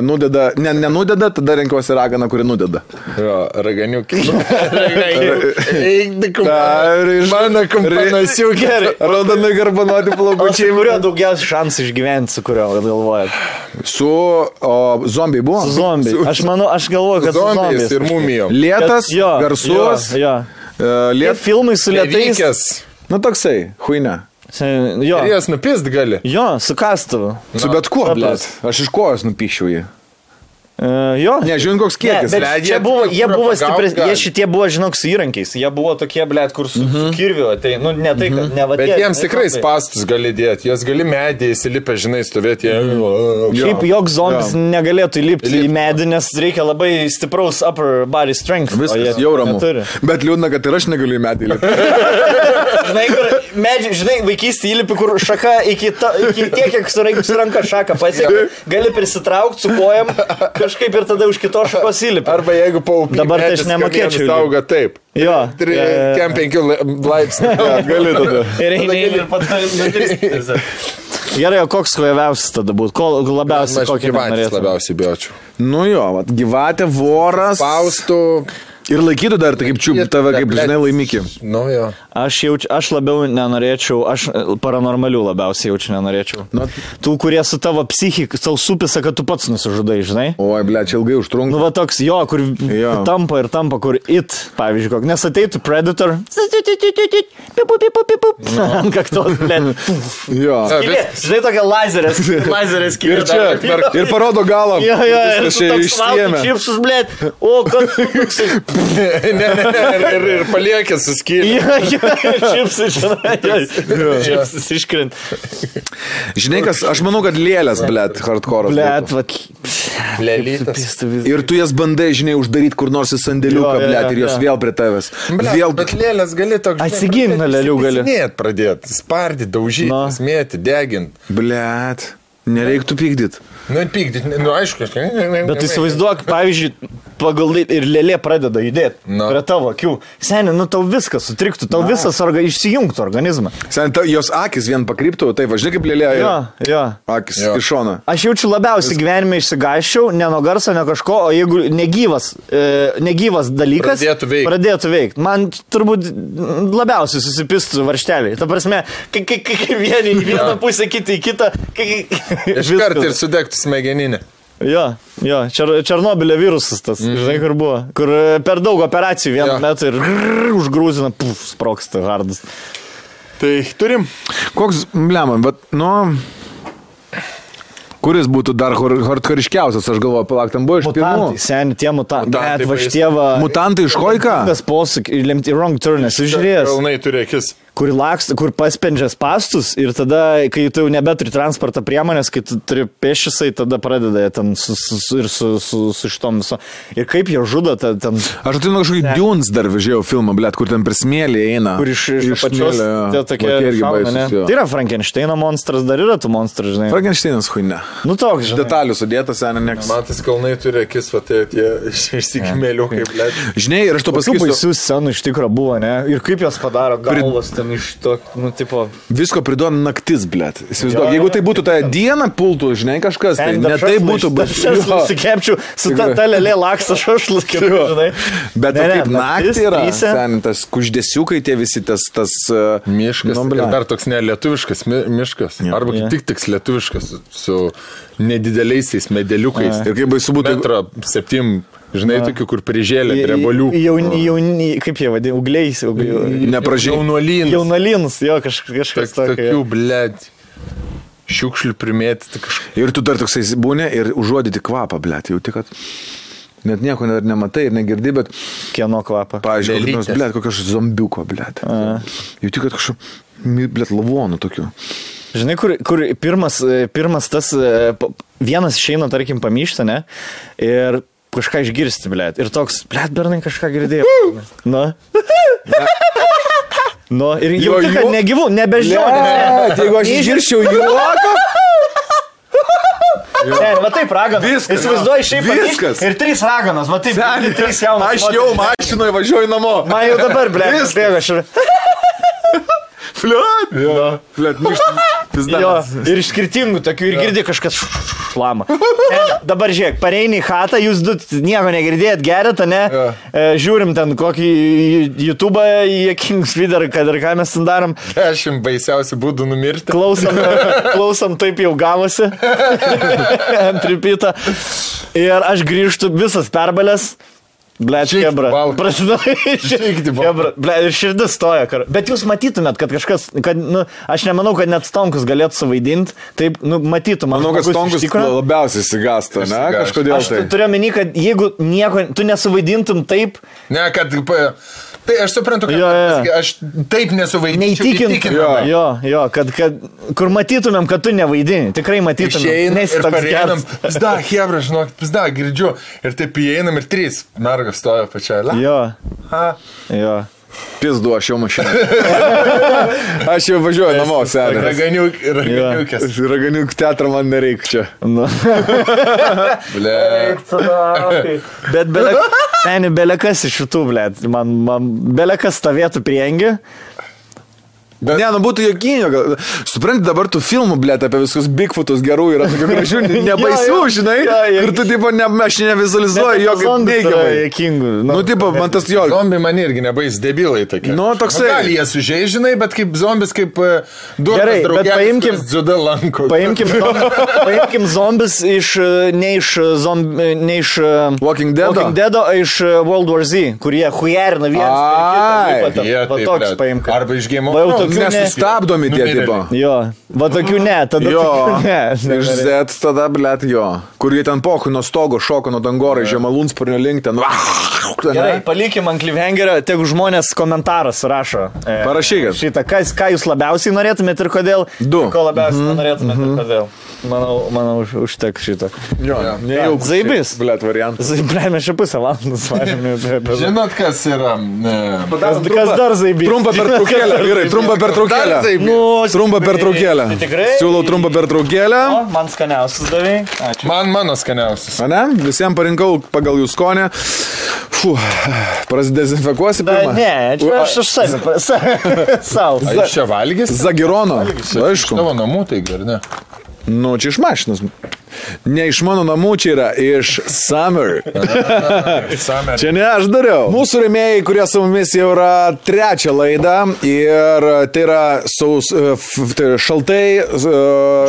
nudeda, ne, nenudeda, tada renkuosi raganą, kuri nudeda.
Jo, raganiukė.
Tai-
Raganiukė.
Dar iš-
Mano kompanas jau gerai.
Raudonai garbanuoti
Čia
plaukučiai.
įmuriu daugiausiai šansų išgyventi, su kuriuo galvojat.
Su o, zombiai buvo.
Su Zombiai. Aš manau, aš galvoju, kad su
Zombijas
zombiais.
ir mumijom.
Lietas,
Kad- jo,
garsus.
Jo, jo.
e,
Tie
Liet...
filmai su lietais.
Lėtas.
Nu toksai, huine.
Se- Jo,
Ir jas nupist gali.
jo su kastuvu.
Su bet kuo,
tas.
blėt. Aš iš kojos nupišiau jį.
E, Jo.
Ne, žiūrint, koks
Ne,
kiekis.
bet
leidžia,
čia buvo, jie
kur
buvo
pagaut
stipresni, jie
gali.
šitie buvo, žinok, su įrankiais, jie buvo tokie, blėt, kur su, su kirviu, tai, nu, ne tai, kad ne vadinasi.
Bet jiems tikrai spastus gali dėti, jos gali medį įsilipę, žinai, stovėti. Jie...
Šiaip joks zombis negalėtų įlipti į medį, nes reikia labai stipraus upper body strength. o
Viskas,
jie
jau ramu.
neturi.
Bet liūdna, kad ir aš negaliu į medį lipti.
Žinai, kur, medžiai, žinai, vaikystėje įlipi, kur šaka iki, ta, iki tiek, kiek su rank- su ranka šaka pasiekia. Gali prisitraukti su kojam, kažkaip ir tada už kitos šakos įlipi.
Arba jeigu paupė.
Dabar tai aš nemokėčiau lipt.
Auga taip.
Jo. jo, jo, jo.
3-5 laipsnių. Gali tada.
Ir eini eini ir
tai
patai. Gerai, o koks kvajaviausias tada būtų? Ko labiausiai
Aš
kokį
kokį vandenį
norėtum?
labiausiai bijočiau.
Nu jo, vat, gyvate, voras.
Paustų.
Ir laikytų dar, tai kaip čiūp tave, kaip žinai, laimikį.
Nu jo.
Aš, jaučiu, aš labiau nenorėčiau, aš e, paranormalių labiausiai jaučiu nenorėčiau.
Nu,
Tų, kurie su tavo psichika, tau supisa, kad tu pats nusižudai, žinai?
Oi, ble, čia ilgai
Nu,
užtrunka.
va toks jo, kur jo.
Jo.
tampa ir tampa, kur it, pavyzdžiui, kokia. Nes ateitų Predator. Pipu, pipu, pipu. Ant kaktos, blėt. Nu,
Jo.
Skylė, Žinai, tokia lazerės. Lazerės skylė.
Ir čia,
dar.
per- ir parodo galą.
Jo, jo, ir
Viskas
tu
čia
toks valgai
išsiemė.
čipsus, blėt. O, kad tu toksai.
ne, ne, ne, ir, ir paliekė suskylę.
Jo, jo, čipsai, žinai. jo, Čipsas iškrent.
Žinai, kas, aš manau, kad lėlės, ble, hardcore.
Blėt, va.
Lelytas.
Pistu vis.
Ir tu jas bandai, žinai, uždaryti kur nors į sandėliuką,
Jo, jo,
ble,
jo,
ir jos
jo.
vėl prie tavęs. Vėl.
bet lėlės gali toks.
Atsigint nuo lėlių gali.
Net pradėti, spardyti, daužyti,
Na.
smėti, deginti.
Ble, nereiktų pykdyti.
Nu, pykdyti, nu, aišku.
Bet įsivaizduok, pavyzdžiui, pagal tai ir lėlė pradeda judėti
Na.
no. prie tavo akių. Seniai, nu tau viskas sutriktų, tau no. visas orga, išsijungtų organizmą.
Sen, ta, jos akis vien pakryptų, tai važinai kaip lėlė.
Jo, jo.
Akis
Jo.
iš šono.
Aš jaučiu labiausiai gyvenime išsigaščiau, ne nuo garso, ne kažko, o jeigu negyvas, e, negyvas dalykas
Pradėtų veikt.
pradėtų veikti. Man turbūt labiausiai susipistų varšteliai. Ta prasme, kai, kai, kai kai vieni į vieną pusę, kiti į kitą. Kai, kai,
Iškart ir sudegtų smegeninė.
Jo, jo, Čer, Černobilio virusas tas, mm. žinai, kur buvo. Kur e, per daug operacijų vienu
Mhm. Jo.
metu ir grrr, užgrūzina, puf, sproksta hardas.
Tai turim.
Koks, blemam, bet, nu. Kuris būtų dar hor- hardkariškiausias, aš galvoju, palauk, tam buvo iš pirmų.
Mutantai, seniai, tie mutantai.
Mutantai
Net
baisu.
vaštieva.
Mutantai iš koiką?
Tas posūkis, lemti wrong turn, esu žiūrėjęs,
Kalnai turi akis.
kur, lakst, kur paspendžia spastus ir tada, kai tu jau nebeturi transporto priemonės, kai tu turi pešisai, tada pradeda jie ten su, su, su, ir su, su, su šitom viso. Ir kaip jie žudo, ta, ten
Aš atsimenu kažkokį Dunes dar vežėjau filmą, blėt, kur ten prismėlį eina.
kur iš, iš, iš pačios
smėlio, jo.
tie tokie
Va, tie irgi
šauna, ne?
baisūs, jo.
Tai yra Frankensteino monstras, dar yra tų monstrų, žinai.
Frankensteinas huinė.
Nu toks, žinai.
Detalių sudėtas, seniai, nieks.
Man tas kalnai turi akis, va tai tie išsikimėlių kaip lėt.
Žinai, ir aš to
Tokių
pasakysiu,
baisių scenų iš tikrųjų buvo, ne? Ir kaip jos padaro galvos ten iš to, nu, tipo...
visko priduoda naktis, blėt.
Jo,
Įsivaizduok,
jo,
jeigu tai būtų tą dieną pultų, žinai, kažkas, tai ne tai būtų, bet...
Aš susikepčiau, su ta,
Tikrai.
ta lėlė laksa šašlas, kaip
Jo.
žinai.
Bet ne, kaip
naktis
naktį yra,
tryse.
ten tas kuždėsiukai, tie visi tas... tas e,
Miškas.
nu,
Ir
blet.
dar toks nelietuviškas mi miškas. Arba
Jo.
kaip tik tiks lietuviškas su, su nedideliaisiais medeliukais.
Ir kaip baisu būtų-
Metro septim, žinai, tokių, kur prižėlė, rebolių.
Jauni, jauni, kaip jie vadina, ugliais, ugliais.
Nepražiai.
Jaunuolynų.
Jaunalins, jo, kaž, kažkas tokio.
Tokių, blėt. Šiukšlių primėti kažkaip.
Ir tu dar toksai būni ir užuodyti kvapą, blėt, jau tik, kad net nieko dar nematai ir negirdi, bet,
Kieno kvapą.
pavyzdžiui, kokios,
Lėlytės.
blėt, kokios zombiuko, blėt. Jau tik, kad kažkokiu, blėt, lavonų tokiu.
Žinai, kur, kur pirmas, e, pirmas tas, e, pa- vienas išeina, tarkim, pamyštą, ne? Ir kažką išgirsti, blėt. Ir toks, blėt, bernai kažką girdėjo. Nu. Nu, ir jau
Jo,
tik, kad
jo.
negyvų, nebežiūrėjau.
Blėt, jeigu aš išgirščiau juoką.
Ne, va taip raganas.
Viskas.
Įsivaizduoji šiaip.
Viskas.
Viskas. Ir trys raganas, va taip. ir Trys jaunas.
Aš jau mašinoje važiuoju namo.
Man jau dabar, blėt.
Viskas.
Viskas. Aš ir...
Fliot.
nu,
Fliot, miškas.
Jo,
Pizdas.
ir iš skirtingų tokių ir girdi kažkas š- š- š- šlama. E, Dabar žiūrėk, pareini į chatą, jūs du nieko negirdėjot, gerėt, ne? E, Žiūrim ten kokį YouTube, jokingus video, ar kad ir ką mes ten darom.
Dešimt baisiausių būdų numirti.
Klausom, klausom taip jau gavosi. Tripita. Ir aš grįžtu visas perbalės. Ble,
Žygt
kebra.
balk.
Prasideda
Žygt balk.
kebra. Ble, ir širdis stoja. Kar. Bet jūs matytumėt, kad kažkas, kad, nu, aš nemanau, kad net stonkus galėtų suvaidinti. Taip, nu, matytum.
Manau, kad Stonkus labiausiai įsigasta, ne?
Išsigąsta.
Kažkodėl
Aš tu-
tai.
turiu meni, kad jeigu nieko, tu nesuvaidintum taip,
Ne, kad... pa- Tai aš suprantu, kad
Jo, jo, jo.
aš taip nesuvaidinčiau.
neįtikintum.
įtikinamai.
jo, jo kad, kad, kur matytumėm, kad tu nevaidini. Tikrai matytumėm.
Išeinam
Nesi
ir
toks
pareinam.
geras.
Pizda, Hebra, žinok, pizda, girdžiu. Ir taip įeinam ir trys. Mergas stoja pačioje. La.
Jo,
Ha.
jo.
Pizdu, aš jau mašinoje. aš jau važiuoju namo, seniai.
Raganiuk, raganiukės.
Raganiuk teatrą man nereikia čia.
Nu.
Ble.
Bet belek, seni, belekas iš šitų, ble, man, man belekas stovėtų priengi.
Bet... Ne, nu būtų jokinio. Gal... Supranti, dabar tų filmų, blėt, apie visus Bigfootus gerų yra tokių gražių, ne- nebaisių,
Jo, jo.
žinai.
Jo, jo.
Ir tu, tipo, ne, aš nevizualizuoju jokio neigiamai.
Jėkingų.
Nu, tipo, man tas jo.
Zombi man irgi nebais debilai tokie.
Nu, toksai-
Gal jie sužeidžinai, bet kaip zombis, kaip e,
Gerai,
duotas
bet
draugas.
paimkim-
Dzuda lanko.
Paimkim, zombi, paimkim zombius iš, e, ne iš, e, zombi, ne iš e,
Walking Dead'o?
Walking Dead iš e, World War Z, kurie hujerina vienas. per
Ai,
kitą, lipa ten.
jie
Va
taip,
toks
blet.
paimkim.
Arba iš Game of
Va jau
Thrones.
tokių ne-
Nesustabdomi tie,
Numirėliai.
tipo.
Jo, va tokių ne, tada
Jo,
tokių Nu, tai ne.
iš Z tada, blėt, jo. Kur jie nu, ten pohui nuo stogo šoko nuo dangorą, žemalūnsparnio link ten. ne?
Gerai, palikim ant klivengerio, tegu žmonės komentaras rašo. e,
Parašykit.
Šitą, kas, ką jūs labiausiai norėtumėt ir kodėl.
Du. Mhm.
Ko labiausiai mm -hmm. norėtumėt mm -hmm. ir kodėl. Manau, manau už, užteks šitą.
Jo,
Jo, Zaibis.
Blet, variantas.
Zaibis, mes čia pusę valandos varėme.
Žinot, kas yra? e,
Kas, kas dar zaibys?
Trumpa pertraukėlė, vyrai, trumpa
Dar
pertraukėlė.
taip.
Nu,
Trumpa pertraukėlė.
Tai tikrai?
Siūlau trumpą pertraukėlę.
O, man skaniausias davė. Ačiū.
Man mano skaniausias.
A Ne? Visiems parinkau pagal jų skonį. Fū, prasidezinfekuosi
Da,
pirmą.
ne, čia aš aš savim. Sau.
Ar jūs čia valgys?
Zagirono.
Iš
Aišku.
tavo namų tai ar ne?
Nu, čia iš mašinos. Ne iš mano namų, čia yra iš Summer.
Same.
Čia ne aš dariau. Mūsų remėjai, kurie su mumis jau yra trečią laidą ir tai yra saus, e, f- tai yra šaltai e,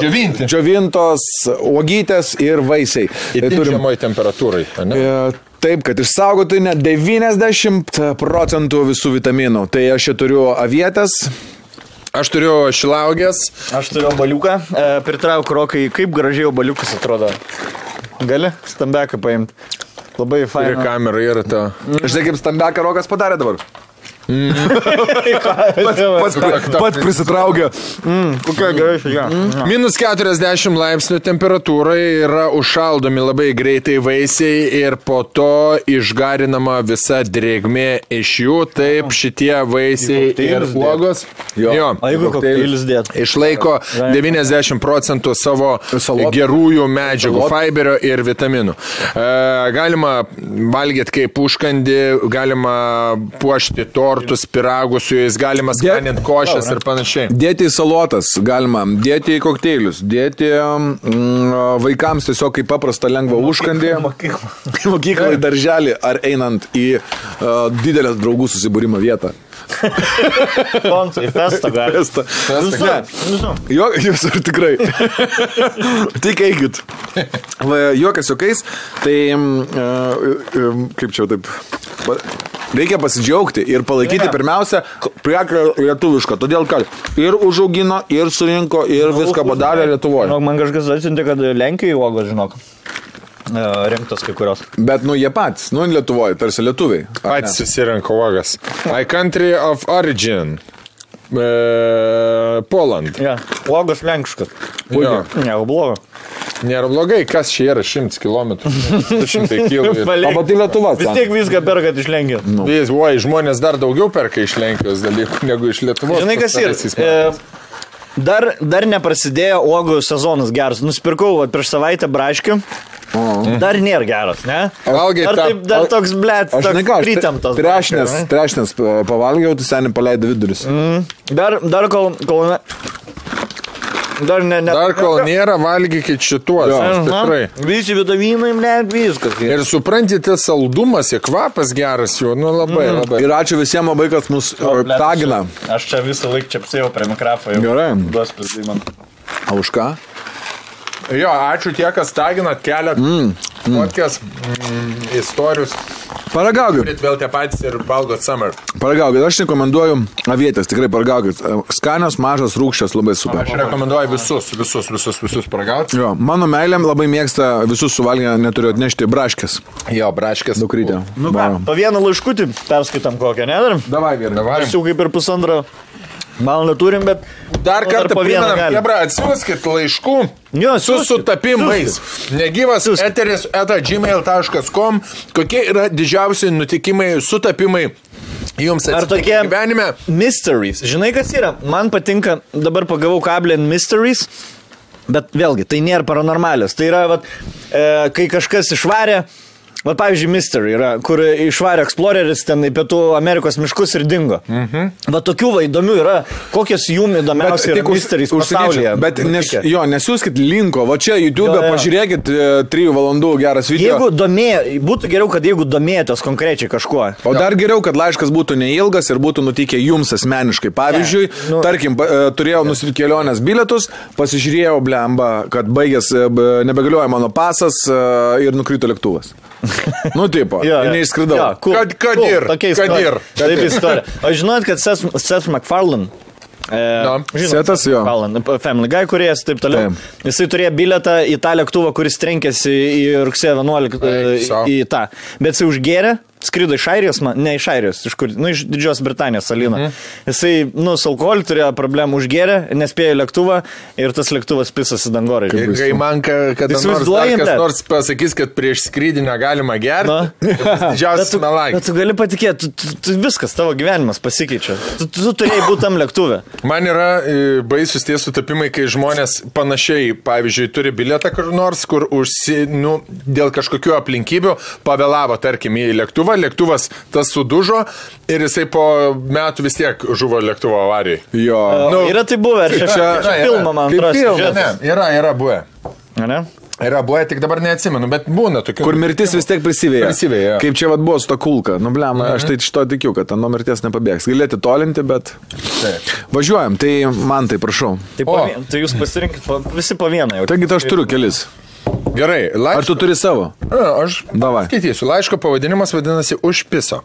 Džiovinti.
džiovintos uogytės ir vaisiai. Tai turim-
Žemoji temperatūrai. ar ne?
E, Taip, kad išsaugotų net 90 procentų visų vitaminų. Tai aš čia turiu avietės.
Aš turiu šilaugės.
Aš turiu baliuką, pritrauk rokai, kaip gražiai baliukas atrodo. Gali stambeką paimti. Labai
Ir
faina.
kamera yra ta.
Žinai, kaip stambia karokas padarė dabar. Pats,
Tak, tak.
pats prisitraukė.
kokia gražiai. Ja.
Minus 40 laipsnių temperatūrai yra užšaldomi labai greitai vaisiai ir po to išgarinama visa drėgmė iš jų. Taip šitie vaisiai ir
kokteilis dėt.
uogos.
Jo.
O jeigu kokteilis dėt?
Išlaiko 90 procentų savo
Salotų.
gerųjų medžiagų,
Salotų.
fiberio ir vitaminų. E, galima valgyti kaip užkandį, galima puošti tortus, piragus su jais, galima skaninti košės ir panašiai.
Dėti į salotas galima, dėti į kokteilius, dėti mm, vaikams tiesiog kaip paprastą lengvą užkandį. Į mokyklą, į darželį ar einant į uh, didelę draugų susibūrimo vietą.
Koncai, festą gali. Nu,
Festą.
Visur,
Ne.
visur.
Jo, jūs ar tikrai. Tik eikit. Va, Juokas juokais, tai mm, e, e, kaip čia taip. pa- Reikia pasidžiaugti ir palaikyti pirmiausia prieką lietuvišką, todėl kad ir užaugino, ir surinko, ir viską padarė Lietuvoje.
Žinok, Nu, man kažkas atsiuntė, kad Lenkijoje uogos, žinok. E, Rimtos kai kurios.
Bet nu jie patys, nu Lietuvoje, tarsi lietuviai. ar ne?
Pats susirinko uogas. My country of origin. E, Poland.
Ja. Uogos lenkiškas.
Jo,
Ne, blogo.
nėra blogai, kas čia yra 100 km. 200 km.
O pati Lietuva. Nu,
Vis tiek viską perkat iš Lenkijos.
Vis, Nu, oi, žmonės dar daugiau perka iš Lenkijos dalykų negu iš Lietuvos.
Žinai, kas
Pastaraisiais
yra.
metais.
E, dar, dar neprasidėjo uogų sezonas geras. Nusipirkau vat, prieš savaitę braškių. Dar nėra geras, ne?
Valgai
Dar,
tą-
taip, dar toks blėt,
Aš žinai ką,
toks
aš
pritemtas.
trešnės, trešnės e, pavalgiau, tu seniai paleidai vidurius.
Dar, dar kol... kol ne, dar ne... ne
Dar kol nėra, valgykit šituos.
Aha.
nes Tikrai.
Visi vitaminai, ne, viskas.
Ir suprantite, saldumas, ir kvapas geras jų, nu labai, labai.
Mhm. Ir ačiū visiems labai, kas mus e,
Blet,
tagina.
aš- Aš čia visą laiką čia apsėjau prie mikrofono.
Gerai.
Duos pizdai man.
O už ką?
Jo, ačiū tie, kas taginat kelią. Mm. Kokias mm, istorijos
Paragaugit.
turit vėl tie patys ir valgot summer.
Paragaukit, aš rekomenduoju avietės, tikrai paragaukit. E, Skanios, mažas, rūkščios, labai super.
Aš rekomenduoju visus, visus, visus, visus paragauti.
Jo, mano meilėm labai mėgsta visus suvalgę, neturiu atnešti braškės.
Jo, braškės.
Dukrytė.
Nu ką, po vieną laiškutį perskaitam kokią, ne? Dar?
Davai, vyrai. Davai.
Mes jau kaip ir pusantro valandą turim, bet...
Dar
nu,
kartą
po vieną
priminam,
galim.
Hebra, atsiųskit laiškų
Jo,
su
siųskit,
sutapimais. Negyvas
Siųskit.
eteris eta gmail.com. Kokie yra didžiausi nutikimai, sutapimai jums
Ar
atsitikę
tokie
gyvenime?
Mysteries. Žinai, kas yra? Man patinka, dabar pagavau kablį ant mysteries. Bet vėlgi, tai nėra paranormalios. Tai yra, vat, e, kai kažkas išvarė, va pavyzdžiui, Mystery yra, kur išvarė Exploreris ten į Pietų Amerikos miškus ir dingo. Mhm. Va tokių va įdomių yra, kokios jum įdomiausios yra Mysteries pasaulyje.
Bet nes,
nutikę.
jo, nesiųskit linko, va čia YouTube,
Jo, jo.
pažiūrėkit 3 valandų geras video.
Jeigu domėjo, būtų geriau, kad jeigu domėjotės konkrečiai kažkuo.
O dar geriau, kad laiškas būtų neilgas ir būtų nutikę jums asmeniškai. Pavyzdžiui,
Ne, nu-
tarkim, pa- e, turėjau nusipirkti kelionės bilietus, pasižiūrėjau blemba, kad baigės, e, b- nebegalioja mano pasas e, ir nukrito lėktuvas. Nu, taip,
Jo, jo.
neišskridau.
Jo, cool,
Kad- kad
cool,
ir,
Tokia
kad
istorija.
ir, kad
Taip
ir.
istorija. O žinot, kad Seth, Seth MacFarlane. E, žinot,
Sethas,
Seth
jo.
MacFarlane, p- Family Guy kuriejas ir taip toliau.
Taip.
Taip. Jisai turėjo bilietą į tą lėktuvą, kuris trenkėsi į rugsėjo 11 e,
Eik sau.
į tą. Bet jisai užgėrė skrido iš Airijos, man- ne iš Airijos, iš kur, nu, iš Didžios Britanijos salino. Mhm. Jisai, nu, su alkoholiu turėjo problemų užgerę, nespėjo į lėktuvą ir tas lėktuvas pisas į dangorą.
Ir kai man ka- kada nors, dar
Įsivaizduojate?
kas nors pasakys, kad prieš skrydį negalima gerti,
Na.
tai bus didžiausias
Bet
melagis.
tu gali patikėti, tu, tu, tu, viskas tavo gyvenimas pasikeičia. Tu, tu, tu turėjai būti tam lėktuvė.
Man yra e, baisus tie sutapimai, kai žmonės panašiai, pavyzdžiui, turi biletą kur nors, kur užsi, nu, dėl kažkokių aplinkybių pavėlavo, tarkim, į lėktuvą, lėktuvas tas sudužo ir jisai po metų vis tiek žuvo lėktuvo avarijai.
Jo.
Nu, yra tai buvę, ar čia, čia, čia filmą man
atrodo.
atrodo.
Ne, yra, yra buvę.
Ne?
Yra buvę, tik dabar neatsimenu, bet būna tokių.
Kur mirtis vis tiek prisiveja.
Prisiveja, jo.
Kaip čia vad buvo su to kulka. Nu, blem, aš
Mhm.
tai iš to tikiu, kad ten nuo mirties nepabėgs. Galėti tolinti, bet...
Taip.
Važiuojam, tai man tai prašau.
Tai,
O.
po, vien- tai jūs pasirinkit po, visi po vieną jau.
Taigi tai aš turiu kelis.
Gerai,
Ar tu
laiškas.
turi savo?
Aš
Davai.
skaitysiu. Laiško pavadinimas vadinasi Užpiso.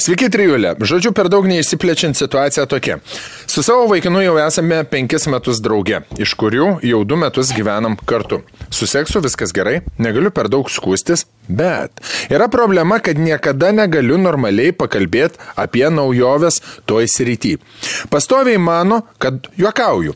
Sveiki, trijulė. Žodžiu, per daug neišsiplečiant situacija tokia. Su savo vaikinu jau esame penkis metus drauge, iš kurių jau du metus gyvenam kartu. Su seksu viskas gerai, negaliu per daug skūstis, bet yra problema, kad niekada negaliu normaliai pakalbėti apie naujoves toj srity. Pastoviai mano, kad juokauju.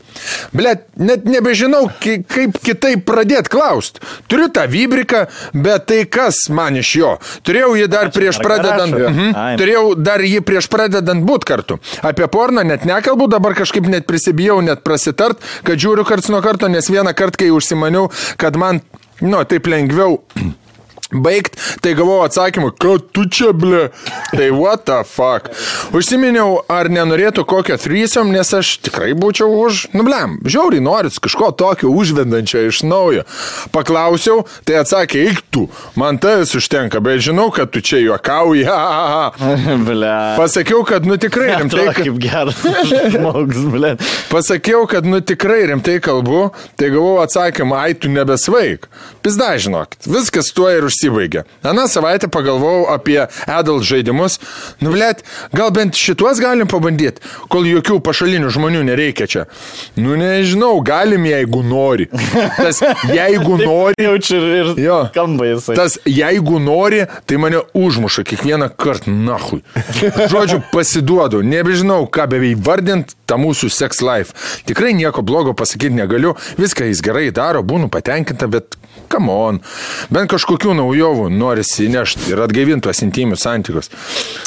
Blet, net nebežinau, ki- kaip kitaip pradėti klausti. Turiu tą vybriką, bet tai kas man iš jo? Turėjau jį dar prieš
Marga
pradedant.
rašo.
Mhm.
Ai.
Turėjau dar jį prieš pradedant būt kartu. Apie porną net nekalbu, dabar kažkaip net prisibijau, net prasitart, kad žiūriu karts nuo karto, nes vieną kartą, kai užsimaniau, kad man, nu, taip lengviau. Baigt, tai gavau atsakymą, kad tu čia ble. Tai what the fuck. Užsiminiau, ar nenorėtų kokio threesom, nes aš tikrai būčiau už, nu blem, žiauriai norit kažko tokio užvedančio iš naujo. Paklausiau, tai atsakė, eik tu, man tas užtenka, bet žinau, kad tu čia juokauji. ha, ha, ha."
Ble.
Pasakiau, kad nu tikrai rimtai.
Atrodo
ka-
kaip geras žmogus, Tai ble.
Pasakiau, kad nu tikrai rimtai kalbu, tai gavau atsakymą, ai tu nebesvaik. Pizda, žinokit, viskas tuo ir užsibaigė. Aną savaitę pagalvojau apie adult žaidimus. Nu, blėt, gal bent šituos galim pabandyti, kol jokių pašalinių žmonių nereikia čia. Nu, nežinau, galim, jeigu nori. Tas, jeigu nori.
Jaučiu ir, ir
Jo.
skamba jisai.
Tas, jeigu nori, tai mane užmuša kiekvieną kartą, nahui. Žodžiu, pasiduodu, nebežinau, ką beveik vardint tą mūsų sex life. Tikrai nieko blogo pasakyti negaliu, viską jis gerai daro, būnu patenkinta, bet come on. Bent kažkokių naujovų norisi įnešti ir atgaivinti tuos intimius santykius.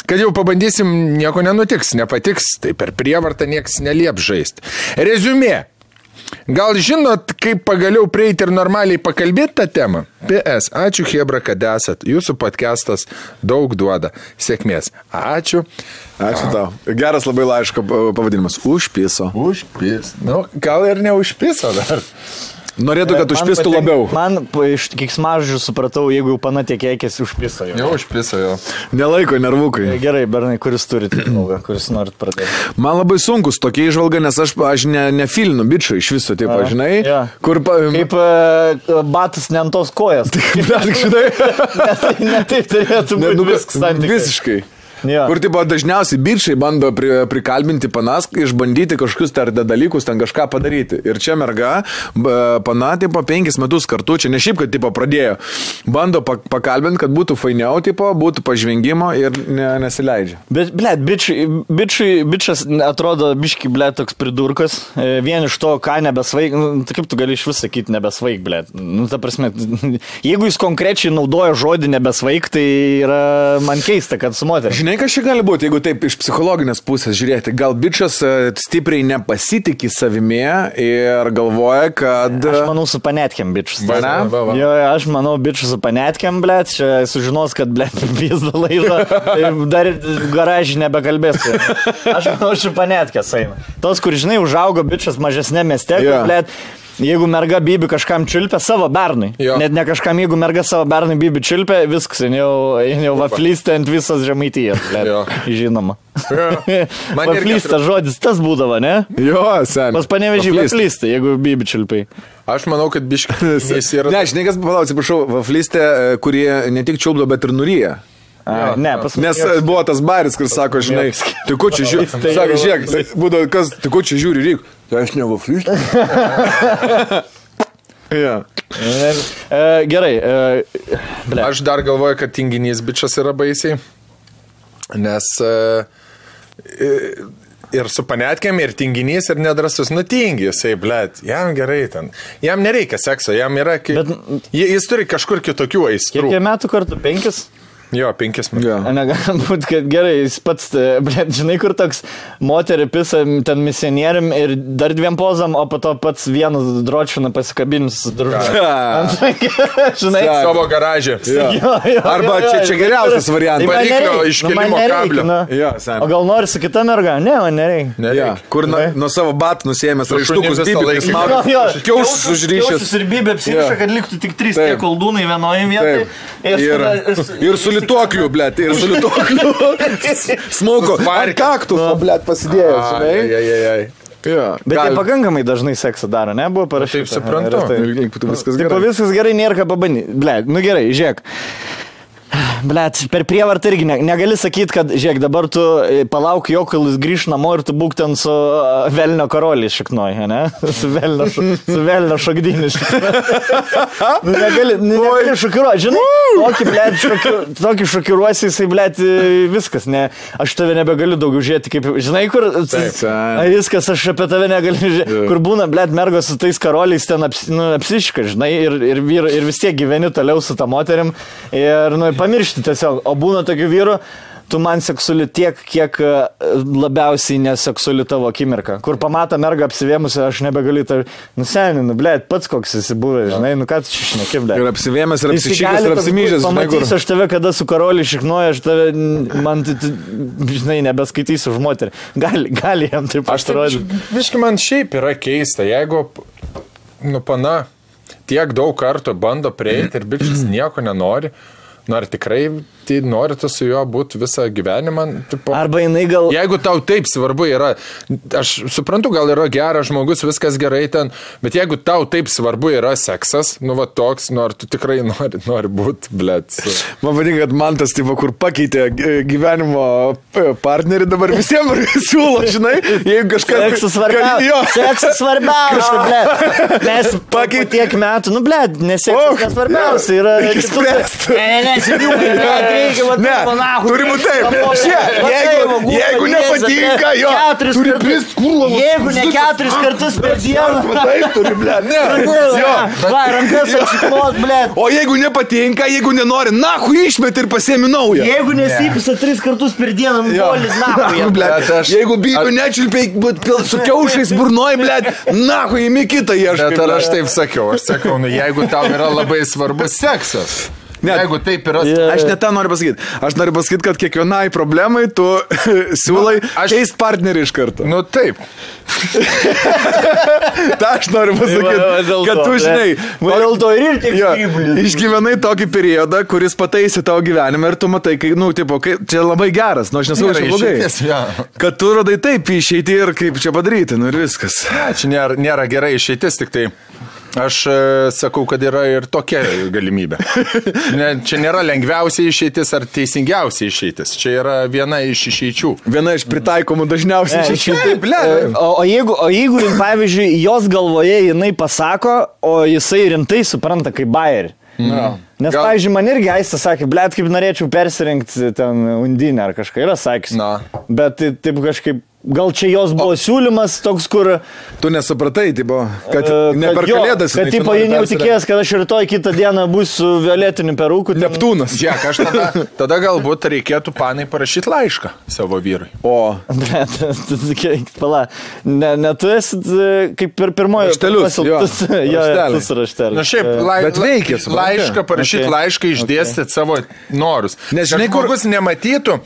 Kad jau pabandysim, nieko nenutiks, nepatiks, tai per prievartą nieks neliep žaisti. Rezumė. Gal žinot, kaip pagaliau prieiti ir normaliai pakalbėti tą temą? PS, ačiū Hebra, kad esat. Jūsų podcastas daug duoda. Sėkmės. Ačiū.
Ačiū tau. Geras labai laiško pa- pavadinimas. Užpiso.
Užpis. Nu, gal ir neužpiso dar.
Norėtų, kad
Man
užpistų
patinka-
labiau.
Man po- iš kiksmažodžių supratau, jeigu jau pana tiekėkės užpiso jau.
Neužpiso jo.
Nelaiko nervukai.
Gerai, Bernai, kuris turite knygą, kuris norit pradėti.
Man labai sunkus tokia išvalga, nes aš, aš ne, nefilinu bičių iš viso, taip,
Aha,
žinai.
jo.
Kur pa...
Kaip e, batas ne ant tos kojas.
Bet, žinai,
Net ne taip turėtų
ne,
būti.
nu,
viskas santykiai.
visiškai.
Jo.
Kur tipo dažniausiai bičiai bando pri, prikalbinti panas, išbandyti kažkokius tai ar da- dalykus, ten kažką padaryti. Ir čia merga, b- pana, tipo penkis metus kartu, čia ne šiaip, kad tipo pradėjo, bando pa- pakalbinti, kad būtų fainiau, tipo, būtų pažvengimo ir ne, nesileidžia.
Bet, ble, bičias atrodo biški, ble, toks pridurkas. E, Vien iš to, ką nebesvaig, nu, tai kaip tu gali iš vis sakyti nebesvaig, ble. Nu, ta prasme, jeigu jis konkrečiai naudoja žodį nebesvaig, tai yra man keista, kad su moteriu.
Žinai, kas čia gali būti, jeigu taip iš psichologinės pusės žiūrėti, gal bičias e, stipriai nepasitikė savimi ir galvoja, kad...
Aš manau, su panetkiam bičias.
Va, va, va, va.
Jo, aš manau, bičias su panetkiam, ble, čia sužinos, kad, ble, visą laidą ir Tai dar garažį nebekalbės. su juo. Aš manau, aš su panetkės einu. Tos, kur, žinai, užaugo bičias mažesnė mieste,
Jo.
yeah. ble. Jeigu merga bibi kažkam čiulpia savo bernui,
Jo.
net ne kažkam, jeigu merga savo bernui bibi čiulpia, viskas, jin jau, jin jau vaflystė ant visos žemaitijos,
Jo.
ble, žinoma.
Jo. Man irgi
Vaflystė žodis, tas būdavo, ne?
e, Jo, sen.
Pas panevežį
Vaflys.
vaflystė, jeigu bibi čiulpiai.
Aš manau, kad biškas. Jis yra.
Ne, žinai, kas, palauk, atsiprašau, vaflystė, e, kuri ne tik čiuldo, bet ir nuryja.
A, ne, pas
Nes
mane-
e, buvo tas baris, kuris sako, žinai, tai ko čia žiūri,
Vaflystė
sako,
yra
žiūrėk, tai būdavo, kas, tai ko čia žiūri, ryk, tai aš ne vaflystė. Jo.
Ir, e, gerai. E, ble.
Aš dar galvoju, kad tinginys bičias yra baisiai, nes e, e, ir su panetkėm, ir tinginys, ir nedrasus nutingi, jisai, blėt, jam gerai ten. Jam nereikia sekso, jam yra kaip...
Bet-
Bet... Jis turi kažkur kitokių aistrų.
Kiek jie metų kartų? Penkis?
Jo, penkis metus.
Jo.
Jo.
A, Negali būti, kad gerai, jis pats, e, ble, žinai, kur toks moterį pisa ten misionierium ir dar dviem pozam, o po to pats vienas dročina pasikabins draugą. žinai,
Savo garažė. Jo.
jo, jo,
Arba
jo, jo,
čia- čia
ir-
geriausias
ir-
variantas.
Tai man
Variklio
nereik,
iškėlimo
nu, man nereik,
kablio.
nu.
Jo, sena.
O gal nori su kita merga? Ne, man nereikia.
Ja, kur na,
Gerai.
nuo savo bat nusėmęs
šunim
raištukus
visą
bibį
laiką.
prismaugęs. kiaušus užrišęs.
Ir bibė apsiriša,
Jo.
kad liktų tik trys
Taip.
tie koldūnai vienoje vietoje.
Taip. Ir, ir su litokliu, blėt, ir su litokliu. Smauko. Ar kaktusą, blėt, pasidėjęs, žinai? Jo,
Bet jie
gal-
pakankamai dažnai seksą daro, ne? Buvo parašyta.
Taip, suprantu.
Retai.
Link būtų viskas
Taip,
gerai.
viskas gerai, nėra ką pabandyti. Ble, nu gerai, žiūrėk. Ble, per prievartą irgi ne, negali sakyti, kad, žiūrėk, dabar tu e, palauk jo, kol jis grįž namo ir tu būk ten su e, velnio karolį šiknoj, ne? Su velnio, šu- su velnio šokdynį šiknoj. Nu, negali, nu, negali šokiruoti, žinai, tokį, ble, šokiu, tokį šokiruosi, jisai, ble, viskas, ne, aš tave nebegaliu daugiau žiūrėti, kaip, žinai, kur,
taip.
Ai, viskas, aš apie tave negaliu žiūrėti. Kur būna, blėt, mergos su tais karoliais ten aps, nu, apsiška, žinai, ir, ir, vyr, ir vis tiek gyveni toliau su tą moterim ir, nu, pamiršti tiesiog. O būna tokių vyrų, tu man seksuali tiek, kiek e, labiausiai neseksuali tavo akimirka. Kur pamato mergą apsivėmusią, aš nebegaliu tave, nuseninu, blėt, pats koks esi buvęs, žinai, nu ką tu čia šneki, blėt.
Ir apsivėmęs, ir
Jis tik
apsišykęs,
gali
ir
toks būt,
apsimyžęs, žinai, kur.
Pamatysiu aš tave, kada su karoliu šiknuoju, aš tave, n- man, tu, tu, žinai, nebeskaitysiu už moterį. Gali, gali jam taip
Aš tai
pasirodyti.
Viškai man šiaip yra keista, jeigu, nu, pana tiek daug kartų bando prieiti ir bičias nieko nenori, nu, ar tikrai tai norite su juo būti visą gyvenimą? Tipo,
Arba jinai gal...
Jeigu tau taip svarbu yra, aš suprantu, gal yra geras žmogus, viskas gerai ten, bet jeigu tau taip svarbu yra seksas, nu va toks, nu ar tu tikrai nori, nori būti, blėt.
Man patinka, kad man tas, tipo, kur pakeitė e, gyvenimo e, partnerį, dabar visiems siūlo, žinai, jeigu kažkas...
Seksas
Kad- Jo,
svarbiausia. Seksas svarbiausia, ble. Mes pakeit tiek metų, nu, ble,
Och,
neseksas nesvarbiausia. Yra...
Oh. reikia spręst.
Ne, ne, ne, seniau, ne, reikia, va,
Ne, turi būt taip. Šie, jeigu- jeigu nepatinka, jo, turi prist kurlo, va, Ah,
Jeigu ne keturis kartus per dieną.
Taip, turi, ble, ne. Jo.
Va, rankas apsiklos, ble.
O jeigu nepatinka, jeigu nenori, na, hu išmet ir pasiemi naują.
Jeigu nesipisa tris kartus per dieną, nu, bolis, na,
Nu,
jie.
blet,
Bet aš-
Jeigu bijo nečilpiai, būt pil- su kiaušais burnoj, blėt, na, hu įmi kitą ieškai.
Bet ar
blet.
aš taip sakiau, aš sakau, nu jeigu tau yra labai svarbus seksas,
Ne.
ne. jeigu tai taip yra,
Yeah.
Aš ne tą noriu pasakyti. Aš noriu pasakyti, kad kiekvienai problemai tu siūlai
Nu, aš-
keist partnerį iš karto.
nu taip,
Ta aš noriu
Tai
pasakyti, kad tu žinai.
Va, dėl to ir ir tiek
Jo,
skryblis.
išgyvenai tokį periodą, kuris pataisė tavo gyvenimą ir tu matai, kai, nu, tipo, kai, čia labai geras, nu, aš nesakau,
Gerai,
čia blogai.
išeitis, jo.
Kad tu radai taip išeiti ir kaip čia padaryti, nu ir viskas.
Ne, čia nėra, nėra gerai išeitis, tik tai aš e, sakau, kad yra ir tokia galimybė. Ne, čia nėra lengviausia išeitis ar teisingiausia išeitis, čia yra viena iš išeičių.
Viena iš pritaikomų dažniausiai
Ne,
išeičių.
šiaip, e, O, o jeigu, o jeigu jin, pavyzdžiui, jos galvoje jinai pasako, o jisai rimtai supranta kaip bairį. No. Nes,
Gal-
Gal... pavyzdžiui, man irgi aista sakė, blėt, kaip norėčiau persirinkti ten undinę ar kažką, yra sakęs.
Na.
Bet tai- taip kažkaip, gal čia jos buvo o... siūlymas toks, kur...
Tu nesupratai, tipo,
e,
kad ne per
jo,
kalėdas.
Kad,
jinai
tipo,
finale
jin jau
persirengia.
tikėjęs, kad aš rytoj kitą dieną būsiu su violetiniu peruku. ten-
Neptūnas.
Džek, aš tada, tada galbūt reikėtų panai parašyti laišką savo vyrui.
O,
Bet, pala, ne, ne tu esi e, kaip ir pirmoji.
Raštelius, jo.
pasiltus- jo,
Rašteliai.
tu su rašteliu.
Na šiaip, lai,
Bet veikia, supranti.
laišką parašyti,
Okay.
okay. laišką išdėstyti okay. savo norus.
Nes žinai,
Kad
kur-
žmogus nematytų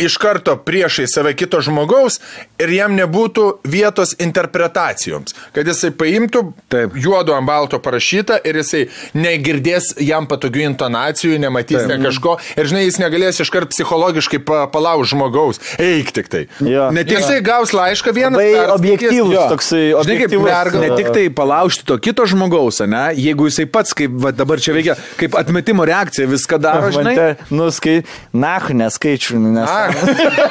iš karto priešai save kito žmogaus ir jam nebūtų vietos interpretacijoms. Kad jisai paimtų
Taip.
juodu ant balto parašytą ir jisai negirdės jam patogių intonacijų, nematys ne kažko ir žinai, jis negalės iš karto psichologiškai pa, palauž žmogaus. Eik tik tai.
Jo.
Ne tik jisai gaus laišką vieną.
Labai objektyvus toksai,
Žinai, kaip
objektyvus. e,
merga, ne tik tai palaužti to kito žmogaus, ne, jeigu jisai pats, kaip va, dabar
nu,
čia veikia, kaip atmetimo reakcija viską daro, žinai.
Žinai, nuskai, nah, neskaičiu, nu, nes
Ak,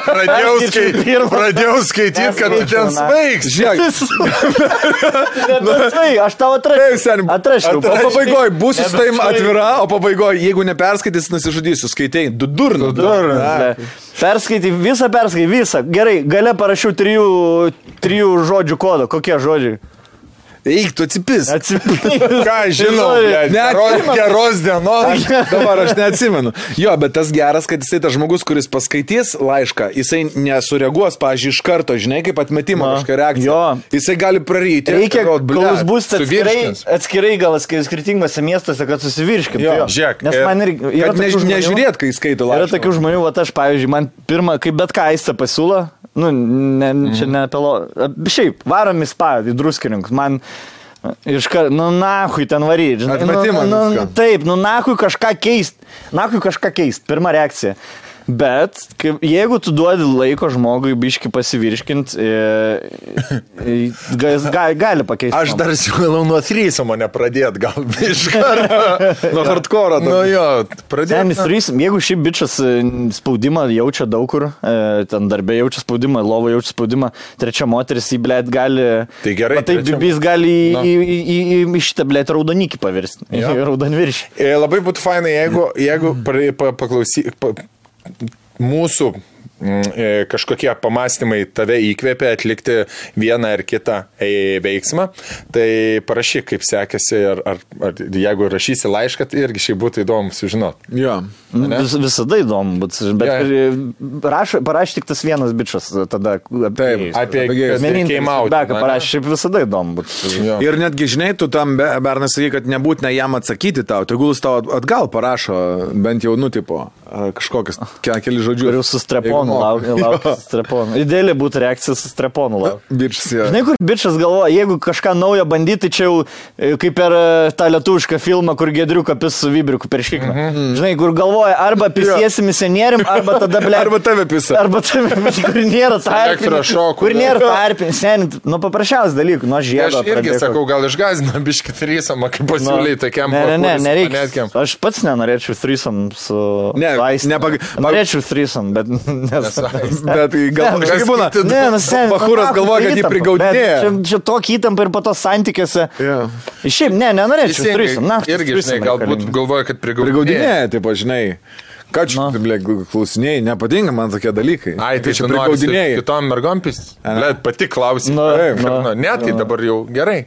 pradėjau,
Aš skaičiau
skait...
pirmą.
pradėjau skaityti, kad tu ten svaigs.
Žiūrėk,
Nebesvai, nu, aš tau
Ei, seni,
atrašiau. Atrašiau.
O pabaigoje būsiu su tavim
Nebesvai.
atvira, o pabaigoje, jeigu neperskaitys, nusižudysiu. Skaitėjai, du durna.
Perskaitai, visą perskaitai, visą. Gerai, gale parašiau trijų, trijų žodžių kodą. Kokie žodžiai?
Eik, tu atsipis.
Atsiprašau.
Ką aš žinau,
Sorry.
blядь,
Ne,
geros,
atsimenu.
geros dienos.
Dabar aš neatsimenu. Jo, bet tas geras, kad jisai tas žmogus, kuris paskaitys laišką, jisai nesureaguos, pažiūrėjau, iš karto, žinai, kaip atmetimo
Na,
kažkokia reakcija.
jo.
Jisai gali praryti.
Reikia, kol jūs būsite atskirai,
suvirškins.
atskirai gal atskirai skirtingose miestuose, kad susivirškim.
Jo,
žiūrėk,
Nes
e,
man irgi... yra
Kad
tokių
než,
žmonių-
nežiūrėt, kai skaito
Yra
laišką.
tokių žmonių, o aš, pavyzdžiui, man pirmą, kaip bet ką aistą pasiūlo, nu, ne, čia ne apie lo... ap- Šiaip, varom į spa, į druskininkus, man... Iš ką, nu nahui ten varyti, žinai.
Atmetimą
nu, nu,
viską.
taip, nu nahui kažką keist, nahui kažką keist, pirma reakcija. Bet kaip, jeigu tu duodi laiko žmogui biški pasivirškinti, e, e, ga, ga, gali pakeisti.
Aš dar siūlau nuo threesomo nepradėt, gal iš karto.
Nuo hardcore.
Nu jo,
Senis
pradėt.
trys, jeigu šiaip bičias e, spaudimą jaučia daug kur, e, ten darbė jaučia spaudimą, lovo jaučia spaudimą, trečia moteris jį blėt gali...
Tai gerai,
va Taip,
trečia- nu.
bibys gali į, į, į, į, į šitą blėt raudonikį pavirsti. Ja. Raudonviršį.
E, Labai būtų fainai, jeigu, jeigu pra- pa- paklausy, pa, mūsų mm, e, kažkokie pamastymai tave įkvėpia atlikti vieną ar kitą e, veiksmą, tai parašyk, kaip sekėsi, ar, ar, ar jeigu rašysi laišką, tai irgi šiaip būtų įdomu sužinoti.
Jo.
Vis, visada įdomu, bet, bet
Jo,
ja. rašo, parašy tik tas vienas bičias e, tada. Taip,
apie
gėjus.
Vienintelis,
keimą.
da, ką parašė, šiaip visada įdomu. Bet...
Ir netgi, žinai, tu tam be- Bernas sakai, kad nebūtina jam atsakyti tau, tegul jis tau atgal parašo, bent jau nu, nutipo kažkokius ke- keli žodžius.
Ir jau su streponu laukiu, laukiu su streponu. Idealiai būtų reakcija su streponu laukiu.
Biršis.
Žinai, kur bičias galvoja, jeigu kažką naujo bandyti, čia jau e, kaip per e, tą lietuvišką filmą, kur gedriuką pis su vybriuku per šikną.
Mhm.
Žinai, kur galvoja, arba pisiesi misionierium, arba tada ble.
Arba tave pisa.
Arba tame, kur nėra tarpinio.
elektrošoku,
Kur
ne?
nėra tarpinio, seniai, nu paprasčiausias dalykas, nuo
Aš
žiedo.
irgi
pradėk.
sakau, gal išgazina biški threesomą, kaip
Nu,
pasiūlyti tokiam
Ne, ne, ne,
pakulis
nereikia.
manetkiam.
Aš pats nenorėčiau threesam su...
Ne,
su Aiste.
nepag-
Norėčiau threesam, bet... Nes...
Bet gal
Ne,
kažkaip būna.
Ne, nu sen.
Bachūras
nu,
galvoja,
tai
kad jį
įtampa,
prigaudinėja.
bet Čia, čia tokia įtampa ir po to santykiuose.
Jo.
Šiaip, ne, nenorėčiau.
Teisingai,
Trisam, na,
Irgi, žinai, galbūt galvoja, kad prigaudinė.
Prigaudinėja, taip, žinai.
Nu.
Ką čia, blė, klausinėjai, nepatinka man tokie dalykai.
Ai, tai čia prigaudinėjai.
prigaudinėjai.
Kitom mergompis. Bet pati klausim.
Nu,
Taip,
nu,
nu, Ne, tai dabar jau gerai.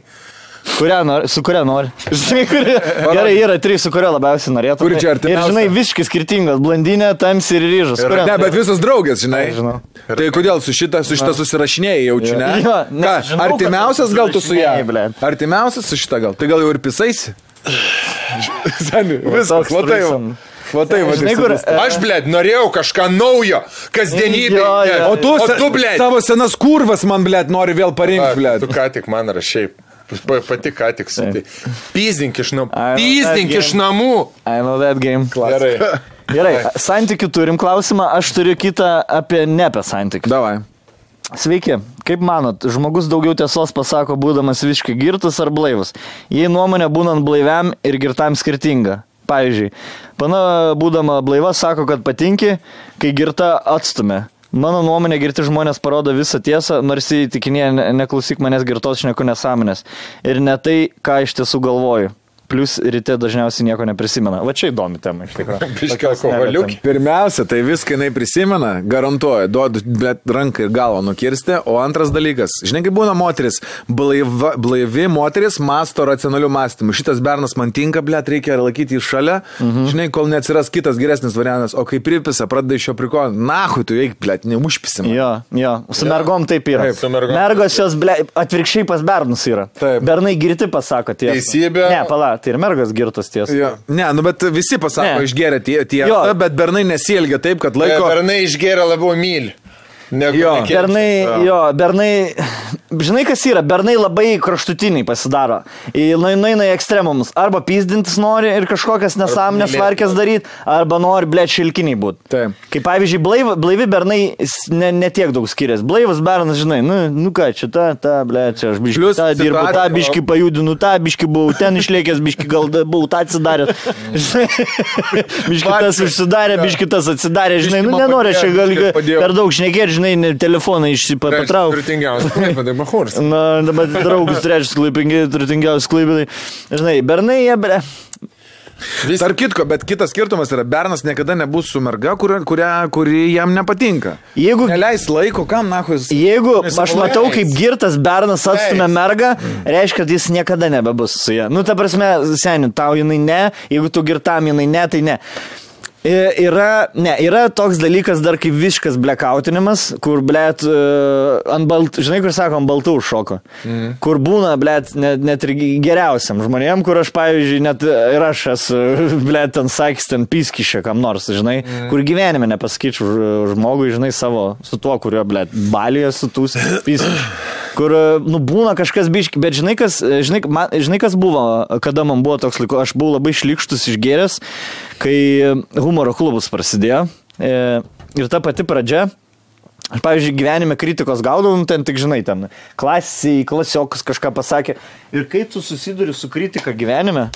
Kuria nori, su kuria nori. Žinai, kuri, gerai, yra trys, su kuria labiausiai norėtum.
Kuri čia
Ir
artimiausia?
žinai, visiškai skirtingos. Blandinė, tamsi ir ryžas. Kuria
Ne,
nori?
bet visos draugės, žinai.
Ai, žinau.
Tai kodėl su šita, su šita susirašinėjai jaučiu, ne?
Jo, ne,
Ką,
žinau, kad
artimiausias gal tu su ją?
susirašinėjai, blet.
Artimiausias su šita gal. Tai gal jau ir pisaisi? Seni, viskas,
toks
matai jau. tai
threesome.
Matai,
Žinai, kur...
matai.
e,
Aš, blėt, norėjau kažką naujo, kasdienybėje.
Jo, jo.
O tu,
o tu blėt.
savo senas kurvas man, blėt, nori vėl
A,
parinkti, blėt.
Tu ką tik man rašiai. Pa- Pati ką tik sakai. Pyzdink iš namų.
Ai, nu,
Pyzdink
netgi.
iš namų.
I know that game.
Gerai.
Gerai, santykių turim klausimą, aš turiu kitą apie ne apie santykių.
Davai.
Sveiki, kaip manot, žmogus daugiau tiesos pasako būdamas visiškai girtas ar blaivas? Jei nuomonė būnant blaiviam ir girtam skirtinga. Pavyzdžiui, pana būdama blaiva sako, kad patinki, kai girta atstumė. Mano nuomonė, girti žmonės parodo visą tiesą, nors jį tikinėje neklausyk manęs girtos šneku nesąmonės. Ir ne tai, ką iš tiesų galvoju. Plus ryte dažniausiai nieko neprisimena. Va čia įdomi tema iš tikrųjų.
Biškiau kovaliukį.
Pirmiausia, tai viską jinai prisimena, garantuoja, duodu bet ranką ir galvą nukirsti. O antras dalykas, žinai, kaip būna moteris, blaiva, blaivi moteris masto racionalių mąstymų. Šitas bernas man tinka, blėt, reikia laikyti jį šalia. Mhm. Žinai, kol neatsiras kitas geresnis variantas, o kai pripisa, pradeda iš jo priko, nahu, tu eik, blėt, neužpisim.
Jo, jo, su mergom taip yra.
Taip, su mergom.
Mergos jos ble, atvirkščiai pas bernus yra.
Taip.
Bernai girti pasako tiesą.
Teisybė.
Ne, pala, tai ir mergos girtos tiesą.
Jo. Ne, nu bet visi pasako,
Ne.
išgeria tie, tie
Jo.
bet bernai nesielgia taip,
E,
kad laiko.
Pernai išgeria labiau myl. Negu
Jo.
nekėlė.
Bernai, jo, bernai, Žinai, kas yra, bernai labai kraštutiniai pasidaro. Nueina į ekstremumus. Arba pizdintis nori ir kažkokias nesąmonės
mylėt
varkės daryti, arba nori, ble, šilkiniai būti.
Taip.
Kaip pavyzdžiui, blaiv, blaivi bernai s- ne, ne tiek daug skiriasi. Blaivas bernas, žinai, nu, nu ką, čia ta, ta, ble, čia aš biški
Plius
tą dirbu, tą
situacija-
biški pajudinu, tą biški buvau, ten išliekęs biški, gal da- buvau, tą atsidaręs. biški tas užsidarė, biški tas atsidarė, žinai, nu
Mm. Biški man
nenori, aš čia
padėjo,
galiu
biški padėjo.
per daug šnekėti, žinai, ne- telefoną išsipatraukti.
Turtingiausias. Taip, tai mahurs.
Na, dabar draugus trečias klaipingi, turtingiausias klaipingi. Žinai, bernai jie, bre.
Tarp kitko, bet kitas skirtumas yra, Bernas niekada nebus su merga, kuri, kuria, kuri jam nepatinka.
Jeigu,
Neleis laiko, kam nahus.
jeigu aš matau, kaip girtas bernas atstumia mergą, reiškia, kad jis niekada nebebus su ja. Nu, ta prasme, seniai, tau jinai ne, jeigu tu girtam jinai ne, tai ne. I- Yra, ne, yra toks dalykas dar kaip viškas blekautinimas, kur, blėt, e, ant baltų, žinai, kur sako, ant baltų šoko. Mm. Kur būna, blėt, net, net ir geriausiam žmonėm, kur aš, pavyzdžiui, net e, ir aš esu, blėt, ant sakys, ten pyskišė kam nors, žinai, mm. kur gyvenime nepasakyčiau ž- žmogui, žinai, savo, su tuo, kurio, blėt, balėje su tūs pyskišė. Kur, e, nu, būna kažkas biški, bet žinai kas, e, žinai, man, žinai, kas buvo, kada man buvo toks laiko, aš buvau labai šlikštus išgeręs, kai humoro klubas prasidėjo. E, Ir ta pati pradžia. Aš, pavyzdžiui, gyvenime kritikos gaudavau, nu, ten tik, žinai, ten klasiai, klasiokas kažką pasakė. Ir kai tu susiduri su kritika gyvenime,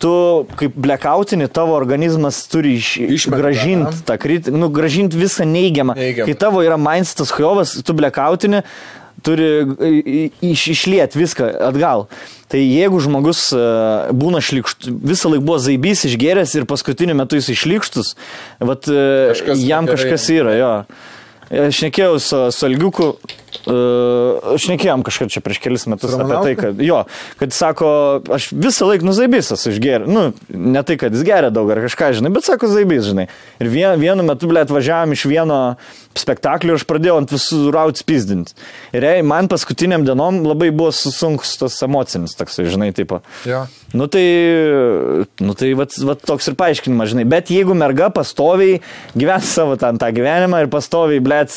tu kaip blekautinį tavo organizmas turi iš,
Išmeta,
gražinti tą kritiką, nu, gražinti visą neigiamą.
Neigiamą.
Kai tavo yra mindsetas hujovas, tu blekautini, turi i- i- iš, išliet viską atgal. Tai jeigu žmogus e, būna šlikštus, visą laiką buvo zaibys išgeręs ir paskutiniu metu jis išlikštus, vat, e,
Kažkas
jam
negerai.
kažkas yra, jo. E, Aš nekėjau su, su Algiuku, uh, aš nekėjom kažkart čia prieš kelis metus apie tai, kad jo, kad sako, aš visą laiką nuzaibysas išgeriu, nu, ne tai, kad jis geria daug ar kažką, žinai, bet sako zaibys, žinai. Ir vien, vienu metu, ble, atvažiavam iš vieno spektaklio ir aš pradėjau ant visų rautis pizdinti. Ir jei, man paskutiniam dienom labai buvo su- sunkus tas emocinis toksai, žinai, tipo.
Jo.
Nu tai, nu tai vat, vat toks ir paaiškinimas, žinai. Bet jeigu merga pastoviai gyvens savo ten tą gyvenimą ir pastoviai, blėt,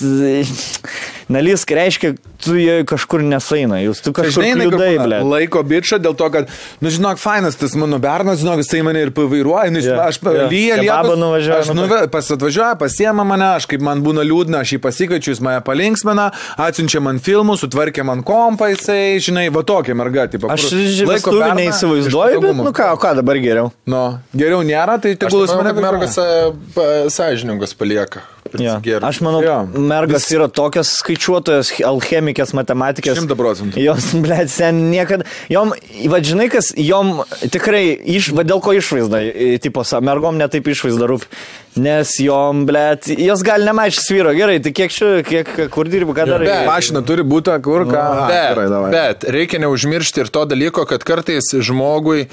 nalisk, reiškia, tu jai kažkur nesaina, jūs tu kažkur
Tai Žinai, jinai kur
judai,
būna,
blėt.
laiko bičą dėl to, kad, nu žinok, fainas tas mano bernas, žinok, jisai mane ir pavairuoja, nu,
Jo,
yeah. aš
jo.
yeah. lyja,
Kebabą
lietus,
nuvažiuoja,
aš
nu,
nuve, pas atvažiuoja, pasiema mane, aš kaip man būna liūdna, aš jį pasikviečiu, jis mane palinksmina, atsiunčia man filmus, sutvarkė man kompą, jisai, žinai, va tokia merga, tipo,
Aš
kur laiko
žinau,
berną
neįsivaizduoju,
iš
bet,
patogumo.
nu ką, o ką dabar geriau?
Nu, geriau nėra, tai tegul
Aš
jis
manau,
mane
kad mergas sąžiningas palieka.
Jo.
Prisigėrė.
Aš manau,
Jo.
mergas yra tokios skaičiuotojos, alchemikės, matematikės.
100 procentų.
Jos, ble, sen niekada. Jom, vadžinai, kas, jom tikrai, iš, va dėl ko išvaizda, i, tipo, sa- mergom netaip išvaizda rūp. Nes jom, ble, jos gali nemaišyti vyro, gerai, tai kiek čia, kiek, kur dirbi, ką darai.
bet-
Mašina turi būti, kur ką. Aha,
Bet,
gerai, davai.
bet reikia neužmiršti ir to dalyko, kad kartais žmogui,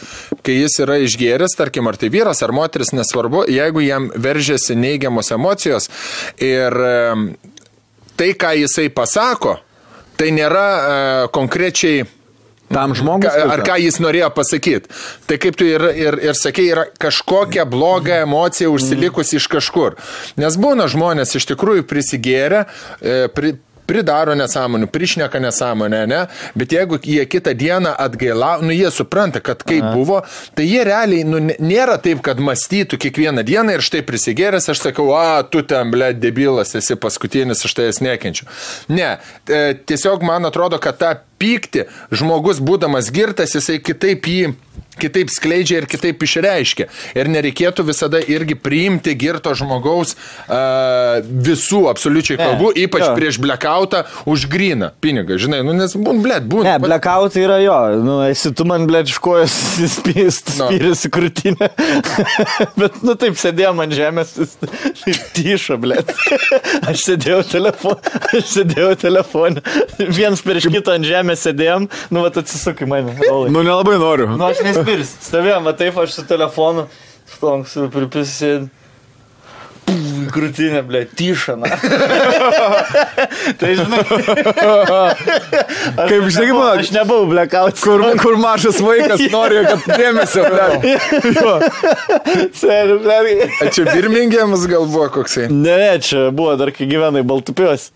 kai jis yra išgėręs, tarkim, ar tai vyras ar moteris, nesvarbu, jeigu jam veržiasi neigiamos emocijos ir em, tai, ką jisai pasako, tai nėra e, konkrečiai
Tam žmogui.
Ką, ar ką jis norėjo pasakyti. Tai kaip tu ir, ir, ir sakei, yra kažkokia bloga emocija užsilikusi iš kažkur. Nes būna žmonės iš tikrųjų prisigėrę, e, pri, pridaro nesąmonių, prišneka nesąmonę, ne? Bet jeigu jie kitą dieną atgaila, nu jie supranta, kad kaip buvo, tai jie realiai, nu, ne- nėra taip, kad mąstytų kiekvieną dieną ir štai prisigėręs, aš sakau, a, tu ten, ble, debilas, esi paskutinis, aš tai esi nekenčiu. Ne, e, tiesiog man atrodo, kad tą pykti žmogus, būdamas girtas, jisai kitaip jį kitaip skleidžia ir kitaip išreiškia. Ir nereikėtų visada irgi priimti girto žmogaus uh, visų absoliučiai
Ne,
kalbų, ypač
jo.
prieš blekautą už gryną pinigą, žinai, nu nes būn, blėt, būn.
Ne, blackout yra jo, nu esi tu man blėt iš kojos spyręs
Nu.
no. krūtinę. Bet nu taip sėdėjo man žemės, jis taip tyšo blėt. Aš sėdėjau telefoną, aš sėdėjau telefoną. Viens prieš kitą ant žemės sėdėjom, nu vat atsisukai mane. Rolai.
Nu, nelabai noriu.
Nu aš nespyris, stovėjom, va taip aš su telefonu, stonks pripisėdėjau. Krūtinė, blė, tyšana. tai žinai,
Kaip žinai, kaip būna,
aš nebuvau blekautas.
kur, kur mažas vaikas nori, kad dėmesio, ble.
Čia Birmingemas gal buvo koksai.
Ne, ne, čia buvo dar kai gyvenai Baltupiuos.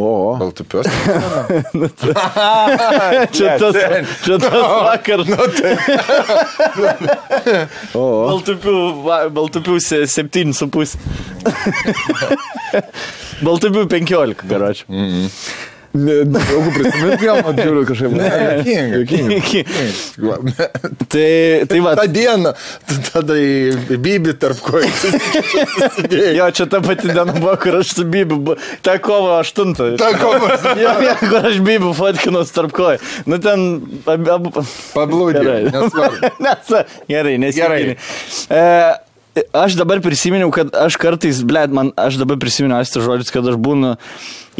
O,
Gal tupios?
Čia tas,
ten.
čia tas vakar. Nu,
tai-
o, o.
Baltupių, va- baltupių 7,5. baltupių 15, garočiau.
Mm.
Jeigu prisimint, gal man žiūriu kažkaip.
Juokinga.
tai, tai va,
Ta diena, tu tada į bibį tarp kojų. susidėjai.
jo, čia ta pati diena buvo, kur aš su Bibu, bu- ta kovo 8.
Ta kova.
Jo, jo, kur aš Bibu fotkinu tarp kojų. Nu ten... Ab, ab,
Pablūdė.
Gerai.
Nesvarbu.
Nes, gerai,
Gerai.
nesikėlė. E, aš dabar prisiminiau, kad aš kartais, blėt, man, aš dabar prisiminiau Astro žodžius, kad aš būnu,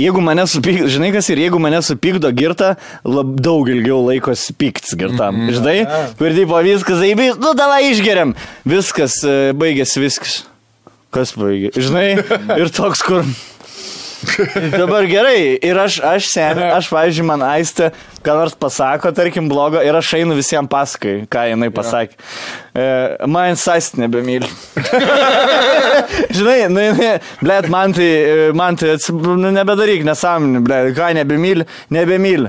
jeigu mane supykdo, žinai kas, ir jeigu mane supykdo girta, lab, daug ilgiau laikos pyktis girtam. Mm -hmm. Žinai, kur taip, o viskas, eibys, nu davai išgeriam. Viskas, e, baigėsi viskas. Kas baigė? Žinai, ir toks, kur... Dabar gerai, ir aš, aš seniai, aš, pavyzdžiui, man aistė, ką nors pasako, tarkim, blogo, ir aš einu visiems pasakai, ką jinai pasakė. E, man aistė nebemyli. Žinai, nu, jinai, blėt, man tai, e, man tai, atsi- nu, nebedaryk nesąmonį, blėt, ką nebemyli, nebemyli.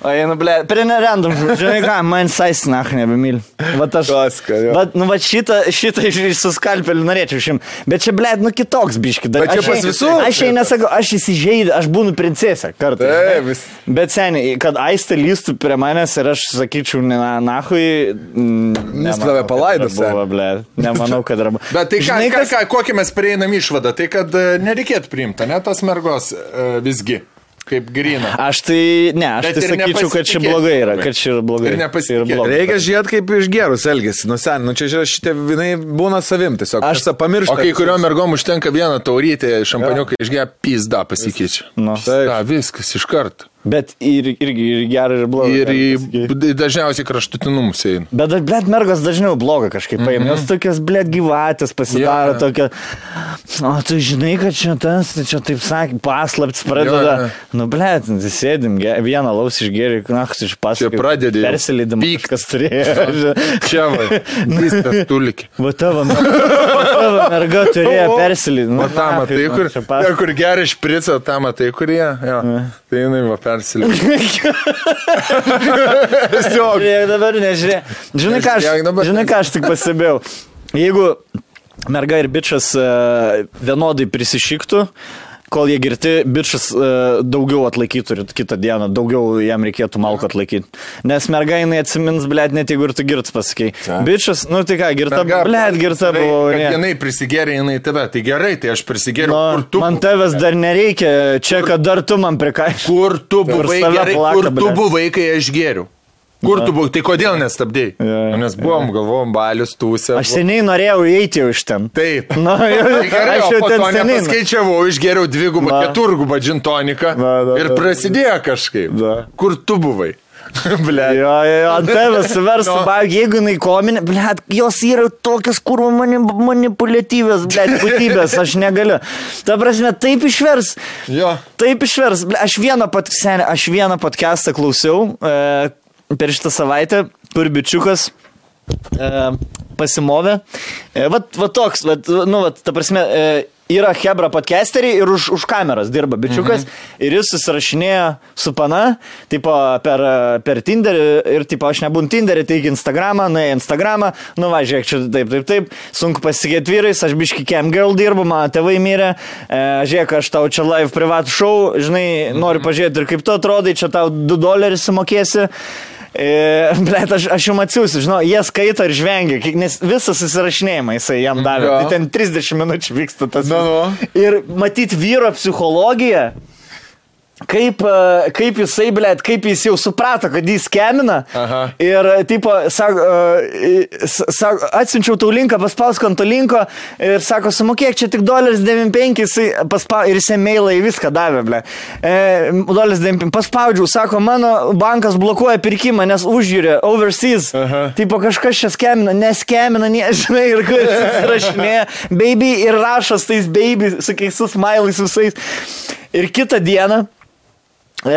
O einu, blėt, prie nerandom, žinai ką, man aistė, na, nebemyli. Vat aš.
Klasika, jo.
Vat, nu, va šitą, šitą iš iš su skalpeliu norėčiau šim. Bet čia, blėt, nu, kitoks biški. dar-
Bet čia
aš
pas
jai-
visus
Aš jai nesakau, aš įsižeidžiu, aš būnu princesė kartais.
Taip,
žinai.
vis-
Bet seniai, kad aistė lystų prie manęs ir aš sakyčiau, na, nahui. mm, Nes
tave palaidos,
Buvo, ble. Nemanau, kad yra.
Bet tai ką,
Žinai,
ką,
kas-
ką, kokį mes prieinam išvadą? Tai kad e, nereikėtų priimti, ne tos mergos e, visgi, kaip grina.
Aš tai, ne, aš
Bet
tai
ir
sakyčiau, kad čia
nepasitikėti.
blogai yra, kad čia yra blogai.
Ir nepasitikėti.
Ir blogai.
Reikia žiūrėti, kaip iš gerus elgesi. Nu, sen, nu čia žiūrė, šitie vinai būna savim tiesiog.
Aš-
Aš tą pamirštu.
O kai kuriuom mergom užtenka vieną taurytę šampaniuką išgeria, pizda pasikeičia.
Nu.
Taip, viskas iš karto.
Bet ir, irgi ir gerai, ir blogai.
Ir į
galima pasakyt.
b- dažniausiai kraštutinumus eina.
Bet, blėt, mergos dažniau bloga kažkaip paima. Mm -hmm. Jos tokios, blėt, gyvatės pasidaro
Mhm. Jo.
yeah. tokia. O tu žinai, kad čia tas, tai čia taip sakė, paslaptis pradeda.
Jo,
Yeah.
jo.
Nu, blėt, sėdim, ge- vieną laus išgeri, knachus iš paskui.
Čia pradedi jau
Persileidimą.
pykt.
Kas turėjo.
Čia va, viskas tulikė.
Va tavo, mer- va tavo merga turėjo persileidimą.
O tą matai,
tai
kur, ten, kur geria špricą, tą matai, kurie. Jo. Tai jinai va persilipė.
Tiesiog. Žiūrėk, dabar nežiūrėk. Žinai ką,
Žiūrėk
aš,
dabar.
žinai, ką aš tik pastebėjau. Jeigu merga ir bičias e, vienodai prisišyktų, kol jie girti, bičias e, daugiau atlaikytų ir kitą dieną, daugiau jam reikėtų malko atlaikyti. Nes merga jinai atsimins, blėt, net jeigu ir tu girts pasakai. Bičias, nu tai ką, girta, blėt, girta buvo.
tai, Jinai prisigeria, jinai tave. Tai gerai, tai aš prisigeriu.
Nu,
Kur tu
man tavęs dar nereikia, čia kad dar tu man prikaišai.
Kur tu buvai,
save
gerai,
plaka,
kur tu
blet.
buvai, kai aš geriu? Kur tu buvai, tai kodėl nestabdėjai?
Jo, jo.
Nu, Nes buvom, galvom, balius, tūsė.
Aš seniai norėjau įeiti jau iš ten.
Taip.
Na, jau,
Tai gerai,
aš jau ten seniai. nu.
skaičiavau, išgeriau dvigubą,
Na.
keturgubą džintoniką
Na, na,
ir
na.
prasidėjo kažkaip.
Na.
Kur tu buvai? Ble.
Jo, jo, jo, ant tavęs versų,
No.
no. jeigu jinai kominė, blėt, jos yra tokios kurvo mani, manipuliatyvės, blėt, būtybės, aš negaliu. Ta prasme, taip išvers.
Jo.
Taip išvers. Ble, aš vieną, pod, senį, aš vieną podcastą klausiau e, per šitą savaitę, kur bičiukas e, pasimovė. E, vat, vat toks, vat, nu, vat, ta prasme, e, yra Hebra podcasteriai ir už, už kameros dirba bičiukas mhm. ir jis susirašinėjo su pana, tipo, per, e, per Tinderį ir, tipo, aš nebūnu Tinderį, taigi Instagramą, na, Instagramą, nu, važiuok, čia taip, taip, taip, sunku pasitikėti vyrais, aš biški cam girl dirbu, mano tėvai mirė, e, žiūrėk, aš tau čia live privatų šau, žinai, noriu pažiūrėti ir kaip tu atrodai, čia tau 2 dolerius sumokėsi. E, Blet, aš, aš jums atsiųsiu, žinau, jie skaito ir žvengia, kiek- nes visą susirašinėjimą jisai jam davė.
Jo.
Ja. Tai ten 30 minučių vyksta tas.
Nu, nu.
Ir matyti vyro psichologiją, kaip, e, kaip jisai, blėt, kaip jis jau suprato, kad jis kemina.
Aha.
Ir, e, tipo, sako, e, s- sako, atsiunčiau tau linką, paspausk ant to linko ir sako, sumokėk čia tik doleris 95, jisai paspau, ir jisai mailą į viską davė, ble. E, doleris 95, paspaudžiau, sako, mano bankas blokuoja pirkimą, nes užžiūrė, overseas.
Aha.
Tipo, kažkas čia skemina, neskemina, nežinai, ir kur rašinė, baby ir rašas tais baby, su keistus mailais visais. Ir kitą dieną. E,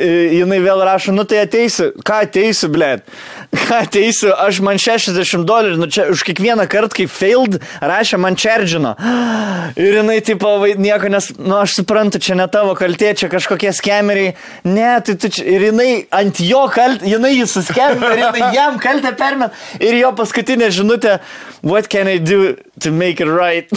i- jinai vėl rašo, nu tai ateisiu, ką ateisiu, blėt, ką ateisiu, aš man 60 dolerių, nu čia už kiekvieną kartą, kai failed, rašė man čerdžino. Ir jinai tipo, vai- nieko, nes, nu aš suprantu, čia ne tavo kaltė, čia kažkokie skemeriai, ne, tai tu čia, ir jinai ant jo kaltė, jinai jį suskemino, ir jinai jam kaltę permet, ir jo paskutinė žinutė, what can I do to make it right?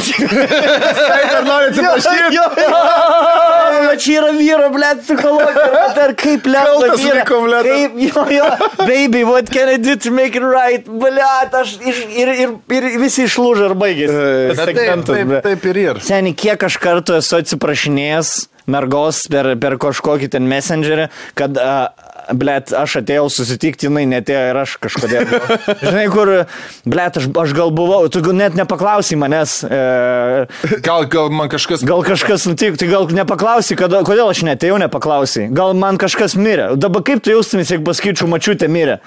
Taip, ir noriu atsiprašyti.
Jo, jo, jo, bet čia yra vyro, blėt, psichologija. bet Ar kaip lėtas
Kaltas liko, blet.
Kaip, jo, jo, baby, what can I do to make it right? Blėt, aš iš, ir, ir, ir visi išlūžę ir baigėsi. Tas segmentas, blet.
taip ir ir.
Seniai, kiek aš kartų esu atsiprašinėjęs mergos per, per kažkokį ten messengerį, kad, uh, blėt, aš atėjau susitikti, jinai netėjo ir aš kažkodėl. buvau. Žinai, kur, blėt, aš, aš gal buvau, tu gal net nepaklausai manęs. Uh,
Gal, gal man kažkas...
Gal kažkas nutiko, tai gal nepaklausai, kada, kodėl aš netėjau, nepaklausai. Gal man kažkas mirė. Dabar kaip tu jaustumės, jeigu pasakyčiau, mačiutė mirė?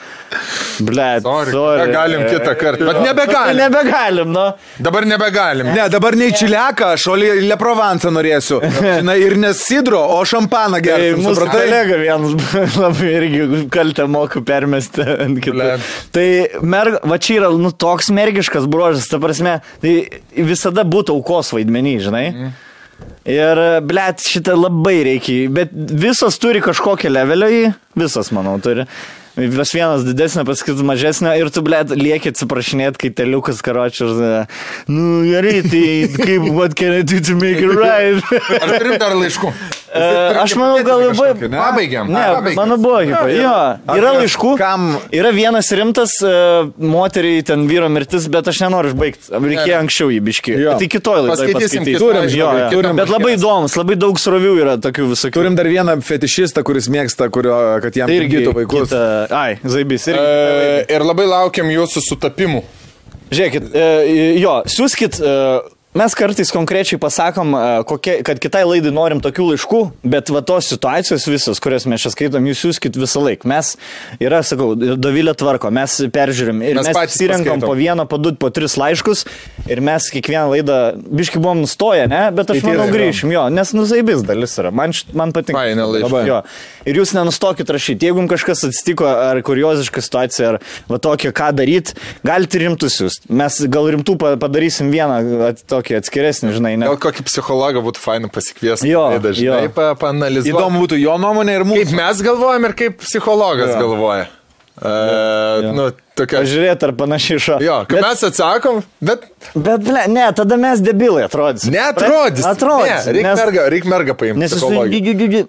Ble,
Sorry, galim kitą kartą, bet nebegalim.
Nebegalim, nu.
Dabar nebegalim.
Ne, dabar ne čiliaką, aš olį leprovansą norėsiu. Na ir nesidro, o šampaną
Tai
gersiu.
mūsų
supratai?
kolega vienas labai irgi kaltę moku permesti ant kitų.
Blet.
Tai merg, va čia yra nu, toks mergiškas bruožas, ta prasme, tai visada būtų aukos vaidmenį, žinai. Mm. Ir, blėt, šitą labai reikia, bet visos turi kažkokią levelį, jį, visos, manau, turi. Vis vienas didesnė, paskui mažesnė ir tu, blėt, lieki atsiprašinėti, kai teliukas karočius. Nu, gerai, tai kaip, what can I do to make it right?
Ar turim dar laiškų?
E, aš manau, gal labai.
ne? Pabaigiam.
Ne,
A, pabaigiam.
mano buvo hipo. Jo, yra laiškų.
kam-
Yra vienas rimtas e, moteriai ten vyro mirtis, bet aš nenoriu išbaigti. Reikėjo anksčiau jį biški.
Jo.
Tai kitoj laidai
Paskaitysim kitoj
Turim,
laidoj,
jo, jo.
turim.
Bet labai įdomus, labai daug srovių yra tokių visokių.
Turim dar vieną fetišistą, kuris mėgsta, kurio, kad jam irgi vaikus.
Kita, ai, Zaibys irgi.
E, ir labai laukiam jūsų sutapimų.
Žiūrėkit, e, jo, siūskit. E, Mes kartais konkrečiai pasakom, e, kokie, kad kitai laidai norim tokių laiškų, bet va tos situacijos visos, kurias mes čia skaitom, jūs siūskit visą laiką. Mes, yra, sakau, Dovilė tvarko, mes peržiūrim ir
Mes
mes, mes
patys
pasirenkam
paskaitom.
po vieną, po du, po tris laiškus ir mes kiekvieną laidą, biški buvom nustoję, ne, bet aš manau grįšim, jo, nes nuzaibis dalis yra, man, šit- man patinka.
Faina laiškai.
Labai. Jo. Ir jūs nenustokit rašyti. Jeigu jums kažkas atsitiko, ar kurioziška situacija, ar va tokia, ką daryti, galite rimtus jūs. Mes gal rimtų pa- padarysim vieną at- tokį atskiresnį, žinai, ne.
Gal kokį psichologą būtų fainu pasikviesti.
Jo,
dažnai
jo.
pa, paanalizuoti.
Įdomu būtų jo nuomonė ir
Kaip
mūsų.
mes galvojam ir kaip psichologas galvoja. E, nu, tokia.
Pažiūrėti ar panašiai iš.
Jo,
bet,
kad mes atsakom, bet
bet ble, ne, tada mes debilai atrodys.
neatrodys.
Atrodys.
Ne, reik
nes-
mergą, reik mergą paimti.
Nes nu, esu, gi, gi, gi, gi.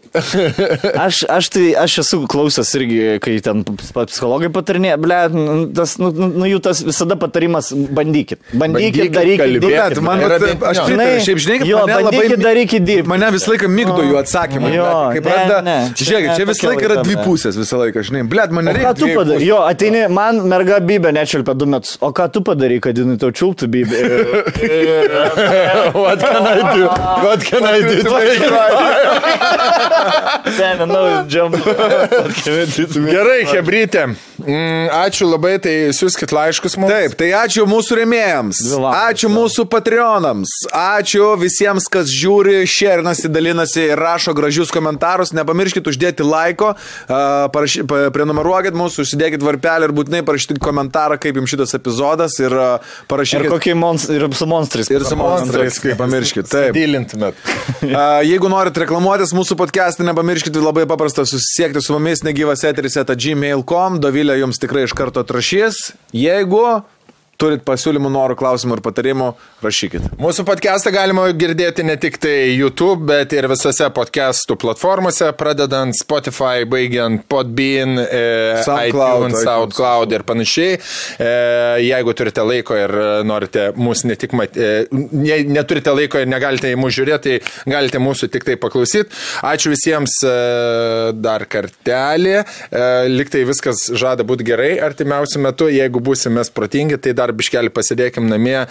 Aš, aš, tai, aš esu klausęs irgi, kai ten pa- psichologai patarinė, ble, nu, tas, nu, nu, nu, jų tas visada patarimas bandykit. Bandykit,
Bandykit,
darykit,
kalbėkit,
dirbkit,
Bet man,
ble.
Yra
vat,
bent-
aš
jo.
pritariu, šiaip žinai, kad
jo,
mane labai...
bandykit, darykit, dirbkit.
Mane visą laiką mygdo jų atsakymai.
Jo,
blet, Kai
ne,
pradeda...
ne.
Čia Žiūrėk, čia visą
Tokia
laiką yra
laida,
dvi
blet.
pusės, visą laiką, žinai. Blet, man
O ką
reikia...
tu padarai? Jo, ateini, man merga bybė nečelpia du metus. O ką tu padarai, kad jinai tau čiulptų bybę?
What can I do? What can I do?
Seniai, naujas džempas.
Gerai, Hebrytė. Mm, Ačiū labai, tai siūskit laiškus mums.
Taip, tai ačiū mūsų remėjams,
valandos,
ačiū mūsų patreonams, ačiū visiems, kas žiūri, šernasi, dalinasi ir rašo gražius komentarus. Nepamirškit uždėti laiko, a, paraši- pa- prenumeruokit mūsų, užsidėkit varpelį ir būtinai parašykit komentarą, kaip jums šitas epizodas ir a,
Ir
parašykit.
kokie monstrai, ir su monstrais.
Ir su monstrais, kaip pamirškit. Taip.
Dylintumėt.
A, Jeigu norit reklamuotis mūsų podcast'e, nepamirškit tai labai paprasta susisiekti su mumis negyvas eteris eta gmail.com, Dovilė jums tikrai iš karto atrašys. Jeigu turit pasiūlymų, norų, klausimų ir patarimų, rašykit.
Mūsų podcastą galima girdėti ne tik tai YouTube, bet ir visose podcastų platformose, pradedant Spotify, baigiant Podbean, e,
SoundCloud,
iTunes,
iTunes.
SoundCloud ir panašiai. E, Jeigu turite laiko ir e, norite mūsų ne tik matyti, ne, neturite laiko ir negalite į mūsų žiūrėti, tai galite mūsų tik tai paklausyti. Ačiū visiems e, dar kartelį. E, Liktai viskas žada būti gerai artimiausiu metu, jeigu būsime protingi, tai dar biškelį pasidėkim namie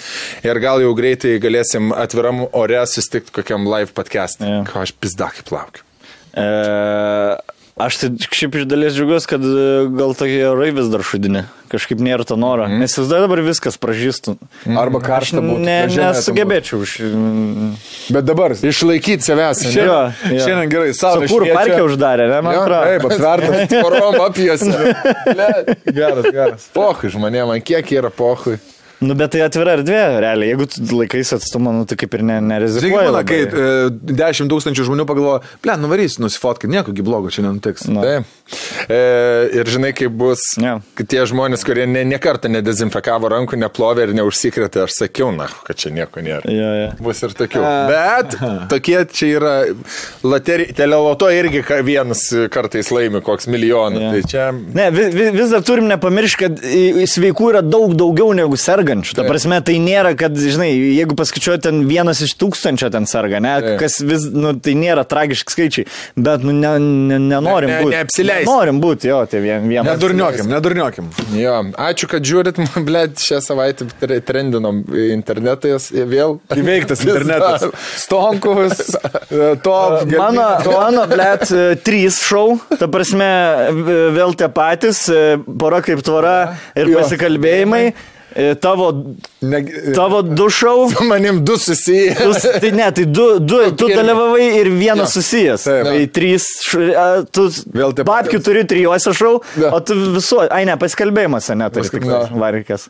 ir gal jau greitai galėsim atviram ore susitikti kokiam live podcast.
Jo.
Ką aš pizdakai plaukiu.
E, Aš tai šiaip iš dalies džiugas, kad e, gal tokie orai vis dar šudinė. Kažkaip nėra to noro. Mm. Nes vis dar dabar viskas pražįstų.
Mhm. Arba
Aš
karšta būtų.
ne,
gražiame tam
nesugebėčiau. Iš...
būtų. Bet dabar.
Išlaikyti savęs. ane?
Jo, jo.
Šiandien gerai, saulė.
Sakūrų
šviečia.
parke uždarė, ne, man
Taip,
atrodo.
aptvertas.
Porom apjasi.
Geras, geras.
Pohui žmonėm, ant kiek yra pohui.
Nu, bet tai atvira erdvė, realiai. Jeigu tu laikais atstumą, nu, tai kaip ir ne,
Žiūrėk,
nerizikuoji.
būna, kai
labai.
e, 10 tūkstančių žmonių pagalvoja, ble,
nu
nuvarys, nusifotkai, nieko gi blogo čia nenutiks.
Nu.
Taip. E, ir žinai, kaip bus,
Ne.
kad tie žmonės, kurie ne, nekartą nedezinfekavo rankų, neplovė ir neužsikrėtė, aš sakiau, na, kad čia nieko nėra.
Jo, jo.
Bus ir tokių. Bet tokie čia yra. lateri- Teleloto irgi ka- vienas kartais laimi koks milijonas.
Jo.
Tai čia
Ne, vis, vis dar turim nepamiršti, kad i- sveikų yra daug daugiau negu sergančių. Ta prasme, tai nėra, kad, žinai, jeigu paskaičiuoju, ten vienas iš tūkstančio ten serga, ne,
Taip.
kas vis, nu, tai nėra tragiški skaičiai, bet, nu, ne, ne, nenorim
Ne- ne-
būti.
neapsileisk.
Norim būti, jo, tai vien, vienas.
Nedurniokim, nedurniokim.
Jo, ačiū, kad žiūrit, blėt, šią savaitę tre- trendinom internetais vėl.
Įveiktas internetas. Stonkovas, e, top.
Mano,
Gelbėk-
mano, blėt, trys šau, ta prasme, v- vėl tie patys, e, pora kaip tvara ir pasikalbėjimai, e, tavo,
Ne,
tavo du šau.
Manim du susiję.
Tu, s- tai ne, tai
Nu,
du, du tu
irgi.
dalyvavai ir vienas susijęs.
Taip.
Tai trys, š- a, tu
Vėl tie
babkių
patys.
turi trijuose šau,
Ne.
o tu visu, ai ne, pasikalbėjimas, ne, tai tik varikas.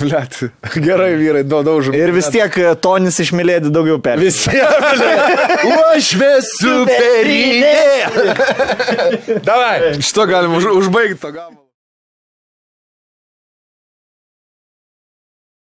Blet, gerai vyrai, daudaužom.
Ir vis tiek e, tonis išmylėti daugiau per. Visi.
Uošvės superinė. Davai.
Šito galim už, užbaigti to gabalą.